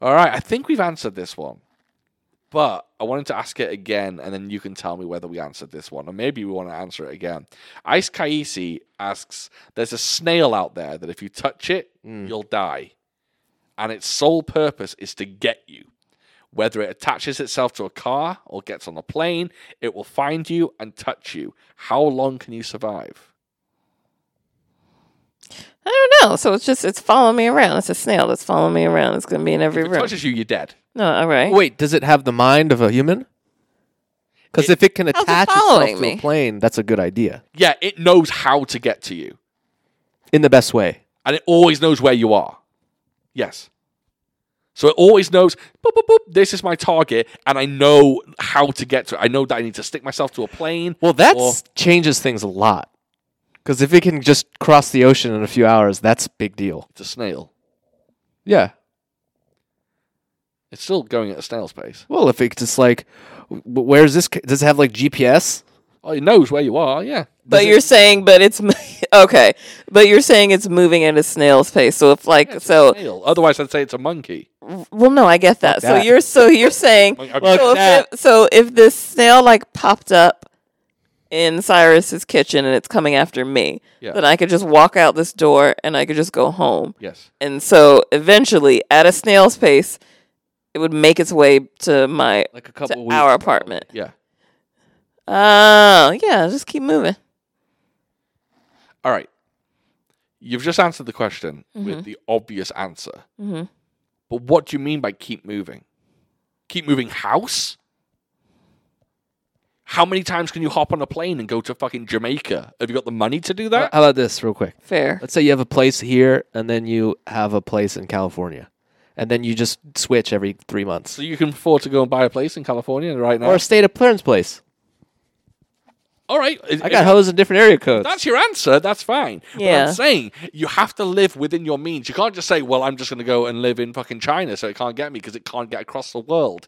B: All right, I think we've answered this one, but I wanted to ask it again, and then you can tell me whether we answered this one, or maybe we want to answer it again. Ice Kaisi asks: "There's a snail out there that if you touch it, you'll die, and its sole purpose is to get you." Whether it attaches itself to a car or gets on a plane, it will find you and touch you. How long can you survive?
C: I don't know. So it's just it's following me around. It's a snail that's following me around. It's gonna be in every
B: If it
C: room.
B: touches you, you're dead.
C: no, all right.
A: Wait, does it have the mind of a human? Because if it can
C: it
A: attach itself to
C: following
A: a
C: me?
A: plane, that's a good idea.
B: Yeah, it knows how to get to you.
A: In the best way.
B: and it always knows where you are. Yes. So it always knows, boop, boop, boop, this is my target, and I know how to get to it. I know that I need to stick myself to a plane.
A: Well, that
B: or-
A: changes things a lot. Because if it can just cross the ocean in a few hours, that's a big deal.
B: It's a snail.
A: Yeah.
B: It's still going at a snail's pace.
A: Well, if it's just like, w- where's this? c- Does it have like GPS?
B: Oh, it knows where you are, yeah.
C: But you're saying, but it's mo- okay. But you're saying it's moving at a snail's pace. So if like so,
B: Snail. Otherwise, I'd say it's a monkey.
C: well, no, I get that. So
A: that.
C: you're so you're saying
B: Monkey- okay.
A: Look,
C: so if,
A: that-
C: it, so if this snail like popped up in Cyrus's kitchen and it's coming after me,
B: Yeah.
C: then I could just walk out this door and I could just go home.
B: yes.
C: And so eventually, at a snail's pace, it would make its way to my
B: Like a
C: to
B: couple weeks.
C: our apartment.
B: Yeah.
C: Oh, yeah, just keep moving.
B: All right. You've just answered the question
A: Mm-hmm.
B: with the obvious answer.
C: Mhm.
B: But what do you mean by keep moving? Keep moving house? How many times can you hop on a plane and go to fucking Jamaica? Have you got the money to do that?
A: How about this, real quick?
C: Fair.
A: Let's say you have a place here, and then you have a place in California, and then you just switch every three months,
B: so you can afford to go and buy a place in California right now.
A: or stay at Parents' place.
B: All right. Is-
A: I
B: is-
A: got hoes in different area codes.
B: that's your answer. That's fine. But
C: Yeah.
B: I'm saying you have to live within your means. You can't just say, well, I'm just going to go and live in fucking China so it can't get me because it can't get across the world.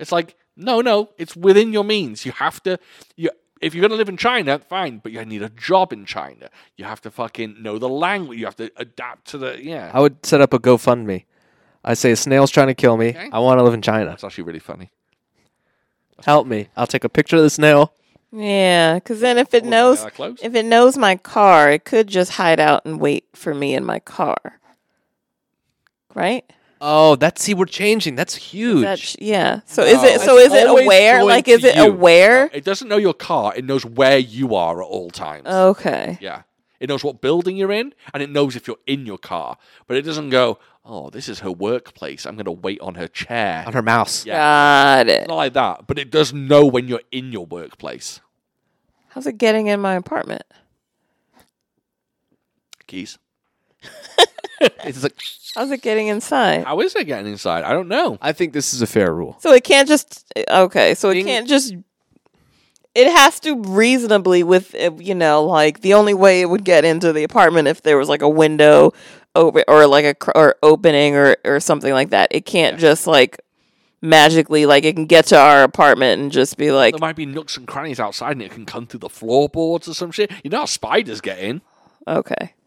B: It's like, no, no, it's within your means. You have to, you, if you're going to live in China, fine, but you need a job in China. You have to fucking know the language. You have to adapt to the, yeah.
A: I would set up a GoFundMe. I say a snail's trying to kill me.
B: Okay.
A: I want to live in China.
B: That's actually really funny.
A: Help me. I'll take a picture of the snail.
C: Yeah, because then if it
B: Oh,
C: knows
B: that close?
C: if it knows my car, it could just hide out and wait for me in my car. Right?
A: Oh, that's see, we're changing. That's huge.
C: That's, yeah. So is
B: No,
C: it so
B: Oh, it's
C: is it
B: always
C: aware?
B: going
C: Like is
B: to
C: it
B: you.
C: aware?
B: It doesn't know your car. It knows where you are at all times.
C: Okay.
B: Yeah. It knows what building you're in and it knows if you're in your car. But it doesn't go, oh, this is her workplace. I'm going to wait on her chair.
A: on her mouse.
B: Yeah.
C: Got it.
B: Not like that. But it does know when you're in your workplace.
C: How's it getting in my apartment?
B: Keys.
A: It's like
C: How's it getting inside?
B: How is it getting inside? I don't know.
A: I think this is a fair rule.
C: So it can't just okay. So it can't just. It has to reasonably with uh, you know like the only way it would get into the apartment if there was like a window over or like a cr- or opening or or something like that. It can't just like magically like it can get to our apartment and just be like
B: There might be nooks and crannies outside and it can come through the floorboards or some shit. You know how spiders get in?
C: okay.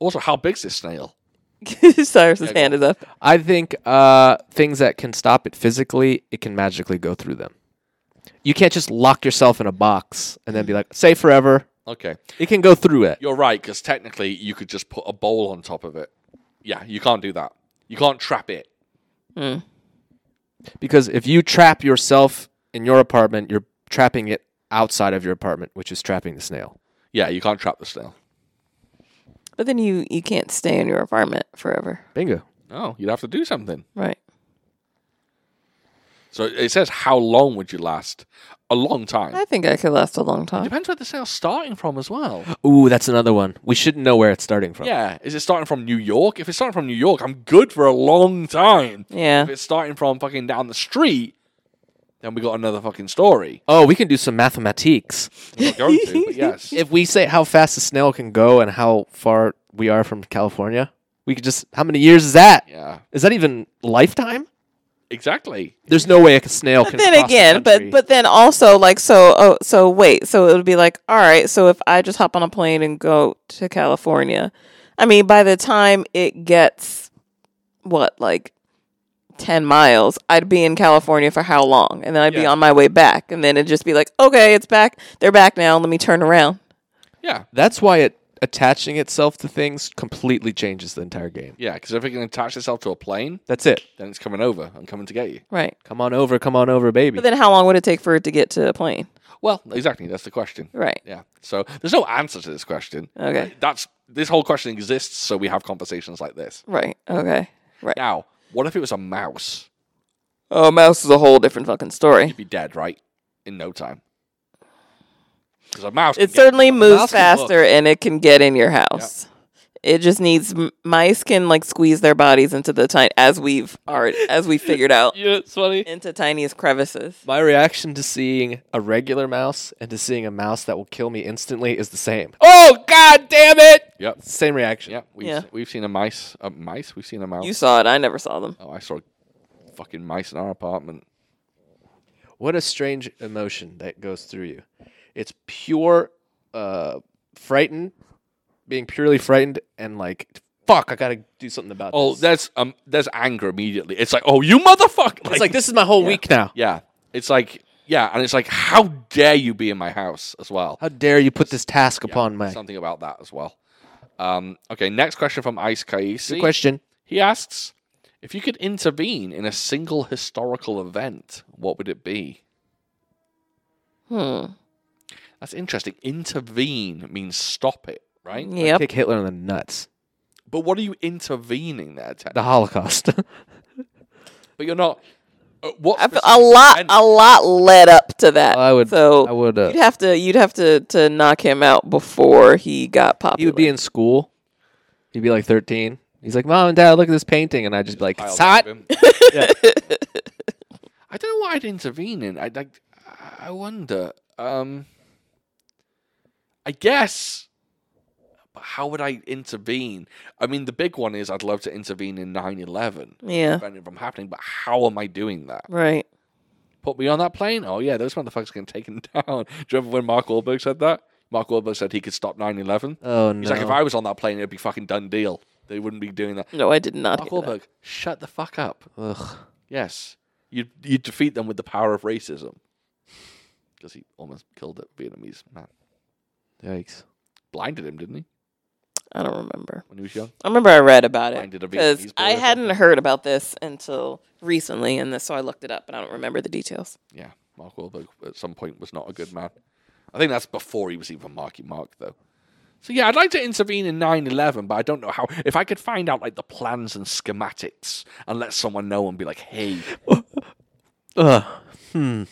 B: Also, how big's this snail?
C: Cyrus's hand is up.
A: I think uh, things that can stop it physically, it can magically go through them. You can't just lock yourself in a box and then be like, say forever.
B: Okay.
A: It can go through it.
B: You're right, because technically you could just put a bowl on top of it. Yeah, you can't do that. You can't trap it.
A: Because if you trap yourself in your apartment, you're trapping it outside of your apartment, which is trapping the snail.
B: Yeah, you can't trap the snail.
C: But then you you can't stay in your apartment forever,
A: Bingo.
B: No, Oh, you'd have to do something.
C: right?
B: So it says how long would you last? A long time.
C: I think I could last a long time.
B: Depends where the sale's starting from as well.
A: Ooh, that's another one. We shouldn't know where it's starting from.
B: Yeah, is it starting from New York? If it's starting from New York, I'm good for a long time.
C: Yeah.
B: If it's starting from fucking down the street, then we got another fucking story.
A: Oh, we can do some mathematiques.
B: I'm not going to, but yes.
A: If we say how fast a snail can go and how far we are from California, we could just how many years is that? Is
B: yeah,
A: that even lifetime?
B: exactly.
A: There's no way a snail can.
C: then
A: cross the
C: again,
A: country.
C: but but then also like so oh so wait so it would be like all right so if I just hop on a plane and go to California, I mean by the time it gets what like ten miles, I'd be in California for how long, and then I'd be
B: Yeah.
C: on my way back, and then it'd just be like okay, it's back, they're back now, let me turn around.
B: Yeah,
A: that's why it attaching itself to things completely changes the entire game.
B: yeah, because if it can attach itself to a plane,
A: That's it.
B: then it's coming over and coming to get you.
C: Right.
A: Come on over, come on over, baby.
C: But then how long would it take for it to get to a plane?
B: Well, exactly. That's the question.
C: Right.
B: Yeah. So there's no answer to this question.
C: Okay.
B: That's this whole question exists, so we have conversations like this.
C: Right. Okay. Right.
B: Now, what if it was a mouse?
C: Oh, mouse is a whole different fucking story.
B: You'd be dead, right? In no time. Because a mouse.
C: It
B: can get-
C: certainly moves
A: mouse can look.
C: faster and it can get in your house. It just needs m- mice can like squeeze their bodies into the tiny as we've already as we figured out
A: you know, it's funny.
C: into tiniest crevices.
A: My reaction to seeing a regular mouse and to seeing a mouse that will kill me instantly is the same.
B: Oh God damn it! Yep.
A: Same reaction.
B: Yep. We've,
C: Yeah.
B: we've seen a mice. A mice. We've seen a mouse.
C: You saw it. I never saw them.
B: oh, I saw fucking mice in our apartment.
A: What a strange emotion that goes through you. It's pure uh, frightened, being purely frightened, and like, fuck, I gotta do something about
B: Oh,
A: this.
B: that's um, there's anger immediately. It's like, oh, you motherfucker!
A: it's like this is my whole week now.
B: yeah. It's like, yeah, and it's like, how dare you be in my house as well?
A: How dare you put this task upon my
B: Something about that as well. Um, okay, next question from Ice Kaisi.
A: Good question?
B: He asks, if you could intervene in a single historical event, what would it be?
C: Hmm.
B: That's interesting. Intervene means stop it, right?
C: Yep.
A: Kick Hitler in the nuts.
B: But what are you intervening there? Ted?
A: The Holocaust.
C: Uh,
B: But you're not. Uh, what
C: I feel a
B: specific
C: lot,
B: event-
C: a lot led up to that.
A: I would.
C: So
A: I would. Uh,
C: you'd have to, you'd have to, to knock him out before he got popular.
A: he would be in school. He'd be like 13. He's like, Mom and Dad, look at this painting, and I'd just be like,
B: I'll
A: It's hot.
B: leave him. I don't know what I'd intervene in. I like. I wonder. Um, I guess. But how would I intervene? I mean, the big one is I'd love to intervene in 9-11.
C: yeah,
B: Prevent it from happening, but how am I doing that?
C: right.
B: Put me on that plane? Oh yeah, those motherfuckers can take him down. Do you remember when Mark Wahlberg said that? Mark Wahlberg said he could stop 9-11.
A: Oh no!
B: He's like, if I was on that plane, it'd be fucking done deal. They wouldn't be doing that.
C: No, I did not.
B: Mark
C: hear that.
B: Wahlberg, shut the fuck up.
A: Ugh.
B: Yes, you you defeat them with the power of racism. Because he almost killed a Vietnamese man,
A: Yikes!
B: blinded him, didn't he?
C: I don't remember.
B: When he was young,
C: I remember I read about it
B: Minded a Vietnamese boy
C: because
B: or
C: I
B: something.
C: hadn't heard about this until recently, and this, so I looked it up, and I don't remember the details.
B: yeah. Mark Wahlberg at some point was not a good man. I think that's before he was even Marky Mark, though. So yeah, I'd like to intervene in 9-11, but I don't know how. If I could find out like the plans and schematics and let someone know and be like, hey,
A: Ugh. Hmm.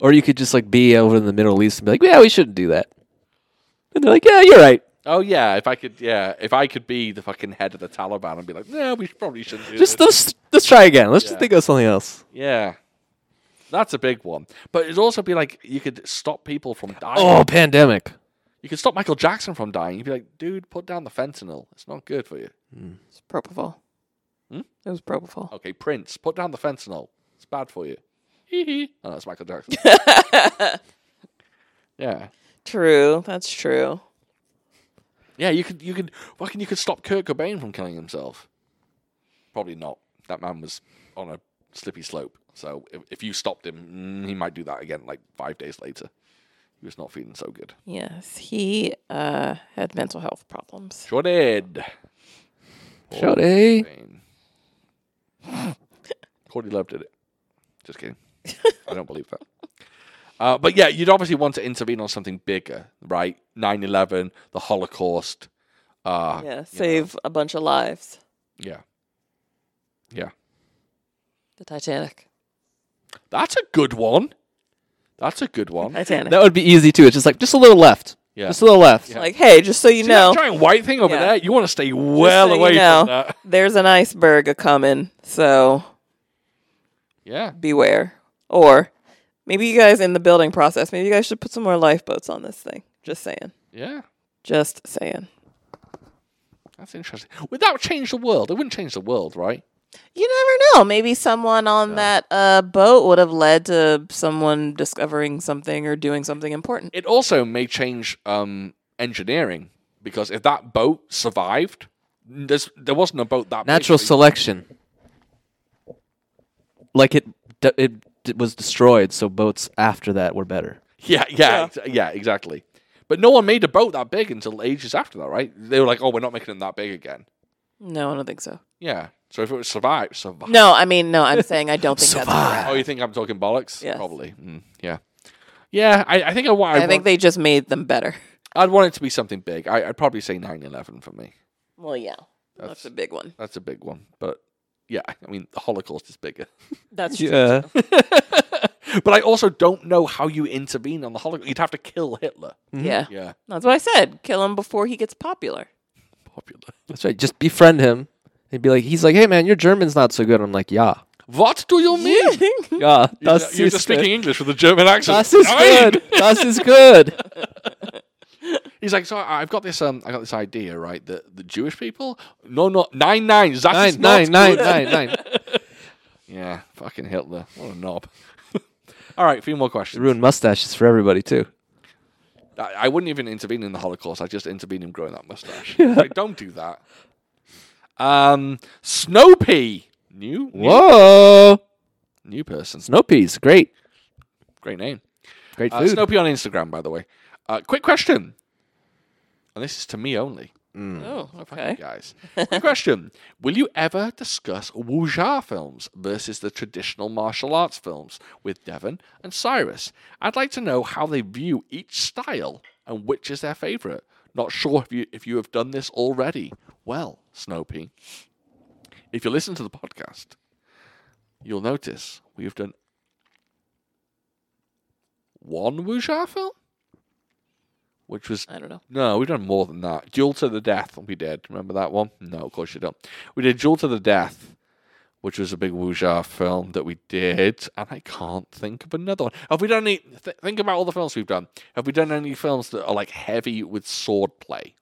A: Or you could just like be over in the Middle East and be like, yeah, we shouldn't do that. And they're like, yeah, you're right.
B: oh yeah, if I could, yeah, if I could be the fucking head of the Taliban and be like, no, we probably shouldn't do this.
A: Just let's let's try again. Let's
B: Yeah.
A: just think of something else.
B: Yeah. That's a big one. But it'd also be like you could stop people from dying.
A: Oh, pandemic.
B: You could stop Michael Jackson from dying. You'd be like, dude, put down the fentanyl. It's not good for you.
C: It's propofol.
B: Hmm?
C: It was propofol.
B: Okay, Prince, put down the fentanyl. It's bad for you. Hee hee. oh, that's Michael Jackson. yeah.
C: True, that's true.
B: Yeah, you could you could fucking you could stop Kurt Cobain from killing himself. Probably not. That man was on a slippy slope. So if, if you stopped him, mm, he might do that again like five days later. He was not feeling so good.
C: Yes, he uh, had mental health problems.
B: Sure did.
A: Sure did.
B: Pain. Cordy Love did it. Just kidding. I don't believe that. Uh, but yeah, you'd obviously want to intervene on something bigger, right? 9 11, the Holocaust. Uh,
C: Yeah, save a bunch of lives.
B: yeah. Yeah.
C: The Titanic.
B: That's a good one. That's a good one.
C: Titanic.
A: That would be easy too. It's just like just a little left.
B: Yeah.
A: Just a little left.
C: Like, hey, just so you
B: See
C: know,
B: that giant white thing over
C: Yeah.
B: there? You want to stay well
C: so you
B: away
C: know.
B: from that.
C: there's an iceberg a coming, so
B: Yeah.
C: beware. Or maybe you guys in the building process, maybe you guys should put some more lifeboats on this thing. Just saying.
B: Yeah.
C: Just saying.
B: That's interesting. Would that change the world? It wouldn't change the world, right?
C: You never know. Maybe someone on that uh, boat would have led to someone discovering something or doing something important.
B: it also may change um, engineering because if that boat survived, there's, there wasn't a boat that big
A: Natural
B: for you.
A: selection. Like it, d- it d- was destroyed, so boats after that were better.
B: Yeah, yeah, ex- yeah, exactly. But no one made a boat that big until ages after that, right? They were like, "Oh, we're not making them that big again."
C: No, I don't think so.
B: Yeah. So if it was survived, survived.
C: No, I mean, no, I'm saying I don't think that's correct.
B: Oh, you think I'm talking bollocks?
C: Yes.
B: Probably. Mm, yeah. Yeah, I, I think I, wa- I
C: I think
B: want,
C: they just made them better.
B: I'd want it to be something big. I, I'd probably say 9-11 for me.
C: Well, yeah.
B: That's-
C: That's a big one.
B: That's a big one. But yeah, I mean, the Holocaust is bigger.
C: That's
A: Yeah.
B: but I also don't know how you intervene on the Holocaust. You'd have to kill Hitler.
A: Hmm.
C: Yeah.
B: Yeah,
C: That's what I said. Kill him before he gets popular.
B: popular.
A: That's right. Just befriend him and be like, he's like, hey man, your German's not so good. I'm like, yeah,
B: What do you mean?
A: yeah.
B: You're,
A: Das
B: you're
A: ist
B: just
A: good.
B: speaking English with a German accent.
A: Das ist
B: Nein!
A: good. Das ist good.
B: He's like, so I- I've got this, um, I got this idea, right? That the Jewish people, no, no, nine nine, that is
A: Nine,
B: not
A: nine, nine,
B: good."
A: nine, nine.
B: Yeah, fucking Hitler, what a knob. All right, a few more questions.
A: Ruined mustaches for everybody too.
B: I, I wouldn't even intervene in the Holocaust. I just intervene in growing that mustache. Like, don't do that. Um, Snopey, new, new
A: Whoa.
B: new person.
A: Snow peas. Great.
B: Great name.
A: Great
B: Uh,
A: food.
B: Snopey on Instagram, by the way. Uh, quick question, and this is to me only.
A: Mm.
C: Oh,
B: Fucking
C: okay.
B: guys. Quick question. Will you ever discuss wuxia films versus the traditional martial arts films with Devon and Cyrus? I'd like to know how they view each style and which is their favorite. Not sure if you if you have done this already. Well, Snopey, if you listen to the podcast, you'll notice we have done one wuxia film, which was
C: I don't know.
B: no, we've done more than that. Duel to the Death, we did. Remember that one? No, of course you don't. We did Duel to the Death, which was a big wuxia film that we did, and I can't think of another one. Have we done any? Th- think about all the films we've done. Have we done any films that are like heavy with sword play?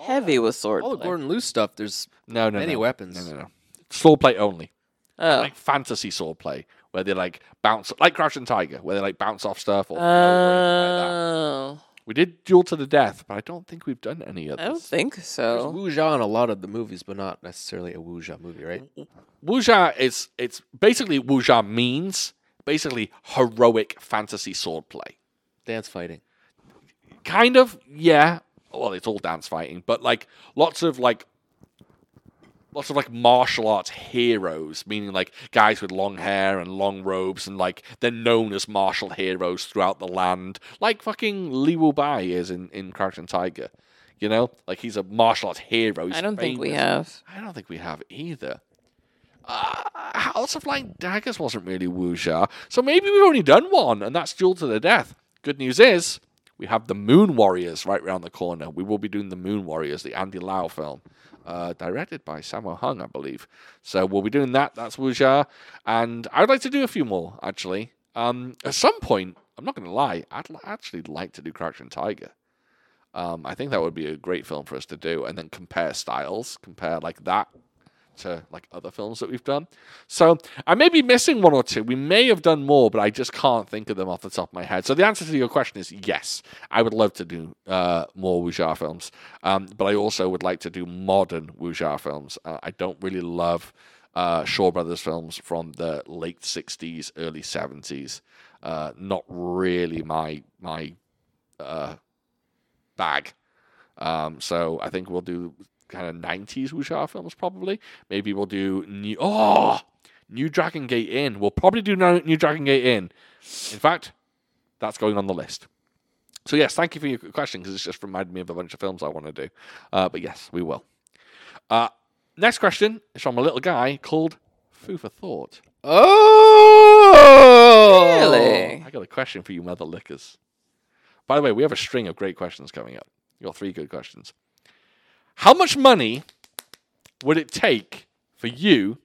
C: Heavy with sword.
A: All the
C: play.
A: Gordon Liu stuff, there's
B: No, no,
A: many
B: no.
A: weapons.
B: No, no, no. Sword play only.
C: Oh.
B: Like fantasy sword play, where they like bounce, like Crouching Tiger, where they like bounce off stuff or. float
C: Uh.
B: or anything like that.
C: Oh.
B: We did Duel to the Death, but I don't think we've done any of
C: I don't
B: this.
C: think
A: There's
B: Oh.
C: so.
A: Wuja in a lot of the movies, but not necessarily a Wuja movie, right?
B: Mm-hmm. Wuxia is it's basically Wuxia means basically heroic fantasy swordplay.
A: Dance fighting.
B: Kind of, yeah. Well, it's all dance fighting, but like lots of like lots of like martial arts heroes, meaning like guys with long hair and long robes and like they're known as martial heroes throughout the land. Like fucking Li Wu Bai is in, in Crouching Tiger. You know? Like he's a martial arts hero. He's
C: I don't think we
B: famous.
C: have.
B: I don't think we have either. Uh, House of Flying Daggers wasn't really wuxia, so maybe we've only done one, and that's Duel to the Death. Good news is we have the Moon Warriors right round the corner. We will be doing the Moon Warriors, the Andy Lau film, uh, directed by Sammo Hung, I believe. So we'll be doing that. That's wuxia, and I'd like to do a few more actually. Um, at some point, I'm not going to lie, I'd l- actually like to do Crouching Tiger. Um, I think that would be a great film for us to do, and then compare styles, compare like that to like other films that we've done. So I may be missing one or two. We may have done more, but I just can't think of them off the top of my head. So the answer to your question is yes. I would love to do uh, more wuxia films, um, but I also would like to do modern wuxia films. Uh, I don't really love uh, Shaw Brothers films from the late '60s, early '70s. Uh, not really my my uh, bag. Um, so I think we'll do kind of 90s wuxia films probably. Maybe we'll do new oh new Dragon Gate Inn. We'll probably do no- new Dragon Gate Inn. In fact, that's going on the list. So yes, thank you for your question because it's just reminded me of a bunch of films I want to do. Uh, but yes, we will. Uh, next question is from a little guy called Foo for Thought.
A: Oh,
C: Really?
B: I got a question for you, mother lickers. By the way, we have a string of great questions coming up. You got three good questions. How much money would it take for you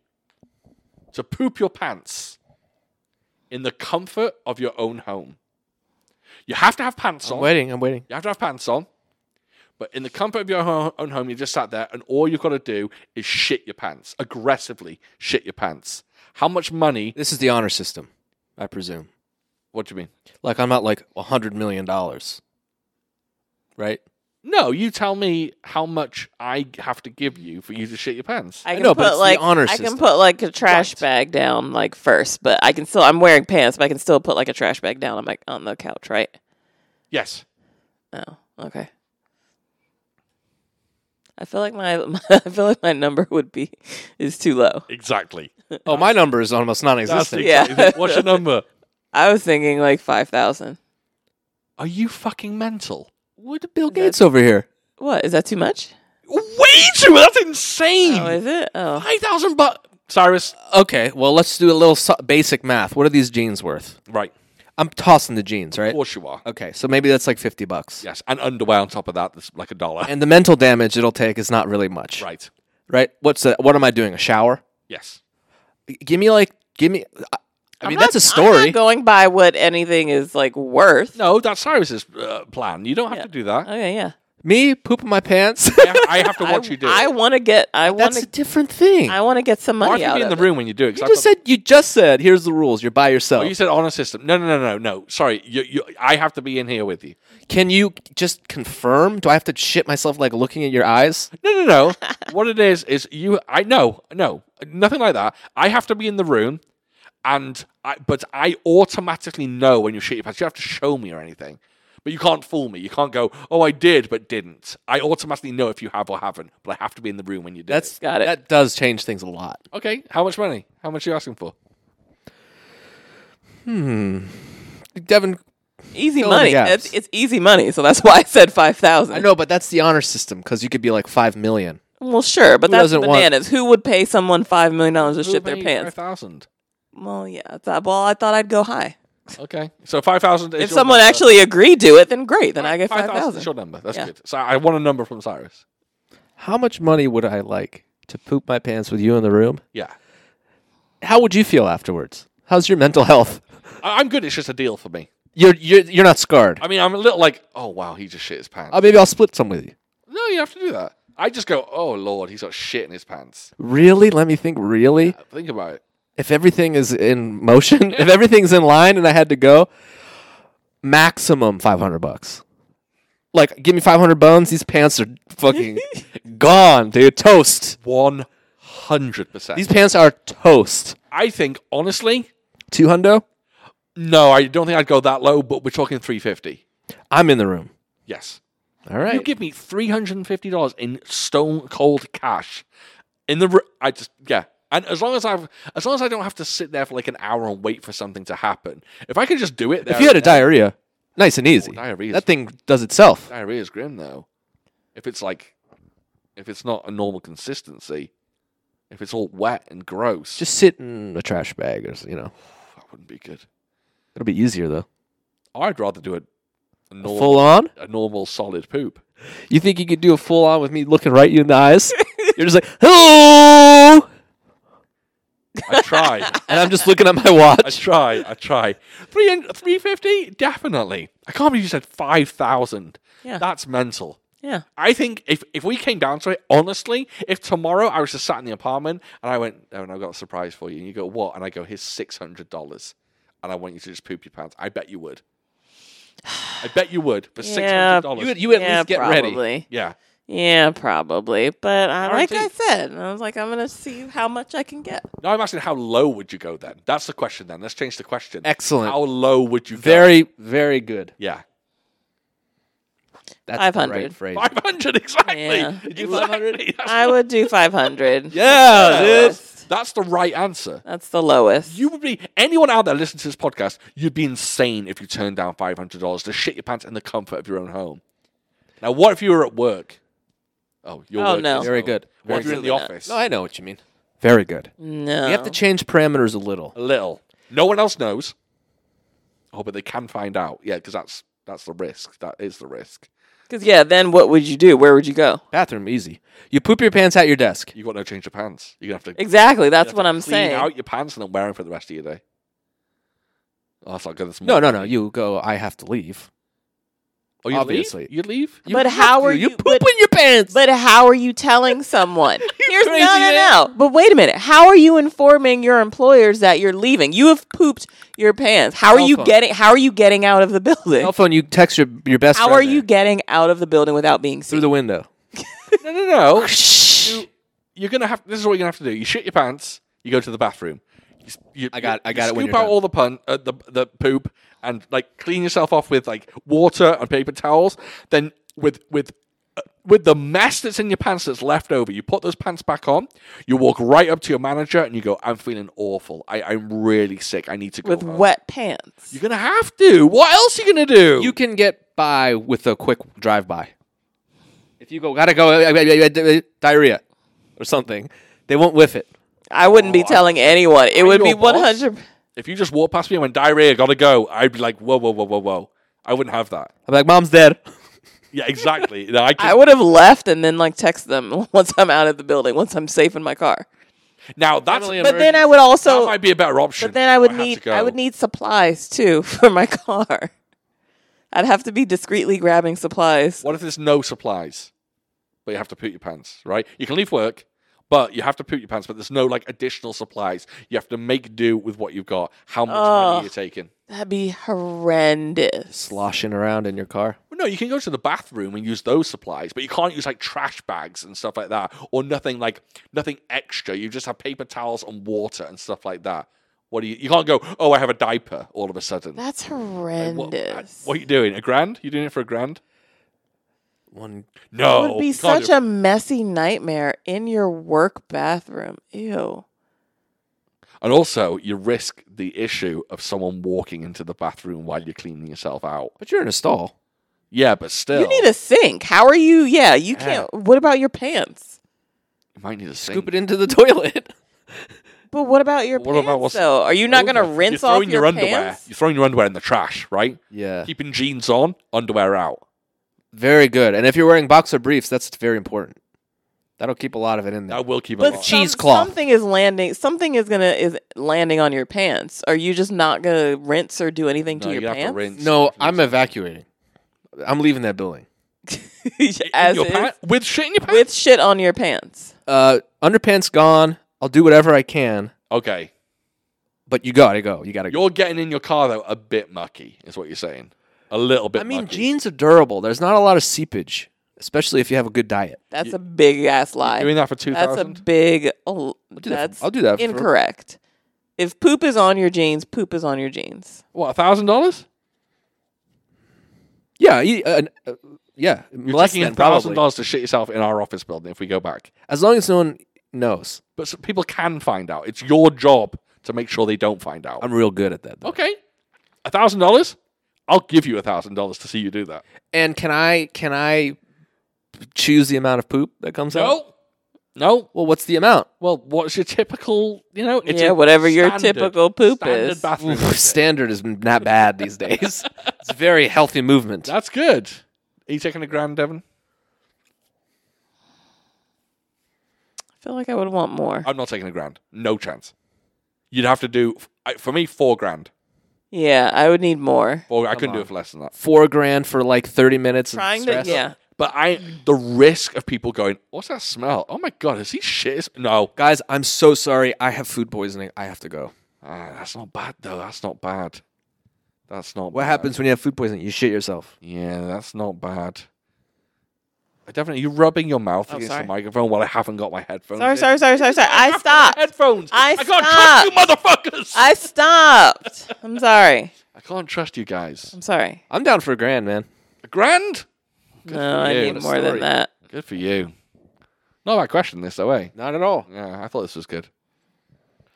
B: to poop your pants in the comfort of your own home? You have to have pants
A: I'm
B: on.
A: waiting. I'm waiting.
B: You have to have pants on. But in the comfort of your ho- own home, you just sat there, and all you've got to do is shit your pants aggressively. Shit your pants. How much money?
A: This is the honor system, I presume.
B: What do you mean?
A: Like I'm not like a hundred million dollars, right?
B: No, you tell me how much I have to give you for you to shit your pants.
C: I can
A: know, but
C: put
A: it's the
C: like
A: honor
C: I
A: system.
C: can put like a trash bag down like first, but I can still I'm wearing pants, but I can still put like a trash bag down on my on the couch, right?
B: yes.
C: Oh, okay. I feel like my, I feel like my number would be is too low.
B: Exactly.
A: Oh, my number is almost
B: That's
A: non-existent.
C: Yeah.
B: exactly- What's your number?
C: I was thinking like five thousand.
B: Are you fucking mental?
A: What Bill Gates over here?
C: What is that too much?
B: Way too. That's insane.
C: Oh, is it? Oh,
B: Five thousand bucks. Uh, Cyrus.
A: Okay, well let's do a little so- basic math. What are these jeans worth?
B: Right.
A: I'm tossing the jeans, right?
B: Of course you are.
A: Okay, so maybe that's like fifty bucks.
B: Yes, and underwear on top of that. That's like a dollar.
A: And the mental damage it'll take is not really much,
B: right.
A: Right? What's the, what am I doing? A shower?
B: Yes.
A: G- Give me like give me. I, I mean that's a
C: I'm
A: story.
C: not going by what anything is like worth.
B: No, that's Cyrus's uh, plan. You don't have
C: Yeah.
B: to do that.
C: Okay, yeah.
A: Me pooping my pants.
B: I have- I have to watch you do
C: I
B: it.
C: want to get. I want
A: That's a
C: to.
A: different thing.
C: I want to get some
B: Why
C: money
B: do
C: out
B: be in
C: of
B: the
C: it.
B: room when you do it?
A: you
B: 'Cause I
A: just
B: thought-
A: said you just said here's the rules. You're by yourself.
B: Oh, you said honor system. No, no, no, no, no. Sorry, you, you, I have to be in here with you.
A: Can you just confirm? Do I have to shit myself like looking at your eyes?
B: No, no, no. what it is is you. I no, no, nothing like that. I have to be in the room, and I, but I automatically know when you shit your pants. You don't have to show me or anything, but you can't fool me. You can't go, oh, I did but didn't. I automatically know if you have or haven't, but I have to be in the room when you do.
A: That's
C: Got it.
A: That does change things a lot.
B: it. okay. How much money? How much are you asking for?
A: Devin,
C: Easy
A: fill in the
C: money.
A: gaps.
C: It's, it's easy money. So that's why I said five thousand.
A: I know, but that's the honor system because you could be like five million.
C: Well, sure,
A: Who
C: but that's
A: doesn't want-
C: bananas. Who would pay someone five million dollars to shit their
B: Five
C: pants?
B: thousand.
C: Well, yeah. I thought- well, I thought I'd go high.
B: Okay, so five thousand.
C: If someone actually agreed to it, then great. Then I get five
B: Is
C: thousand.
B: your number. That's
C: Yeah.
B: good. So I want a number from Cyrus.
A: How much money would I like to poop my pants with you in the room?
B: Yeah.
A: How would you feel afterwards? How's your mental health?
B: I- I'm good. It's just a deal for me.
A: You're you're you're not scarred.
B: I mean, I'm a little like, oh wow, he just shit his pants.
A: Oh, maybe I'll split some with you.
B: no, you have to do that. I just go, oh lord, he's got shit in his pants.
A: Really? Let me think. Really?
B: Think about it.
A: If everything is in motion, if everything's in line, and I had to go, maximum five hundred bucks. Like, give me five hundred bones. These pants are fucking gone, dude. Toast.
B: One hundred percent.
A: These pants are toast.
B: I think honestly,
A: Two hundo.
B: no, I don't think I'd go that low. But we're talking three fifty.
A: I'm in the room.
B: Yes,
A: All right.
B: you give me three hundred and fifty dollars in stone cold cash. In the, r- I just yeah. And as long as I've, as long as I don't have to sit there for like an hour and wait for something to happen, if I could just do it, there
A: if you had a
B: and then-
A: diarrhea, Oh, nice and easy.
B: diarrhea's-
A: that thing does itself.
B: diarrhea is grim though. If it's like, if it's not a normal consistency, if it's all wet and gross,
A: Just sit in a trash bag, or s- you know,
B: that wouldn't be good.
A: it'll be easier though.
B: I'd rather do a, a normal,
A: Full on.
B: a normal solid poop.
A: You think you could do a full on with me looking right you in the eyes? You're just like, hello,
B: I try,
A: and I'm just looking at my
B: I
A: watch.
B: try, I try. Three hun- 350? definitely. I can't believe you said five thousand.
C: Yeah.
B: that's mental.
C: Yeah.
B: I think if, if we came down to it, honestly, if tomorrow I was just sat in the apartment and I went, oh, and I've got a surprise for you, and you go, what? And I go, here's $600, and I want you to just poop your pants. I bet you would. I bet you would for
C: Yeah.
B: $600.
A: You, would- you would at
C: yeah,
A: least get
C: probably.
A: ready.
B: yeah.
C: Yeah, probably. But I, like I
B: Guaranteed.
C: said, I was like, I'm gonna see how much I can get.
B: Now I'm asking how low would you go then? That's the question then. Let's change the question.
A: Excellent.
B: How low would you go?
A: Very, very good.
B: Yeah.
A: That's the
C: 500.
A: right phrase.
B: 500, exactly.
C: Yeah.
B: Did you 500?
C: I would do five hundred.
A: Yeah, dude.
B: That's the right answer.
C: That's the lowest.
B: You would be anyone out there listening to this podcast. You'd be insane if you turned down five hundred dollars to shit your pants in the comfort of your own home. Now, what if you were at work? Oh, you're
C: Oh, no.
A: Very good.
B: What if you're in the
C: Absolutely
B: office?
A: No, I know what you mean. Very good.
C: no.
A: We have to change parameters a little.
B: A little. No one else knows. Oh, but they can find out. Yeah, because that's that's the risk. That is the risk.
C: Because yeah, then what would you do? Where would you go?
A: Bathroom, easy. You poop your pants at your desk.
B: You got no change of pants. You're gonna have to
C: Exactly. That's
B: have
C: what
B: to
C: I'm
B: clean
C: saying.
B: out your pants and then wear them for the rest of your day. Oh, that's not good. That's
A: No,
B: more-
A: no, no. You go. I have to leave.
B: Oh, you
A: obviously.
B: leave? you leave.
A: You
C: But
A: have
C: how
A: to.
C: are
A: you
C: you-
A: poop
C: but-
A: in your pants?
C: But how are you telling someone? Here's no,
A: crazy
C: no, no. But wait a minute. How are you informing your employers that you're leaving? You have pooped your pants. How are
A: Cell
C: you
A: phone.
C: getting? How are you getting out of the building?
A: cell phone. You text your your best.
C: How
A: friend
C: are you
A: there
C: getting out of the building without being
A: through
C: seen?
A: the window?
B: No, no, no. you, you're gonna have. This is what you're gonna have to do. You shit your pants. You go to the bathroom. You, s- you,
A: I got-
B: you-
A: I got
B: you
A: it when
B: Scoop
A: you're
B: out
A: done.
B: all the pun, uh, the the poop, and like clean yourself off with like water and paper towels. Then with with uh, with the mess that's in your pants that's left over, you put those pants back on. You walk right up to your manager and you go, "I'm feeling awful. I, I'm really sick. I need to go."
C: with
B: home."
C: wet pants.
B: You're gonna have to. What else are you gonna do?
A: You can get by with a quick drive by. If you go, uh, gotta go, diarrhea or something, they won't whiff it.
C: I wouldn't be telling anyone. It would be
B: your boss?
C: one hundred.
B: if you just walk past me and went diarrhea, gotta go. I'd be like, whoa, whoa, whoa, whoa, whoa. I wouldn't have that.
A: I'm like, mom's dead.
B: Yeah, exactly. No, I
C: I
B: can,
C: would have left and then like text them once I'm out of the building. Once I'm safe in my car.
B: now that's
A: Family
B: but
C: But then I would
B: that
C: also.
B: might be a better option.
C: But then I would
B: have to
C: need
B: go.
C: I would need supplies too for my car. I'd have to be discreetly grabbing supplies.
B: What if there's no supplies, but you have to poot your pants, right? You can leave work, but you have to poot your pants, but there's no like additional supplies. You have to make do with what you've got. How much money
C: Ugh.
B: are you taking?
C: That'd be horrendous.
A: sloshing around in your car.
B: Well, no, you can go to the bathroom and use those supplies, but you can't use like trash bags and stuff like that, or nothing like nothing extra. You just have paper towels and water and stuff like that. What do you? You can't go. Oh, I have a diaper. All of a sudden,
C: That's
B: Like, what,
C: horrendous.
B: what are you doing? A grand? You doing it for a grand?
A: One
B: No,
C: it would be
B: you can't
C: such
B: do it.
C: a messy nightmare in your work bathroom. Ew.
B: And also, you risk the issue of someone walking into the bathroom while you're cleaning yourself out.
A: but you're in a stall.
B: Yeah, but still,
C: You need a sink. How are you? Yeah, you can't. What about your pants?
B: you might need a sink.
A: Scoop it into the toilet.
C: But what about your
B: What
C: pants?
B: about what's-
C: though? Are you not going to
B: You're
C: rinse
B: throwing
C: off your,
B: underwear.
C: pants?
B: You're throwing your underwear in the trash, right?
A: Yeah.
B: Keeping jeans on, underwear out.
A: Very good. And if you're wearing boxer briefs, that's very important. That'll keep a lot of it in there.
B: That will keep a
C: But
B: lot.
A: With cheesecloth.
C: Something is landing. Something is gonna is landing on your pants. Are you just not gonna rinse or do anything
B: No,
C: to your
B: you have to
C: pants?
B: rinse.
A: No, I'm evacuating. I'm leaving that building.
C: As
B: your
C: is,
B: pant- with shit in your pants.
C: with shit on your pants.
A: Uh, underpants gone. I'll do whatever I can,
B: Okay,
A: but you gotta go. You gotta go.
B: you're getting in your car though a bit mucky, is what you're saying. A little bit.
A: I mean,
B: mucky.
A: jeans are durable. There's not a lot of seepage, especially if you have a good diet.
C: That's a big ass
B: You're
C: lie.
B: doing that for two
C: That's a
B: thousand.
C: big. l-
A: I'll do that.
C: That's
A: for, I'll do that. for-
C: incorrect. If poop is on your jeans, poop is on your jeans.
B: What a thousand dollars?
A: yeah, you- uh, uh, yeah.
B: You're
A: less
B: taking
A: than
B: a thousand
A: probably.
B: dollars to shit yourself in our office building if we go back.
A: As long as no one knows,
B: But so people can find out. It's your job to make sure they don't find out.
A: I'm real good at that. Though.
B: okay, a thousand dollars. I'll give you a thousand dollars to see you do that.
A: And can I can I choose the amount of poop that comes out?
B: No, no.
A: Well, what's the amount?
B: Well, what's your typical? You know, it's
C: Yeah,
B: a
C: whatever your
B: standard-
C: typical poop
B: standard
C: is.
B: Bathroom.
A: Oof, standard is not bad these days. It's a very healthy movement.
B: That's good. Are you taking a grand, Devon?
C: I feel like I would want more.
B: I'm not taking a grand. No chance. You'd have to do I- for me four grand.
C: Yeah, I would need more.
B: Four, I couldn't do it for less than that.
A: Four grand for like thirty minutes. of
C: Trying to
A: stress.
C: yeah.
B: But I, the risk of people going, "What's that smell? Oh my god, is he shit?" No,
A: Guys, I'm so sorry. I have food poisoning. I have to go.
B: ah, that's not bad though. That's not bad. That's not.
A: What
B: bad.
A: happens when you have food poisoning? You shit yourself.
B: Yeah, that's not bad. I definitely. You're rubbing your mouth
C: Oh,
B: against
C: sorry.
B: the microphone while I haven't got my headphones.
C: Sorry,
B: in.
C: sorry, sorry, sorry, sorry. I
B: After the
C: stopped.
B: Headphones.
C: I
B: can't trust you, motherfuckers.
C: I stopped. I'm sorry.
B: I can't trust you guys.
C: I'm sorry.
A: I'm down for a grand, man.
B: A grand?
C: No, I
B: you.
C: need
B: What a
C: more than
B: story.
C: that.
B: Good for you. Not that question this though, eh?
A: Not at all.
B: Yeah, I thought this was good.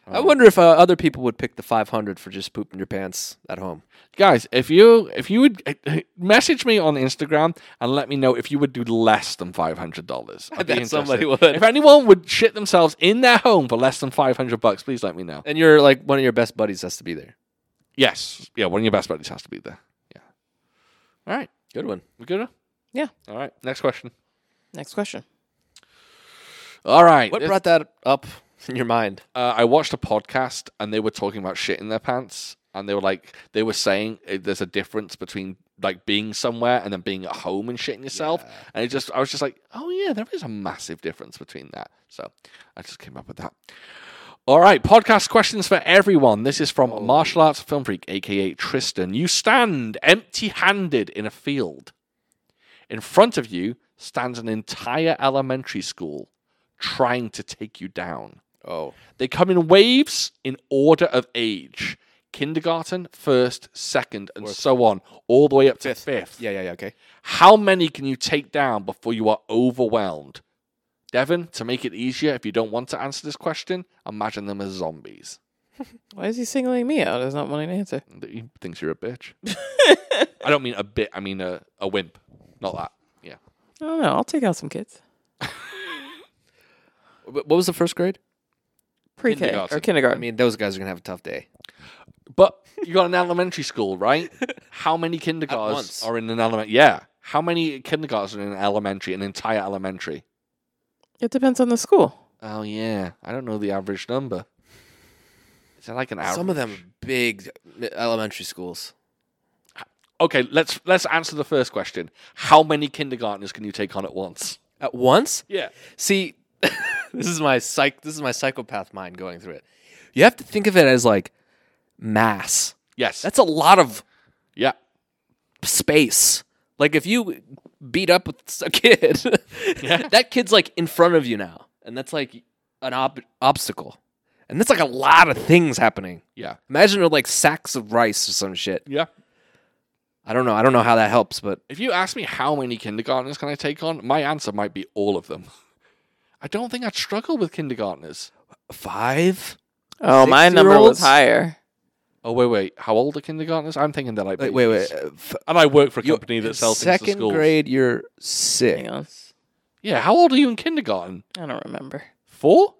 A: I wonder if uh, other people would pick the 500 for just pooping your pants at home.
B: Guys, if you if you would eh, message me on Instagram and let me know if you would do less than five hundred dollars. I
A: bet somebody would.
B: If anyone would shit themselves in their home for less than five hundred bucks, please let me know.
A: And you're like one of your best buddies has to be there.
B: Yes, yeah, one of your best buddies has to be there. Yeah. All right,
A: Good one.
B: we good?
C: Yeah.
B: All right, next question.
C: Next question.
B: All right,
A: What
B: this-
A: brought that up in your mind?
B: uh, I watched a podcast and they were talking about shit in their pants, and they were like, they were saying eh, there's a difference between like being somewhere and then being at home and shitting yourself. And it just, I was just like, oh yeah, there is a massive difference between that. So I just came up with that. All right, podcast questions for everyone. This is from martial arts film freak, aka Tristan. You stand empty-handed in a field. In front of you stands an entire elementary school trying to take you down.
A: Oh.
B: They come in waves in order of age kindergarten, first, second, and so on, all the way up to fifth.
A: Yeah, yeah, yeah. Okay.
B: How many can you take down before you are overwhelmed? Devin, to make it easier, if you don't want to answer this question, imagine them as zombies.
C: Why is he singling me out as not wanting to answer?
B: He thinks you're a bitch. I don't mean a bit, I mean a, a wimp. Not that. Yeah.
C: I don't know. I'll take out some kids.
A: Wh- What was the first grade?
C: Pre K
B: Kindergarten.
C: or kindergarten.
A: I mean, those guys are going to have a tough day.
B: But you got an elementary school, right? How many kindergartens
A: once.
B: are in an elementary? Yeah. How many kindergartens are in an elementary, an entire elementary?
C: it depends on the school.
B: Oh yeah, I don't know the average number. Is that like an average?
A: Some of them big elementary schools.
B: Okay, let's let's answer the first question. How many kindergartners can you take on at once?
A: At once?
B: Yeah.
A: See, this is my psych. This is my psychopath mind going through it. You have to think of it as like mass.
B: Yes.
A: That's a lot of
B: yeah.
A: space. Like if you beat up with a kid, that kid's like in front of you now, and that's like an ob- obstacle, and that's like a lot of things happening.
B: Yeah.
A: Imagine they're like sacks of rice or some shit.
B: Yeah.
A: I don't know. I don't know how that helps, but
B: If you ask me how many kindergartners can I take on, my answer might be all of them. I don't think I'd struggle with kindergartners.
A: five.
C: Oh, my number
A: Six-year-olds?
C: was higher.
B: Oh wait, wait. How old are kindergartners? I'm thinking that I
A: Wait, wait, wait. Uh, f-
B: And I work for a
A: you're-
B: company that sells things to
A: second
B: schools.
A: grade. You're
C: Hang
A: six,
C: on.
B: Yeah. How old are you in kindergarten?
C: I don't remember.
B: Four?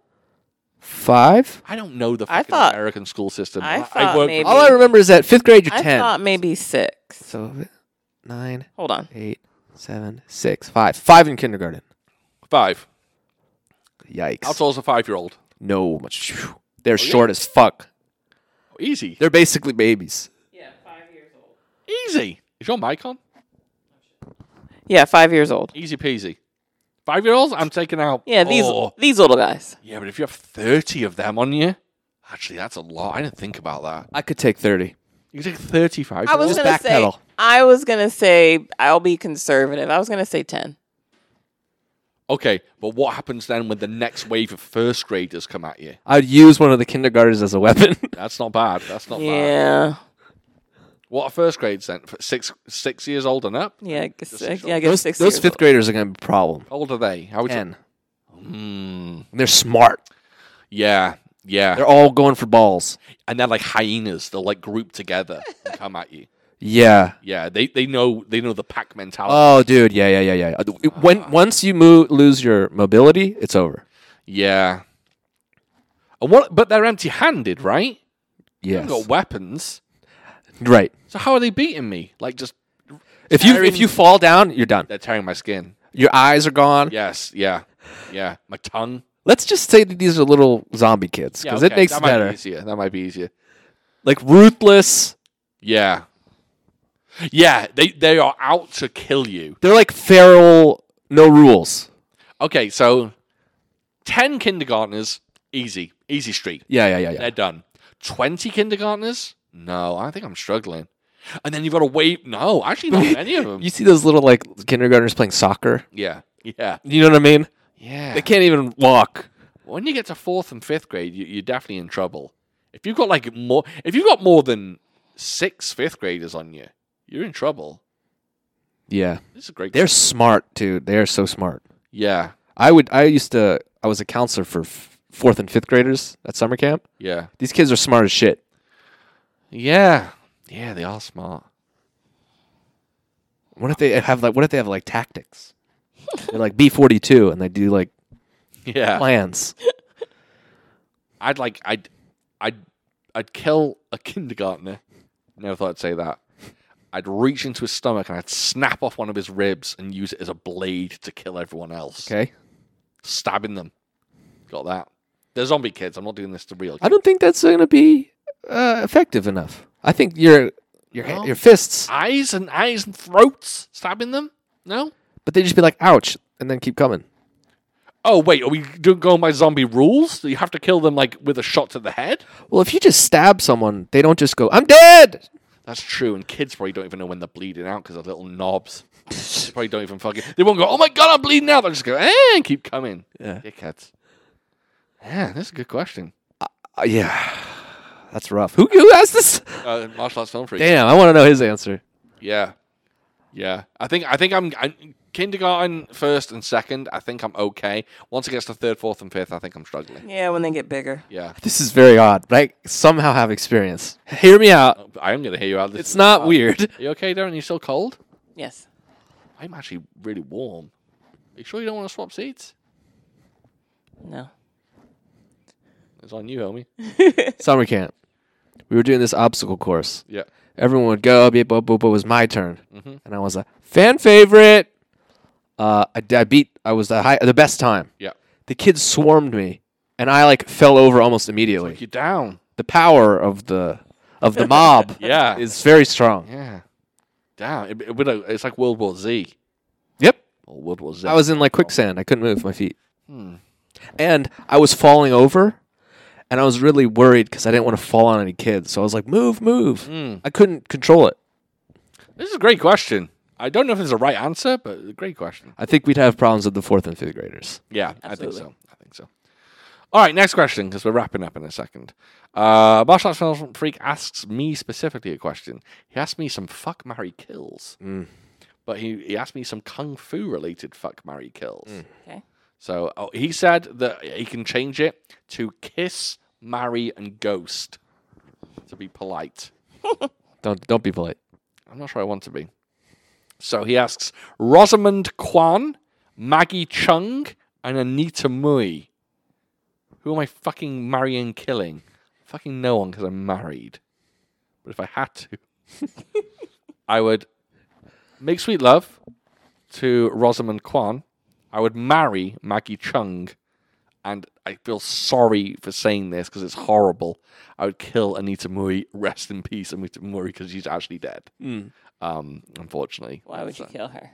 A: five.
B: I don't know the
C: I
B: fucking
C: thought-
B: American school system.
C: I thought
B: work-
C: maybe-
A: All I remember is that fifth grade. You're
C: I
A: ten.
C: thought maybe six.
A: So nine,
C: Hold on.
A: eight, seven, six, five. Five in kindergarten.
B: five.
A: Yikes.
B: How tall's a five-year-old?
A: no much. phew. They're
C: Oh,
A: short as fuck.
B: Easy.
A: They're basically babies.
C: Yeah, five years old.
B: Easy. Is your mic on?
C: Yeah, five years old.
B: Easy peasy. Five year olds, I'm taking out.
C: Yeah, these
B: Oh.
C: these little guys.
B: Yeah, but if you have 30 of them on you, actually, that's a lot. I didn't think about that.
A: I could take thirty.
B: You can take 35.
C: I was
A: Just
C: gonna say.
A: backpedal.
C: I was gonna say. I'll be conservative. I was gonna say ten.
B: okay, but what happens then when the next wave of first graders come at you?
A: I'd use one of the kindergartners as a weapon.
B: That's not bad. That's
A: Oh,
B: not bad.
C: Yeah.
B: What are first grades then? For Six six years old and up?
C: Yeah. I guess-
B: six
C: yeah. I guess
A: those
C: six.
A: those
C: years
A: fifth
C: old.
A: graders are gonna be a problem.
B: How old are they? How would you-
A: Ten.
B: Hmm.
A: They're smart.
B: Yeah, yeah.
A: They're all going for balls.
B: and they're like hyenas. They'll like group together and come at you.
A: Yeah.
B: Yeah, they, they know they know the pack mentality.
A: Oh, dude. Yeah, yeah, yeah, yeah. Uh, it-
C: Ah.
A: When once you move, lose your mobility, it's over.
B: yeah. And what? But they're empty-handed, right? They
A: Yes.
B: haven't got weapons.
A: Right.
B: So how are they beating me? Like just
A: If you
B: Tearing-
A: if you fall down, you're done.
B: they're tearing my skin.
A: Your eyes are gone.
B: Yes, yeah, yeah. My tongue.
A: Let's just say that these are little zombie kids
B: Yeah,
A: because it
B: okay,
A: makes
B: that
A: it
B: might be
A: better.
B: easier. That might be easier.
A: Like ruthless.
B: Yeah, yeah. They they are out to kill you.
A: They're like feral, no rules.
B: Okay, so ten kindergartners, easy, easy street.
A: Yeah, yeah, yeah, yeah.
B: They're done. Twenty kindergartners? No, I think I'm struggling. And then you've got to wait. No, actually, not many of them.
A: You see those little like kindergartners playing soccer.
B: yeah, yeah,
A: You know what I mean?
B: yeah.
A: They can't even walk.
B: when you get to fourth and fifth grade, you, you're definitely in trouble. If you've got like more, if you've got more than six fifth graders on you, you're in trouble.
A: Yeah,
B: This is a great.
A: they're smart, dude. They are so smart.
B: yeah,
A: I would. I used to. I was a counselor for f- fourth and fifth graders at summer camp.
B: yeah,
A: These kids are smart as shit.
B: yeah, yeah. They are smart.
A: What if they have like? What if they have like tactics? They're like B forty two, and they do like
B: Yeah,
A: plans.
B: I'd like, I'd, I'd, I'd kill a kindergartner. Never thought I'd say that. I'd reach into his stomach and I'd snap off one of his ribs and use it as a blade to kill everyone else,
A: Okay.
B: stabbing them. Got that? They're zombie kids. I'm not doing this to real.
A: I don't think that's going to be uh, effective enough. I think your your ha-
B: No.
A: your fists,
B: eyes and eyes and throats stabbing them? No.
A: but they just be like ouch, and then keep coming.
B: Oh wait, are we doing going by zombie rules? Do you have to kill them like with a shot to the head?
A: Well, if you just stab someone, they don't just go I'm dead.
B: That's true, and kids probably don't even know when they're bleeding out because they're little knobs. they probably don't even fucking. They won't go. Oh my god, I'm bleeding out. They'll just go eh, and keep coming.
A: Yeah.
B: Dickheads. Yeah, that's a good question.
A: Uh, yeah, that's rough. Who who has this?
B: Uh, martial arts film freak.
A: Damn, I want to know his answer.
B: Yeah, yeah. I think I think I'm, I'm kindergarten first and second. I think I'm okay. Once it gets to third, fourth, and fifth, I think I'm struggling.
C: Yeah, when they get bigger.
B: Yeah,
A: This is very odd, but I somehow have experience. Hear me out.
B: I am gonna hear you out. This
A: It's
B: is
A: not
B: hard.
A: weird.
B: Are you okay, Darren? You still cold?
C: Yes.
B: I'm actually really warm. Are you sure you don't want to swap seats?
C: No.
B: It's on you, homie.
A: Summer camp. We were doing this obstacle course.
B: Yeah.
A: Everyone would go, beep, boop, boop, boop. It was my turn.
B: Mm-hmm.
A: And I was a fan favorite. Uh, I, I beat, I was the, high, the best time.
B: Yeah.
A: the kids swarmed me and i like fell over almost immediately
B: You're down.
A: the power of the of the mob
B: Yeah.
A: is very strong
B: Yeah. Damn, it, it would- uh, it's like World War Z.
A: Yep.
B: Or World War Z.
A: I was in like quicksand. I couldn't move my feet.
B: Hmm.
A: And I was falling over and I was really worried because I didn't want to fall on any kids. So I was like, move, move.
B: Hmm.
A: I couldn't control it.
B: This is a great question. I don't know if there's a right answer, but a great question.
A: I think we'd have problems with the fourth and fifth graders.
B: Yeah, I
C: Absolutely.
B: think so. I think so. All right, next question because we're wrapping up in a second. Uh, Martial arts film freak asks me specifically a question. He asked me some fuck marry kills, but he, he asked me some kung fu related fuck marry kills.
C: Okay.
B: So oh, he said that he can change it to kiss, marry, and ghost to be polite.
A: Don't don't be polite.
B: I'm not sure I want to be. So he asks Rosamund Kwan, Maggie Chung, and Anita Mui. Who am I fucking marrying, killing? Fucking no one because I'm married. But if I had to, I would make sweet love to Rosamund Kwan. I would marry Maggie Chung. And I feel sorry for saying this because it's horrible. I would kill Anita Mui, rest in peace, Anita Mui, because she's actually dead. Um, unfortunately.
C: Why would
B: So-
C: you kill her?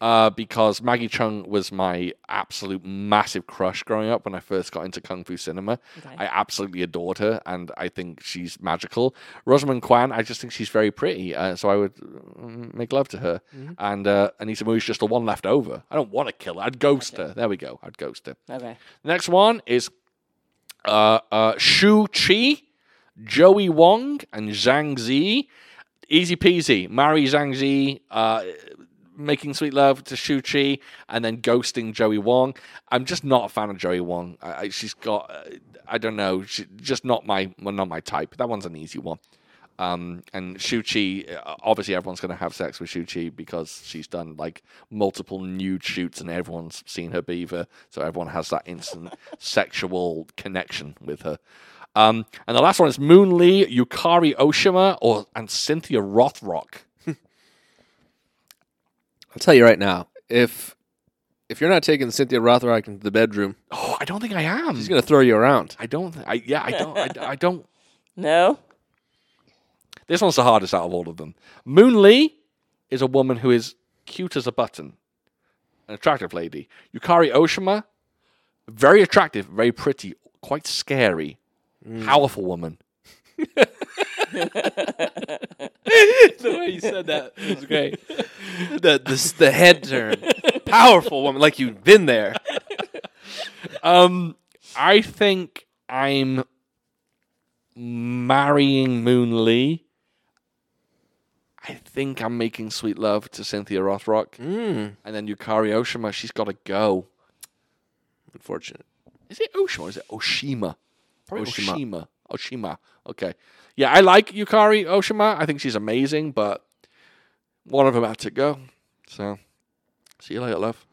B: uh, because Maggie Chung was my absolute massive crush growing up when I first got into Kung Fu cinema.
C: Okay.
B: I absolutely adored her and I think she's magical. Rosamund Kwan, I just think she's very pretty. Uh, so I would mm, make love to her. And uh, Anita Mui's just the one left over. I don't want to kill her. I'd ghost her. There we go. I'd ghost her.
C: Okay.
B: Next one is uh, uh, Shu Chi, Joey Wong, and Zhang Zi. Easy peasy. Marry Zhang Zi, uh, making sweet love to Shu Chi, and then ghosting Joey Wong. I'm just not a fan of Joey Wong. I, I, she's got, uh, I don't know, she, just not my, well, not my type. That one's an easy one. Um, and Shuchi, uh, obviously, everyone's going to have sex with Shuchi because she's done like multiple nude shoots and everyone's seen her beaver. So everyone has that instant sexual connection with her. Um, and the last one is Moon Lee, Yukari Oshima, or and Cynthia Rothrock.
A: I'll tell you right now, if if you're not taking Cynthia Rothrock into the bedroom,
B: Oh, I don't think I am.
A: she's gonna throw you around.
B: I don't. thi- I yeah. I don't. I, I don't.
C: No.
B: This one's the hardest out of all of them. Moon Lee is a woman who is cute as a button, an attractive lady. Yukari Oshima, very attractive, very pretty, quite scary,
A: Mm.
B: powerful woman.
A: the way you said that was great. the, the the head turn, powerful woman, like you've been there.
B: Um, I think I'm marrying Moon Lee. I think I'm making sweet love to Cynthia Rothrock, and then Yukari Oshima. She's got to go.
A: Unfortunate.
B: Is it Oshima or is it Oshima?
A: Probably
B: Oshima.
A: Oshima.
B: Oshima. Okay. Yeah, I like Yukari Oshima. I think she's amazing, but one of them had to go. So, see you later, love.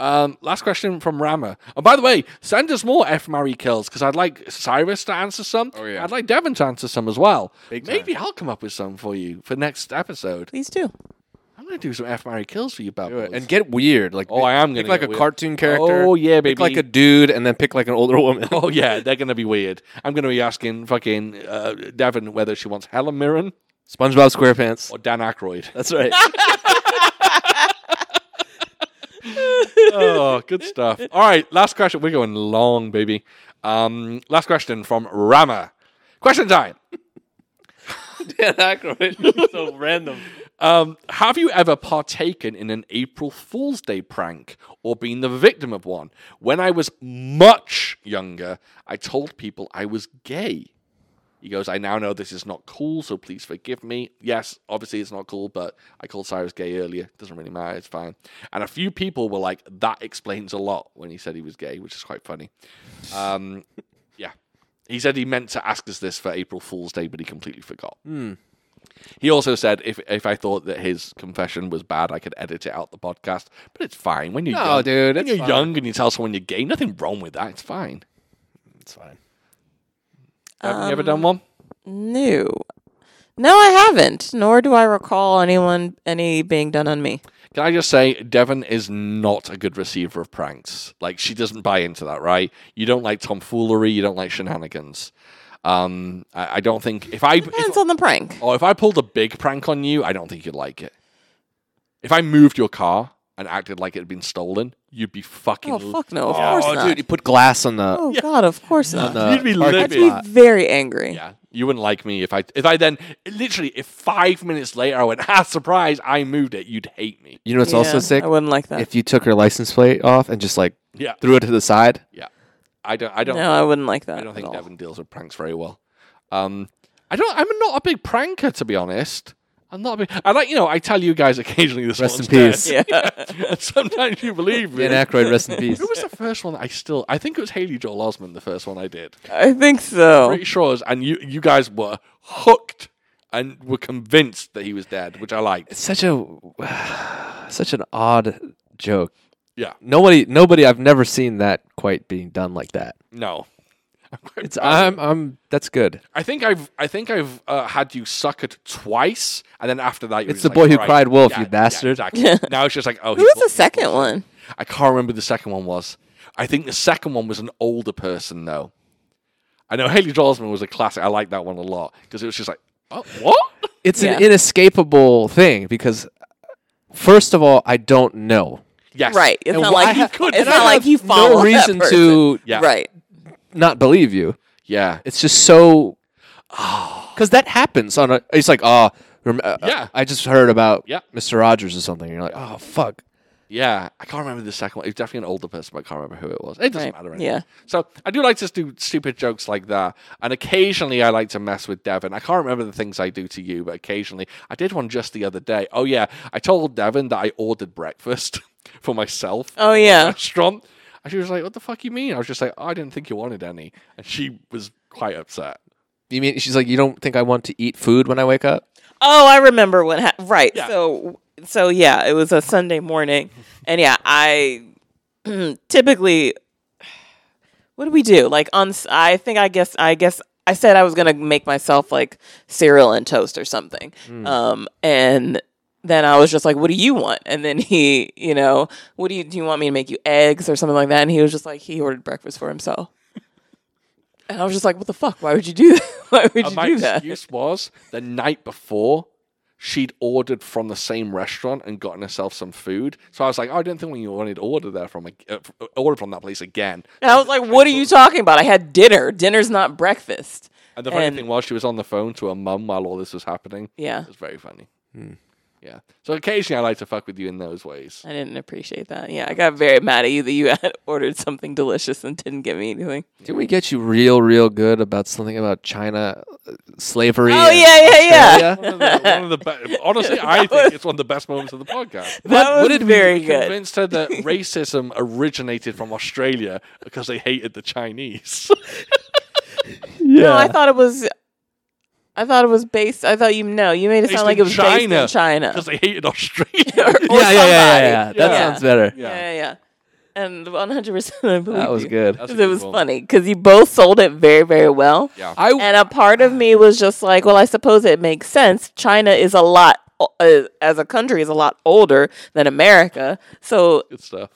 B: Um, last question from Rama. And by the way, send us more F. Murray kills because I'd like Cyrus to answer some.
A: Oh, yeah.
B: I'd like Devon to answer some as well.
A: Big
B: Maybe I'll come up with some for you for next episode.
C: Please do.
B: I'm going to do some F. Murray kills for you, bad
A: Do it.
B: boys.
A: And get weird. Like
B: Oh, I am
A: pick
B: gonna
A: like
B: get
A: a
B: weird.
A: cartoon character.
B: Oh, yeah,
A: Pick like
B: baby.
A: a dude, and then pick like an older woman.
B: Oh yeah, they're gonna be weird. I'm gonna be asking fucking uh, Devon whether she wants Helen Mirren
A: SpongeBob SquarePants.
B: or Dan Aykroyd.
A: That's right.
B: oh, good stuff. All right, last question. We're going long, baby. Um, last question from Rama. Question time.
A: Dan Aykroyd. so random.
B: Um, have you ever partaken in an April Fool's Day prank or been the victim of one? When I was much younger, I told people I was gay. He goes, I now know this is not cool, so please forgive me. Yes, obviously it's not cool, but I called Cyrus gay earlier. Doesn't really matter, it's fine. And a few people were like, that explains a lot when he said he was gay, which is quite funny. Um, yeah. He said he meant to ask us this for April Fool's Day, but he completely forgot.
A: Hmm.
B: He also said if if I thought that his confession was bad, I could edit it out the podcast. But it's fine when you're
A: No,
B: young,
A: dude,
B: When
A: it's
B: you're
A: fine.
B: young and you tell someone you're gay, nothing wrong with that. It's fine.
A: It's fine.
B: Have you ever
A: Um,
B: done one?
C: No. No, I haven't. Nor do I recall anyone any being done on me.
B: Can I just say, Devon is not a good receiver of pranks. Like she doesn't buy into that, right? You don't like tomfoolery. You don't like shenanigans. Um, I, I don't think if I if,
C: Depends on the prank.
B: oh if I pulled a big prank on you, I don't think you'd like it. If I moved your car and acted like it had been stolen, you'd be fucking.
C: Oh
B: l-
C: fuck no! Of
B: Oh,
C: course not.
A: dude, you put glass on the.
C: Oh god, of course
A: On
C: not.
A: the
B: You'd be
A: parking
C: I'd
B: livid.
C: be
A: lot.
C: very angry.
B: Yeah, you wouldn't like me if I if I then literally if five minutes later I went ah surprise I moved it you'd hate me.
A: You know what's
C: Yeah,
A: also sick?
C: I wouldn't like that.
A: If you took her license plate off and just like
B: Yeah,
A: threw it to the side.
B: I don't I don't
C: no, I wouldn't like that.
B: I don't
C: at
B: think
C: all.
B: Devin deals with pranks very well. Um, I don't. I'm not a big pranker to be honest. I'm not. A big, I like you know. I tell you guys occasionally this.
A: Rest
B: one's
A: in peace.
B: dead.
C: Yeah.
B: And sometimes you believe me.
A: Dan Aykroyd, rest in peace.
B: Who was the first one that I still? I think it was Haley Joel Osment. The first one I did.
A: Oh.
C: I think so.
B: Pretty sure. it was- and you, you guys were hooked and were convinced that he was dead, which I liked.
A: It's such a such an odd joke.
B: Yeah.
A: Nobody, nobody. I've never seen that quite being done like that.
B: No. I'm quite
A: It's
B: proud of
A: I'm I'm. That's good.
B: it. I think I've I think I've uh, had you suckered twice, and then after that, you were
A: It's
B: just
A: the
B: like,
A: boy who
B: "All right,
A: cried wolf,
B: yeah,
A: you
B: yeah,
A: bastard.
B: exactly. now it's just like oh,
C: Who was the second one?
B: I can't remember the second one was. I think the second one was an older person though. I know Haley Joel Osment was a classic. I like that one a lot because it was just like, oh, what?
A: It's an
C: Yeah.
A: inescapable thing because, first of all, I don't know.
B: yes,
C: Right. It's
A: And
C: not
A: why
C: like
A: ha-
C: he could.
A: and
C: It's
A: I
C: not like
A: have
C: he followed
A: No
C: that
A: reason
C: person.
A: to
B: Yeah,
C: Right.
A: not believe you.
B: yeah.
A: It's just so.
C: Ah.
A: Because that happens on a. It's like, oh, rem- uh,
B: Yeah.
A: I just heard about
B: Yeah.
A: Mr. Rogers or something. And you're like, oh, fuck.
B: Yeah, I can't remember the second one. It was definitely an older person, but I can't remember who it was. It doesn't
C: Right,
B: matter anymore.
C: yeah.
B: So I do like to do stupid jokes like that, and occasionally I like to mess with Devin. I can't remember the things I do to you, but occasionally I did one just the other day. Oh yeah, I told Devin that I ordered breakfast for myself.
C: Oh yeah.
B: restaurant. And she was like, "What the fuck you mean?" I was just like, "I didn't think you wanted any," and she was quite upset.
A: You mean she's like, you don't think I want to eat food when I wake up?
C: Oh, I remember what happened. Right.
B: Yeah.
C: So, so yeah, it was a Sunday morning, and yeah, I typically, what do we do? Like on, s- I think I guess I guess I said I was gonna make myself like cereal and toast or something, um, and then I was just like, "What do you want?" And then he, you know, what do you do? You want me to make you eggs or something like that? And he was just like, he ordered breakfast for himself. And I was just like, "What the fuck? Why would you do? Why would
B: And
C: you
B: my
C: do that?"
B: excuse was the night before she'd ordered from the same restaurant and gotten herself some food. So I was like, oh, "I didn't think we wanted to order there from ag- uh, f- order from that place again."
C: And I was like, "What are you talking about? I had dinner. Dinner's not breakfast."
B: And the funny
C: And-
B: thing was, she was on the phone to her mum while all this was happening.
C: Yeah, Hmm.
B: It was very funny. Yeah. So occasionally I like to fuck with you in those ways.
C: I didn't appreciate that. Yeah, I got very mad at you that you had ordered something delicious and didn't get me anything.
A: Didn't we get you real, real good about something about China uh, slavery?
C: Oh
A: and
C: yeah, yeah, yeah.
A: Australia?
B: One of the, one of the be- honestly, I think it's one of the best moments of the podcast.
C: That was
A: did we
C: very good.
B: convinced her that racism originated from Australia because they hated the Chinese.
C: No, I thought it was. I thought it was based. I thought you no. You made it
B: Based
C: sound like
B: in
C: it was based in
B: China.
C: China.
B: Because they hated Australia.
C: Or
A: yeah, yeah, yeah, yeah,
C: somebody.
A: yeah. That
B: Yeah.
A: sounds better.
C: Yeah, yeah, yeah. And one hundred percent, I believe
A: That was
C: you.
A: good.
B: That's a
C: 'Cause
B: good
C: It was
B: one.
C: funny because you both sold it very, very well.
B: Yeah.
A: I
C: And a part of me was just like, well, I suppose it makes sense. China is a lot, uh, as a country, is a lot older than America. So,
B: Good stuff.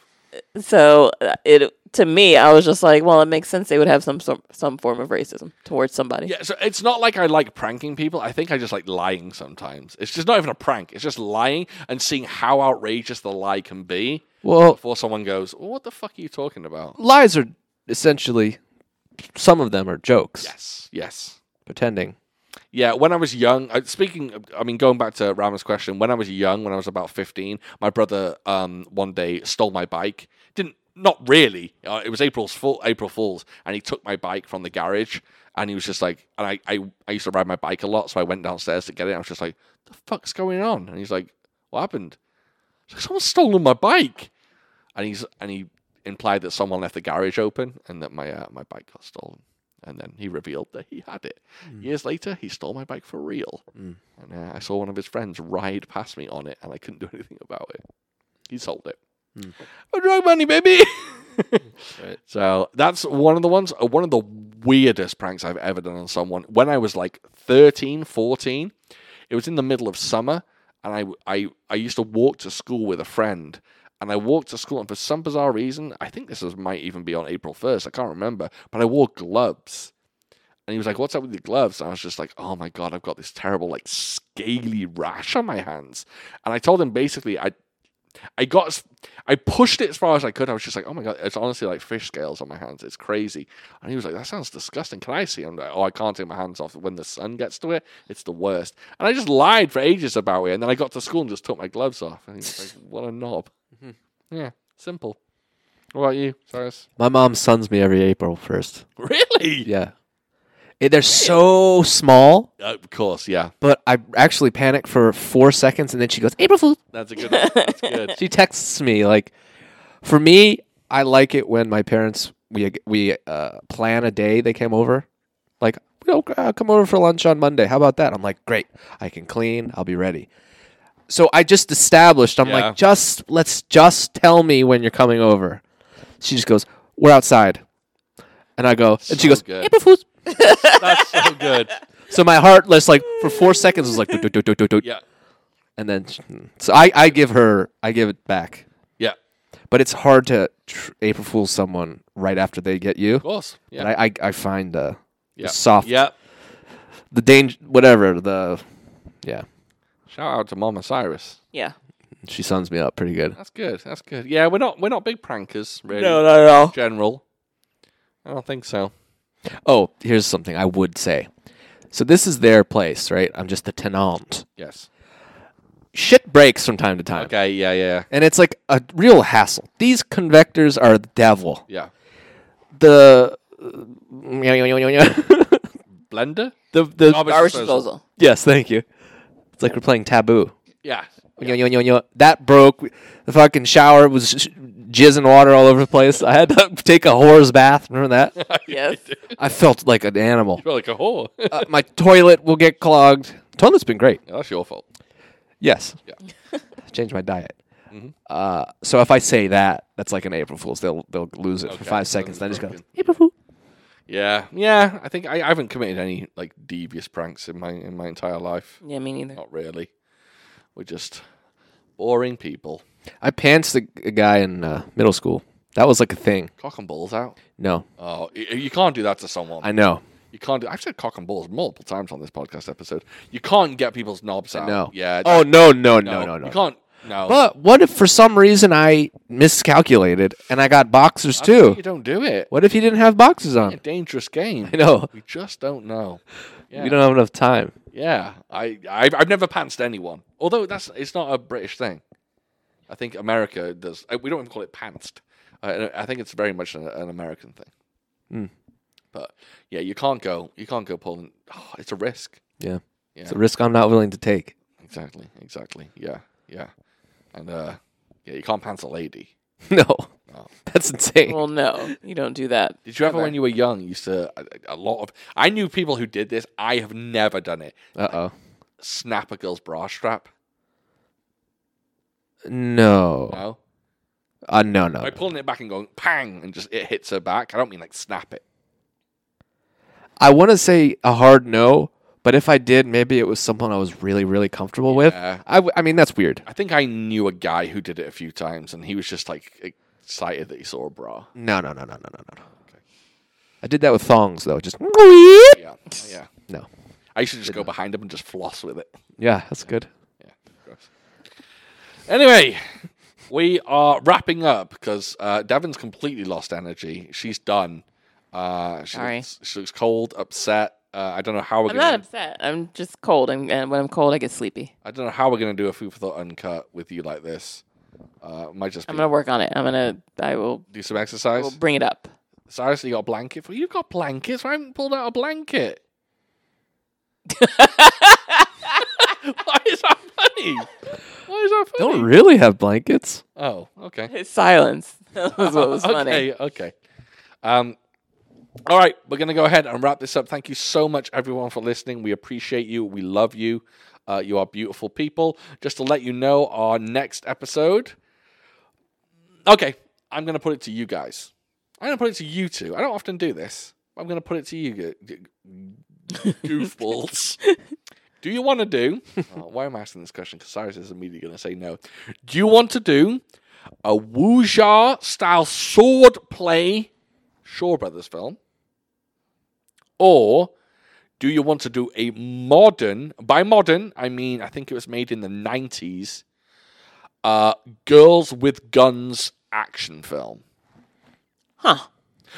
C: so uh, it to me, I was just like, well, it makes sense they would have some some, some form of racism towards somebody.
B: Yeah, so it's not like I like pranking people. I think I just like lying sometimes. It's just not even a prank. It's just lying and seeing how outrageous the lie can be
A: well,
B: before someone goes, "What the fuck are you talking about?"
A: lies are essentially some of them are jokes,
B: Yes, yes.
A: pretending.
B: Yeah, when I was young, I- speaking, of- I mean, going back to Rama's question, when I was young, when I was about 15, my brother um, one day stole my bike. Didn't, not really. Uh, it was April's full, April Fool's, and he took my bike from the garage. And he was just like, and I, I, I used to ride my bike a lot, so I went downstairs to get it. I was just like, the fuck's going on? And he's like, what happened? I was like, someone's stolen my bike. And he's, and he implied that someone left the garage open and that my, uh, my bike got stolen. And then he revealed that he had it. Years later, he stole my bike for real. And uh, I saw one of his friends ride past me on it, and I couldn't do anything about it. He sold it. I drug money, baby.
A: Right.
B: So that's one of the ones, uh, one of the weirdest pranks I've ever done on someone. When I was like 13, 14, it was in the middle of summer, and I, w- I, I used to walk to school with a friend. And I walked to school, and for some bizarre reason, I think this was, might even be on April 1st, I can't remember, but I wore gloves And he was like, "What's up with your gloves?" And I was just like, "Oh my god, I've got this terrible like scaly rash on my hands." And I told him basically, I, I got, as- I pushed it as far as I could. I was just like, "Oh my god, it's honestly like fish scales on my hands. It's crazy." And he was like, "That sounds disgusting. Can I see?" I'm like, "Oh, I can't take my hands off when the sun gets to it. It's the worst." And I just lied for ages about it. And then I got to school and just took my gloves off. And he's like, "What a knob." Yeah, simple. What about you, Cyrus?
A: My mom suns me every April 1st.
B: Really?
A: Yeah. Eh, They're so small,
B: Of course, yeah.
A: but I actually panic for four seconds and then she goes, April Fool.
B: That's a good. One. That's good.
A: She texts me like, for me, I like it when my parents we we uh, plan a day they came over, like we'll uh, come over for lunch on Monday. How about that? I'm like, great, I can clean, I'll be ready. So I just established. I'm
B: Yeah.
A: like, just let's just tell me when you're coming over. She just goes, we're outside, and I go, and she
B: So
A: goes,
B: good.
A: April Fools.
B: That's so good.
A: So my heart, less like for four seconds, was like, "Doot, doot, doot, doot, doot."
B: Yeah.
A: and then she- so I I give her I give it back.
B: Yeah. Of
A: but it's hard to tr- April Fool someone right after they get you.
B: course. Yeah.
A: And I, I, I find uh,
B: yeah.
A: the soft,
B: Yeah.
A: the danger, whatever the, yeah,
B: Shout out to Mama Cyrus.
C: Yeah.
A: she suns me up pretty good.
B: That's good. That's good. Yeah, we're not we're not big prankers, really.
C: not at all.
B: General. I don't think so.
A: Oh, here's something I would say. So this is their place, right? I'm just the tenant.
B: Yes.
A: Shit breaks from time to time,
B: Okay. Yeah. Yeah.
A: and it's like a real hassle. These convectors are the devil.
B: Yeah.
A: The
B: Blender.
A: the the
B: Garbage
C: Garbage
B: disposal.
C: disposal.
A: yes, thank you. It's like we're playing Taboo.
B: Yeah.
A: Yo, yo, yo, yo. That broke. The fucking shower was sh- sh- jizzing water all over the place. I had to take a whore's bath. Remember that?
C: Yes.
A: I felt like an animal.
B: You're like a whore.
A: Uh, my toilet will get clogged. Toilet's been great.
B: That's your fault.
A: Yes.
B: Yeah.
A: Change my diet. Uh, so if I say that, that's like an April Fool's. They'll they'll lose it for
B: Okay.
A: five seconds. Then I
B: Something's
A: just go
B: broken.
A: April Fool.
B: Yeah. Yeah. I think I, I haven't committed any like devious pranks in my in my entire life.
C: Yeah, me neither.
B: Not really. We're just boring people.
A: I pantsed a, a guy in uh, middle school. That was like a thing.
B: Cock and balls out.
A: No,
B: Oh, y- you can't do that to someone.
A: I know.
B: You can't do. I've said cock and balls multiple times on this podcast episode. You can't get people's knobs out.
A: No.
B: Yeah.
A: Oh no no no no no.
B: You can't. No.
A: But what if for some reason I miscalculated and I got boxers
B: I
A: too?
B: think You don't do it.
A: What if you didn't have boxers
B: A
A: on?
B: dangerous game.
A: I know.
B: We just don't know. Yeah.
A: We don't have enough time.
B: Yeah. I. I've, I've never pantsed anyone. Although that's it's not a British thing. I think America does. uh, We don't even call it pantsed. Uh, I, I think it's very much an, an American thing.
A: Hmm.
B: But yeah, you can't go. You can't go pulling. Oh, it's a risk.
A: Yeah. It's a
B: Yeah.
A: risk I'm not willing to take.
B: Exactly. Exactly. Yeah. Yeah. And uh, yeah, you can't pants a lady.
A: No.
B: No.
A: That's insane.
C: Well, no, you don't do that.
B: Did you ever,
C: Ever.
B: when you were young, used to uh, a, a lot of? I knew people who did this. I have never done it.
A: Uh oh.
B: Snap a girl's bra strap.
A: No.
B: No,
A: Uh, no, no.
B: by pulling it back and going pang, and just it hits her back. I don't mean like snap it.
A: I want to say a hard no, but if I did, maybe it was someone I was really, really comfortable with.
B: Yeah.
A: I, w- I mean, that's weird.
B: I think I knew a guy who did it a few times, and he was just like excited that he saw a bra.
A: No, no, no, no, no, no, no. I did that with thongs, though. Just. No.
B: Yeah, yeah. I used to just go behind him and just floss with it.
A: Yeah, that's good.
B: Yeah. gross. Anyway, we are wrapping up because uh, Devin's completely lost energy. She's done. Uh, she,
C: Sorry.
B: Looks, she looks cold, upset. Uh, I don't know how we're
C: I'm
B: gonna.
C: not upset. I'm just cold, and, and when I'm cold, I get sleepy.
B: I don't know how we're gonna do a food for thought uncut with you like this. Uh, might just be,
C: I'm gonna work on it. I'm gonna. I will.
B: do some
C: I
B: exercise.
C: will bring it up.
B: Seriously, you got a blanket for you've got blankets. I haven't pulled out a blanket. Why is that funny? Why is that funny?
A: Don't really have blankets.
B: oh, okay.
C: His silence. That was what was funny.
B: Okay, okay. Um, all right, we're going to go ahead and wrap this up. Thank you so much, everyone, for listening. We appreciate you. We love you. Uh, you are beautiful people. Just to let you know, our next episode. Okay, I'm going to put it to you guys. I'm going to put it to you two. I don't often do this. but I'm going to put it to you, g- g- goofballs. do you want to do? Oh, why am I asking this question? Because Cyrus is immediately going to say no. Do you want to do a Wuxia style sword play Shaw Brothers film, or Do you want to do a modern, by modern, I mean, I think it was made in the 90s, uh, girls with guns action film?
C: Huh.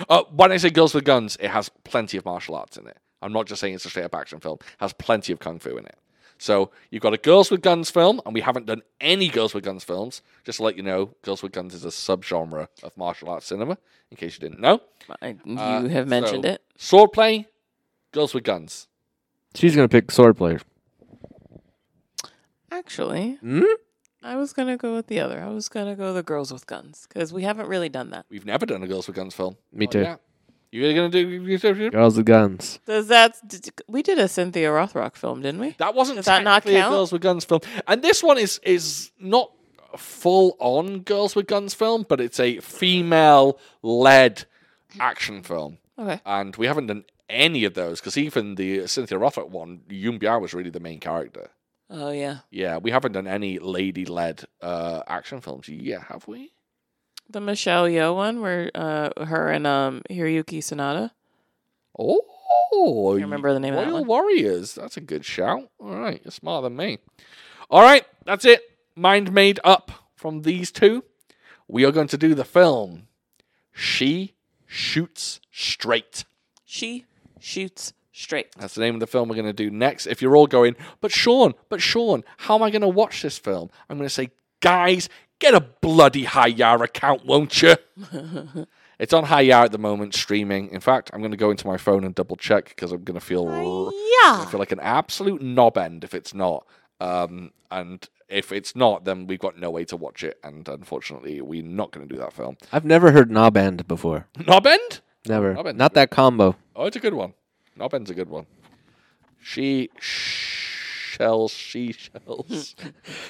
B: Uh, when I say girls with guns, it has plenty of martial arts in it. I'm not just saying it's a straight up action film. It has plenty of kung fu in it. So you've got a girls with guns film, and we haven't done any girls with guns films. Just to let you know, girls with guns is a subgenre of martial arts cinema. In case you didn't know,
C: I, you
B: Uh,
C: have mentioned
B: so-
C: it.
B: swordplay, girls with guns.
A: She's gonna pick sword player.
C: Actually,
A: Hmm?
C: I was gonna go with the other. I was gonna go the girls with guns because we haven't really done that.
B: We've never done a girls with guns film.
A: Me
B: Not
A: too.
B: yet. You're gonna do
A: Girls with guns.
C: Does that? did- we did a Cynthia Rothrock film, didn't we?
B: that wasn't
C: Does that not
B: technically a
C: count?
B: girls with guns film, and this one is is not full on girls with guns film, but it's a female led action film.
C: Okay.
B: and we haven't done any of those because even the Cynthia Rothrock one, Yoon Bia was really the main character.
C: Oh yeah,
B: Yeah, we haven't done any lady-led uh, action films. Yeah, have we?
C: the Michelle Yeoh one where uh, her and um, Hiroyuki Sanada.
B: Oh,
C: I remember the name of that
B: Royal
C: one.
B: Warriors. That's a good shout. All right, you're smarter than me. All right, that's it. Mind made up from these two. We are going to do the film. She shoots straight.
C: She shoots straight.
B: That's the name of the film we're going to do next. If you're all going, but Sean, but Sean, how am I going to watch this film? I'm going to say, guys, get a bloody Hayar account, won't you? it's on Hayar at the moment, streaming. In fact, I'm going to go into my phone and double check because I'm going to feel r- I'm gonna
C: Yeah.
B: feel like an absolute knob end if it's not. Um, and if it's not, then we've got no way to watch it. And unfortunately, we're not going to do that film.
A: I've never heard knob end before.
B: Knob end?
A: Never.
B: Knob end's
A: Not that combo.
B: Oh, it's a good one. Nobbin's a good one. She sh- shells. She shells.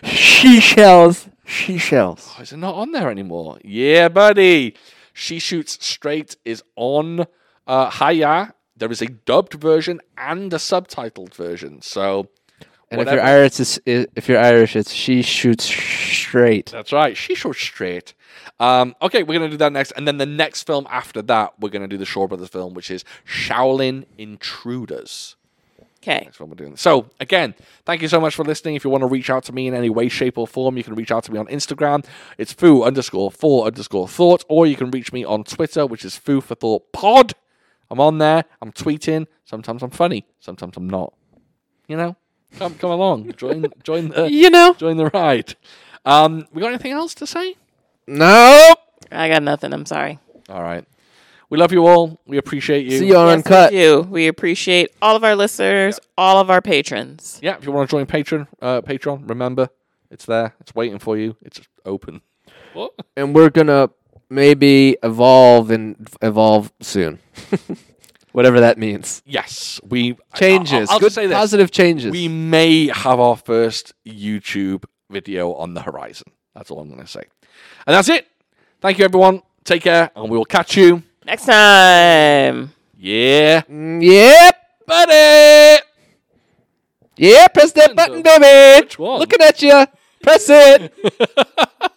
A: She shells. She shells.
B: oh, is it not on there anymore? Yeah, buddy. She shoots straight is on uh, Haya. There is a dubbed version and a subtitled version. So
A: And
B: Whatever.
A: if you're Irish, it's, i- if you're Irish, it's she shoots straight.
B: That's right. She shot straight. Um, okay, we're gonna do that next, and then the next film after that, we're gonna do the Shaw Brothers film, which is Shaolin Intruders.
C: Okay.
B: That's what we're doing. So, again, thank you so much for listening. If you want to reach out to me in any way, shape, or form, you can reach out to me on Instagram. It's foo underscore for underscore thought, or you can reach me on Twitter, which is foo for thought pod. I'm on there. I'm tweeting. Sometimes I'm funny. Sometimes I'm not. You know, come come along. Join join the
A: You know?
B: join the ride. Um, we got anything else to say?
A: Nope.
C: I got nothing. I'm sorry.
B: All right. We love you all. We appreciate you.
A: See you on
C: Yes,
A: Uncut.
C: we do. We appreciate all of our listeners, all of our patrons.
B: Yeah, if you want to join Patreon, uh, Patreon, remember it's there. It's waiting for you. It's open. What?
A: And we're going to maybe evolve and evolve soon. Whatever that means.
B: Yes, we I-
A: Changes.
B: I'll, I'll
A: Good
B: just say this:
A: positive changes.
B: we may have our first YouTube video on the horizon. That's all I'm going to say, and that's it. Thank you, everyone. Take care, and we will catch you.
C: Next time.
B: Yeah,
A: Mm, yep.
B: buddy.
A: Yeah, press that button, baby.
B: Which one?
A: Looking at you. Press it.